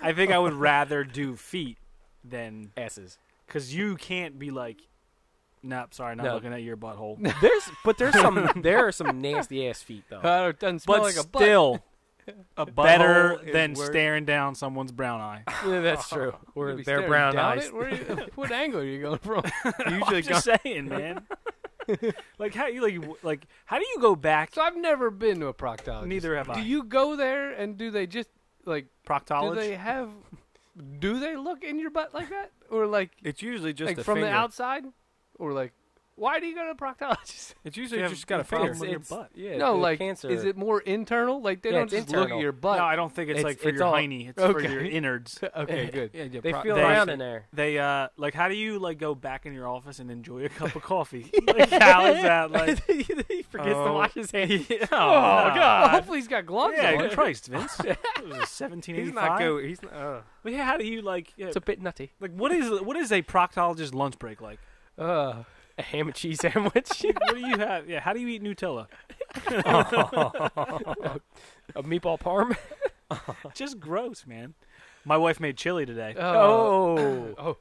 [SPEAKER 1] I think I would rather do feet than
[SPEAKER 3] Asses.
[SPEAKER 1] because you can't be like, nah, sorry, not
[SPEAKER 3] No.
[SPEAKER 1] looking at your butthole.
[SPEAKER 3] There's but there's some *laughs* there are some nasty ass feet though.
[SPEAKER 2] *laughs* Uh, it doesn't smell
[SPEAKER 1] but
[SPEAKER 2] like a butt.
[SPEAKER 1] still *laughs*
[SPEAKER 4] a
[SPEAKER 1] better
[SPEAKER 4] butthole is
[SPEAKER 1] than
[SPEAKER 4] worse.
[SPEAKER 1] staring down someone's brown eye.
[SPEAKER 3] Yeah, *laughs* that's true.
[SPEAKER 2] You'd
[SPEAKER 3] Or
[SPEAKER 2] be
[SPEAKER 3] their
[SPEAKER 2] staring
[SPEAKER 3] brown
[SPEAKER 2] down
[SPEAKER 3] eyes.
[SPEAKER 2] it? Where are you- *laughs* what angle are you going from?
[SPEAKER 1] *laughs* Usually, just saying, man. like how you like w- like how do you go back?
[SPEAKER 2] So I've never been to a proctologist.
[SPEAKER 1] Neither have
[SPEAKER 2] Do
[SPEAKER 1] I.
[SPEAKER 2] you go there and do they just like?
[SPEAKER 1] Proctology.
[SPEAKER 2] Do they have? Do they look in your butt like that, or like
[SPEAKER 4] It's usually just
[SPEAKER 2] like
[SPEAKER 4] a
[SPEAKER 2] from
[SPEAKER 4] finger.
[SPEAKER 2] the outside, or like? Why do you go to a proctologist?
[SPEAKER 4] It's usually
[SPEAKER 1] You have
[SPEAKER 4] just got a
[SPEAKER 1] a problem
[SPEAKER 4] finger.
[SPEAKER 1] It's- with your butt.
[SPEAKER 3] Yeah.
[SPEAKER 2] no,
[SPEAKER 3] the
[SPEAKER 2] like
[SPEAKER 3] cancer.
[SPEAKER 2] is it more internal? Like they
[SPEAKER 3] Yeah,
[SPEAKER 2] don't
[SPEAKER 3] it's
[SPEAKER 2] just look
[SPEAKER 3] internal.
[SPEAKER 2] at your
[SPEAKER 1] *laughs*
[SPEAKER 2] butt.
[SPEAKER 1] no, I don't think it's,
[SPEAKER 3] It's-
[SPEAKER 1] like for
[SPEAKER 3] it's
[SPEAKER 1] your
[SPEAKER 3] all-
[SPEAKER 1] hiney. It's for your
[SPEAKER 2] okay.
[SPEAKER 1] innards.
[SPEAKER 2] okay, good.
[SPEAKER 4] Yeah, yeah,
[SPEAKER 3] they
[SPEAKER 2] *laughs*
[SPEAKER 4] pro-
[SPEAKER 3] feel
[SPEAKER 1] they-
[SPEAKER 3] around in there.
[SPEAKER 1] They uh like how do you like go back in your office and enjoy a cup of coffee? Like how is that
[SPEAKER 3] *laughs*
[SPEAKER 1] like
[SPEAKER 3] he forgets to
[SPEAKER 1] Oh.
[SPEAKER 3] wash his
[SPEAKER 1] *laughs*
[SPEAKER 3] hands.
[SPEAKER 1] oh,
[SPEAKER 2] Well, hopefully he's got gloves
[SPEAKER 1] *laughs* Yeah,
[SPEAKER 2] on.
[SPEAKER 1] good Christ, Vince. Seventeen eighty
[SPEAKER 4] He's not
[SPEAKER 1] five.
[SPEAKER 4] go. He's not. Uh,
[SPEAKER 1] But yeah, how do you like? Yeah,
[SPEAKER 3] It's a bit nutty.
[SPEAKER 1] like what is what is a proctologist lunch *laughs* break like?
[SPEAKER 2] Uh,
[SPEAKER 3] A ham and cheese sandwich.
[SPEAKER 1] *laughs*
[SPEAKER 3] *laughs*
[SPEAKER 1] what do you have? Yeah, how do you eat Nutella?
[SPEAKER 3] A meatball parm.
[SPEAKER 1] Just gross, man. My wife made chili today.
[SPEAKER 3] Oh.
[SPEAKER 2] *laughs* Oh.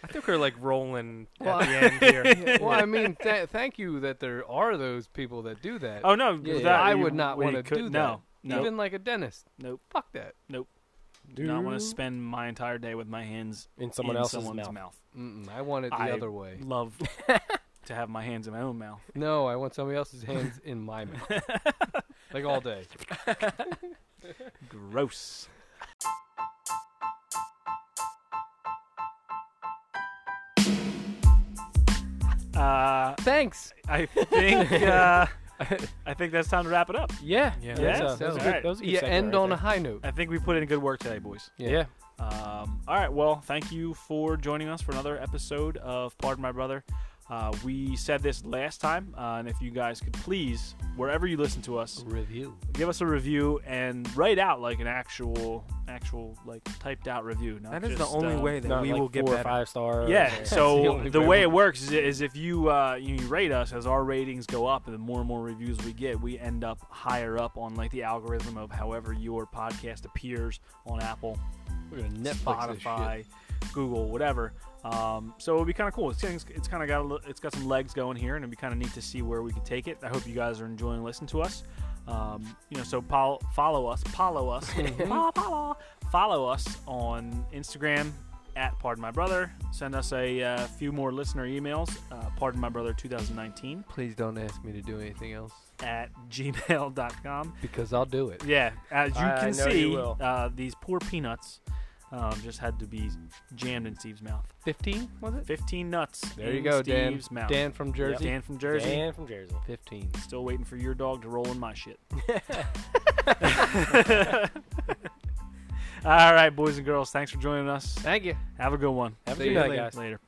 [SPEAKER 4] I think we're like rolling
[SPEAKER 2] Well,
[SPEAKER 4] at the end
[SPEAKER 2] *laughs*
[SPEAKER 4] here.
[SPEAKER 2] well, I mean, th- thank you that there are those people that do that.
[SPEAKER 1] Oh no,
[SPEAKER 3] Yeah,
[SPEAKER 1] that
[SPEAKER 3] yeah.
[SPEAKER 2] I
[SPEAKER 1] you-
[SPEAKER 2] would not
[SPEAKER 1] we
[SPEAKER 2] want to
[SPEAKER 1] could-
[SPEAKER 2] do
[SPEAKER 1] No,
[SPEAKER 2] that.
[SPEAKER 1] no,
[SPEAKER 2] Even like a dentist.
[SPEAKER 1] Nope.
[SPEAKER 2] Fuck that.
[SPEAKER 1] do not want to
[SPEAKER 3] Dude.
[SPEAKER 1] spend my entire day with my hands
[SPEAKER 3] In someone
[SPEAKER 1] in
[SPEAKER 3] else's
[SPEAKER 1] someone's
[SPEAKER 3] mouth.
[SPEAKER 2] Mm-mm, I want it the
[SPEAKER 1] I-
[SPEAKER 2] other way.
[SPEAKER 1] Love
[SPEAKER 2] *laughs*
[SPEAKER 1] to have my hands in my own mouth.
[SPEAKER 2] No, I want somebody else's hands in my mouth. like all day.
[SPEAKER 1] Gross. Uh,
[SPEAKER 2] Thanks.
[SPEAKER 1] I *laughs*
[SPEAKER 4] *laughs*
[SPEAKER 1] think uh, I think that's time to wrap it up.
[SPEAKER 3] Yeah.
[SPEAKER 4] Yeah.
[SPEAKER 1] Yeah,
[SPEAKER 3] That's a, that's a
[SPEAKER 1] sounds
[SPEAKER 3] good,
[SPEAKER 1] right.
[SPEAKER 3] that was a good
[SPEAKER 2] You
[SPEAKER 3] segment
[SPEAKER 2] end
[SPEAKER 3] right
[SPEAKER 2] on a
[SPEAKER 3] there.
[SPEAKER 2] high note.
[SPEAKER 1] I think we put in good work today, boys.
[SPEAKER 3] Yeah.
[SPEAKER 1] Um, all right. Well, thank you for joining us for another episode of Pardon My Brother. Uh, we said this last time, uh, and if you guys could please, wherever you listen to us,
[SPEAKER 2] Review.
[SPEAKER 1] give us a review and write out like an actual, actual like typed out review. Not
[SPEAKER 4] That is the
[SPEAKER 1] just,
[SPEAKER 4] only
[SPEAKER 1] uh,
[SPEAKER 4] way that
[SPEAKER 3] Not
[SPEAKER 4] we
[SPEAKER 3] like
[SPEAKER 4] will get
[SPEAKER 3] four or
[SPEAKER 4] better.
[SPEAKER 3] five
[SPEAKER 2] *laughs*
[SPEAKER 3] star. *laughs*
[SPEAKER 1] Yeah.
[SPEAKER 2] Uh, the
[SPEAKER 1] So
[SPEAKER 2] only
[SPEAKER 1] the
[SPEAKER 2] way.
[SPEAKER 1] way it works is, is if you uh, you rate us, as our ratings go up, and the more and more reviews we get, we end up higher up on like the algorithm of however your podcast appears on Apple,
[SPEAKER 2] We're going to Netflix this shit.
[SPEAKER 1] Spotify, Google, whatever. Um, so it'll be kind of cool. It's, it's, it's kind of got a, li- it's got some legs going here, and it'll be kind of neat to see where we can take it. I hope you guys are enjoying listening to us. Um, you know, so pol- follow us, follow
[SPEAKER 3] *laughs*
[SPEAKER 1] us, *laughs* follow, follow, follow us on Instagram at Pardon My Brother. Send us a uh, few more listener emails. Uh, Pardon My Brother 2019
[SPEAKER 2] Please don't ask me to do anything else
[SPEAKER 1] at gmail.com.
[SPEAKER 2] because I'll do it.
[SPEAKER 1] Yeah, as you
[SPEAKER 3] I- I
[SPEAKER 1] can
[SPEAKER 3] know you
[SPEAKER 1] see,
[SPEAKER 3] will.
[SPEAKER 1] uh, these poor peanuts um, just had to be jammed in Steve's mouth.
[SPEAKER 2] 15, was it?
[SPEAKER 1] 15 nuts.
[SPEAKER 2] There
[SPEAKER 1] in
[SPEAKER 2] you go, Dan.
[SPEAKER 1] Steve's Mouth.
[SPEAKER 2] Dan from Jersey.
[SPEAKER 1] Dan from Jersey.
[SPEAKER 3] Dan from Jersey.
[SPEAKER 2] 15.
[SPEAKER 1] Still waiting for your dog to roll in my
[SPEAKER 2] *laughs*
[SPEAKER 1] shit. *laughs* All right, boys and girls, thanks for joining us.
[SPEAKER 2] Thank you.
[SPEAKER 1] Have a good one.
[SPEAKER 3] Have a
[SPEAKER 2] See
[SPEAKER 3] good
[SPEAKER 2] you
[SPEAKER 3] night,
[SPEAKER 2] later.
[SPEAKER 3] guys.
[SPEAKER 1] Later.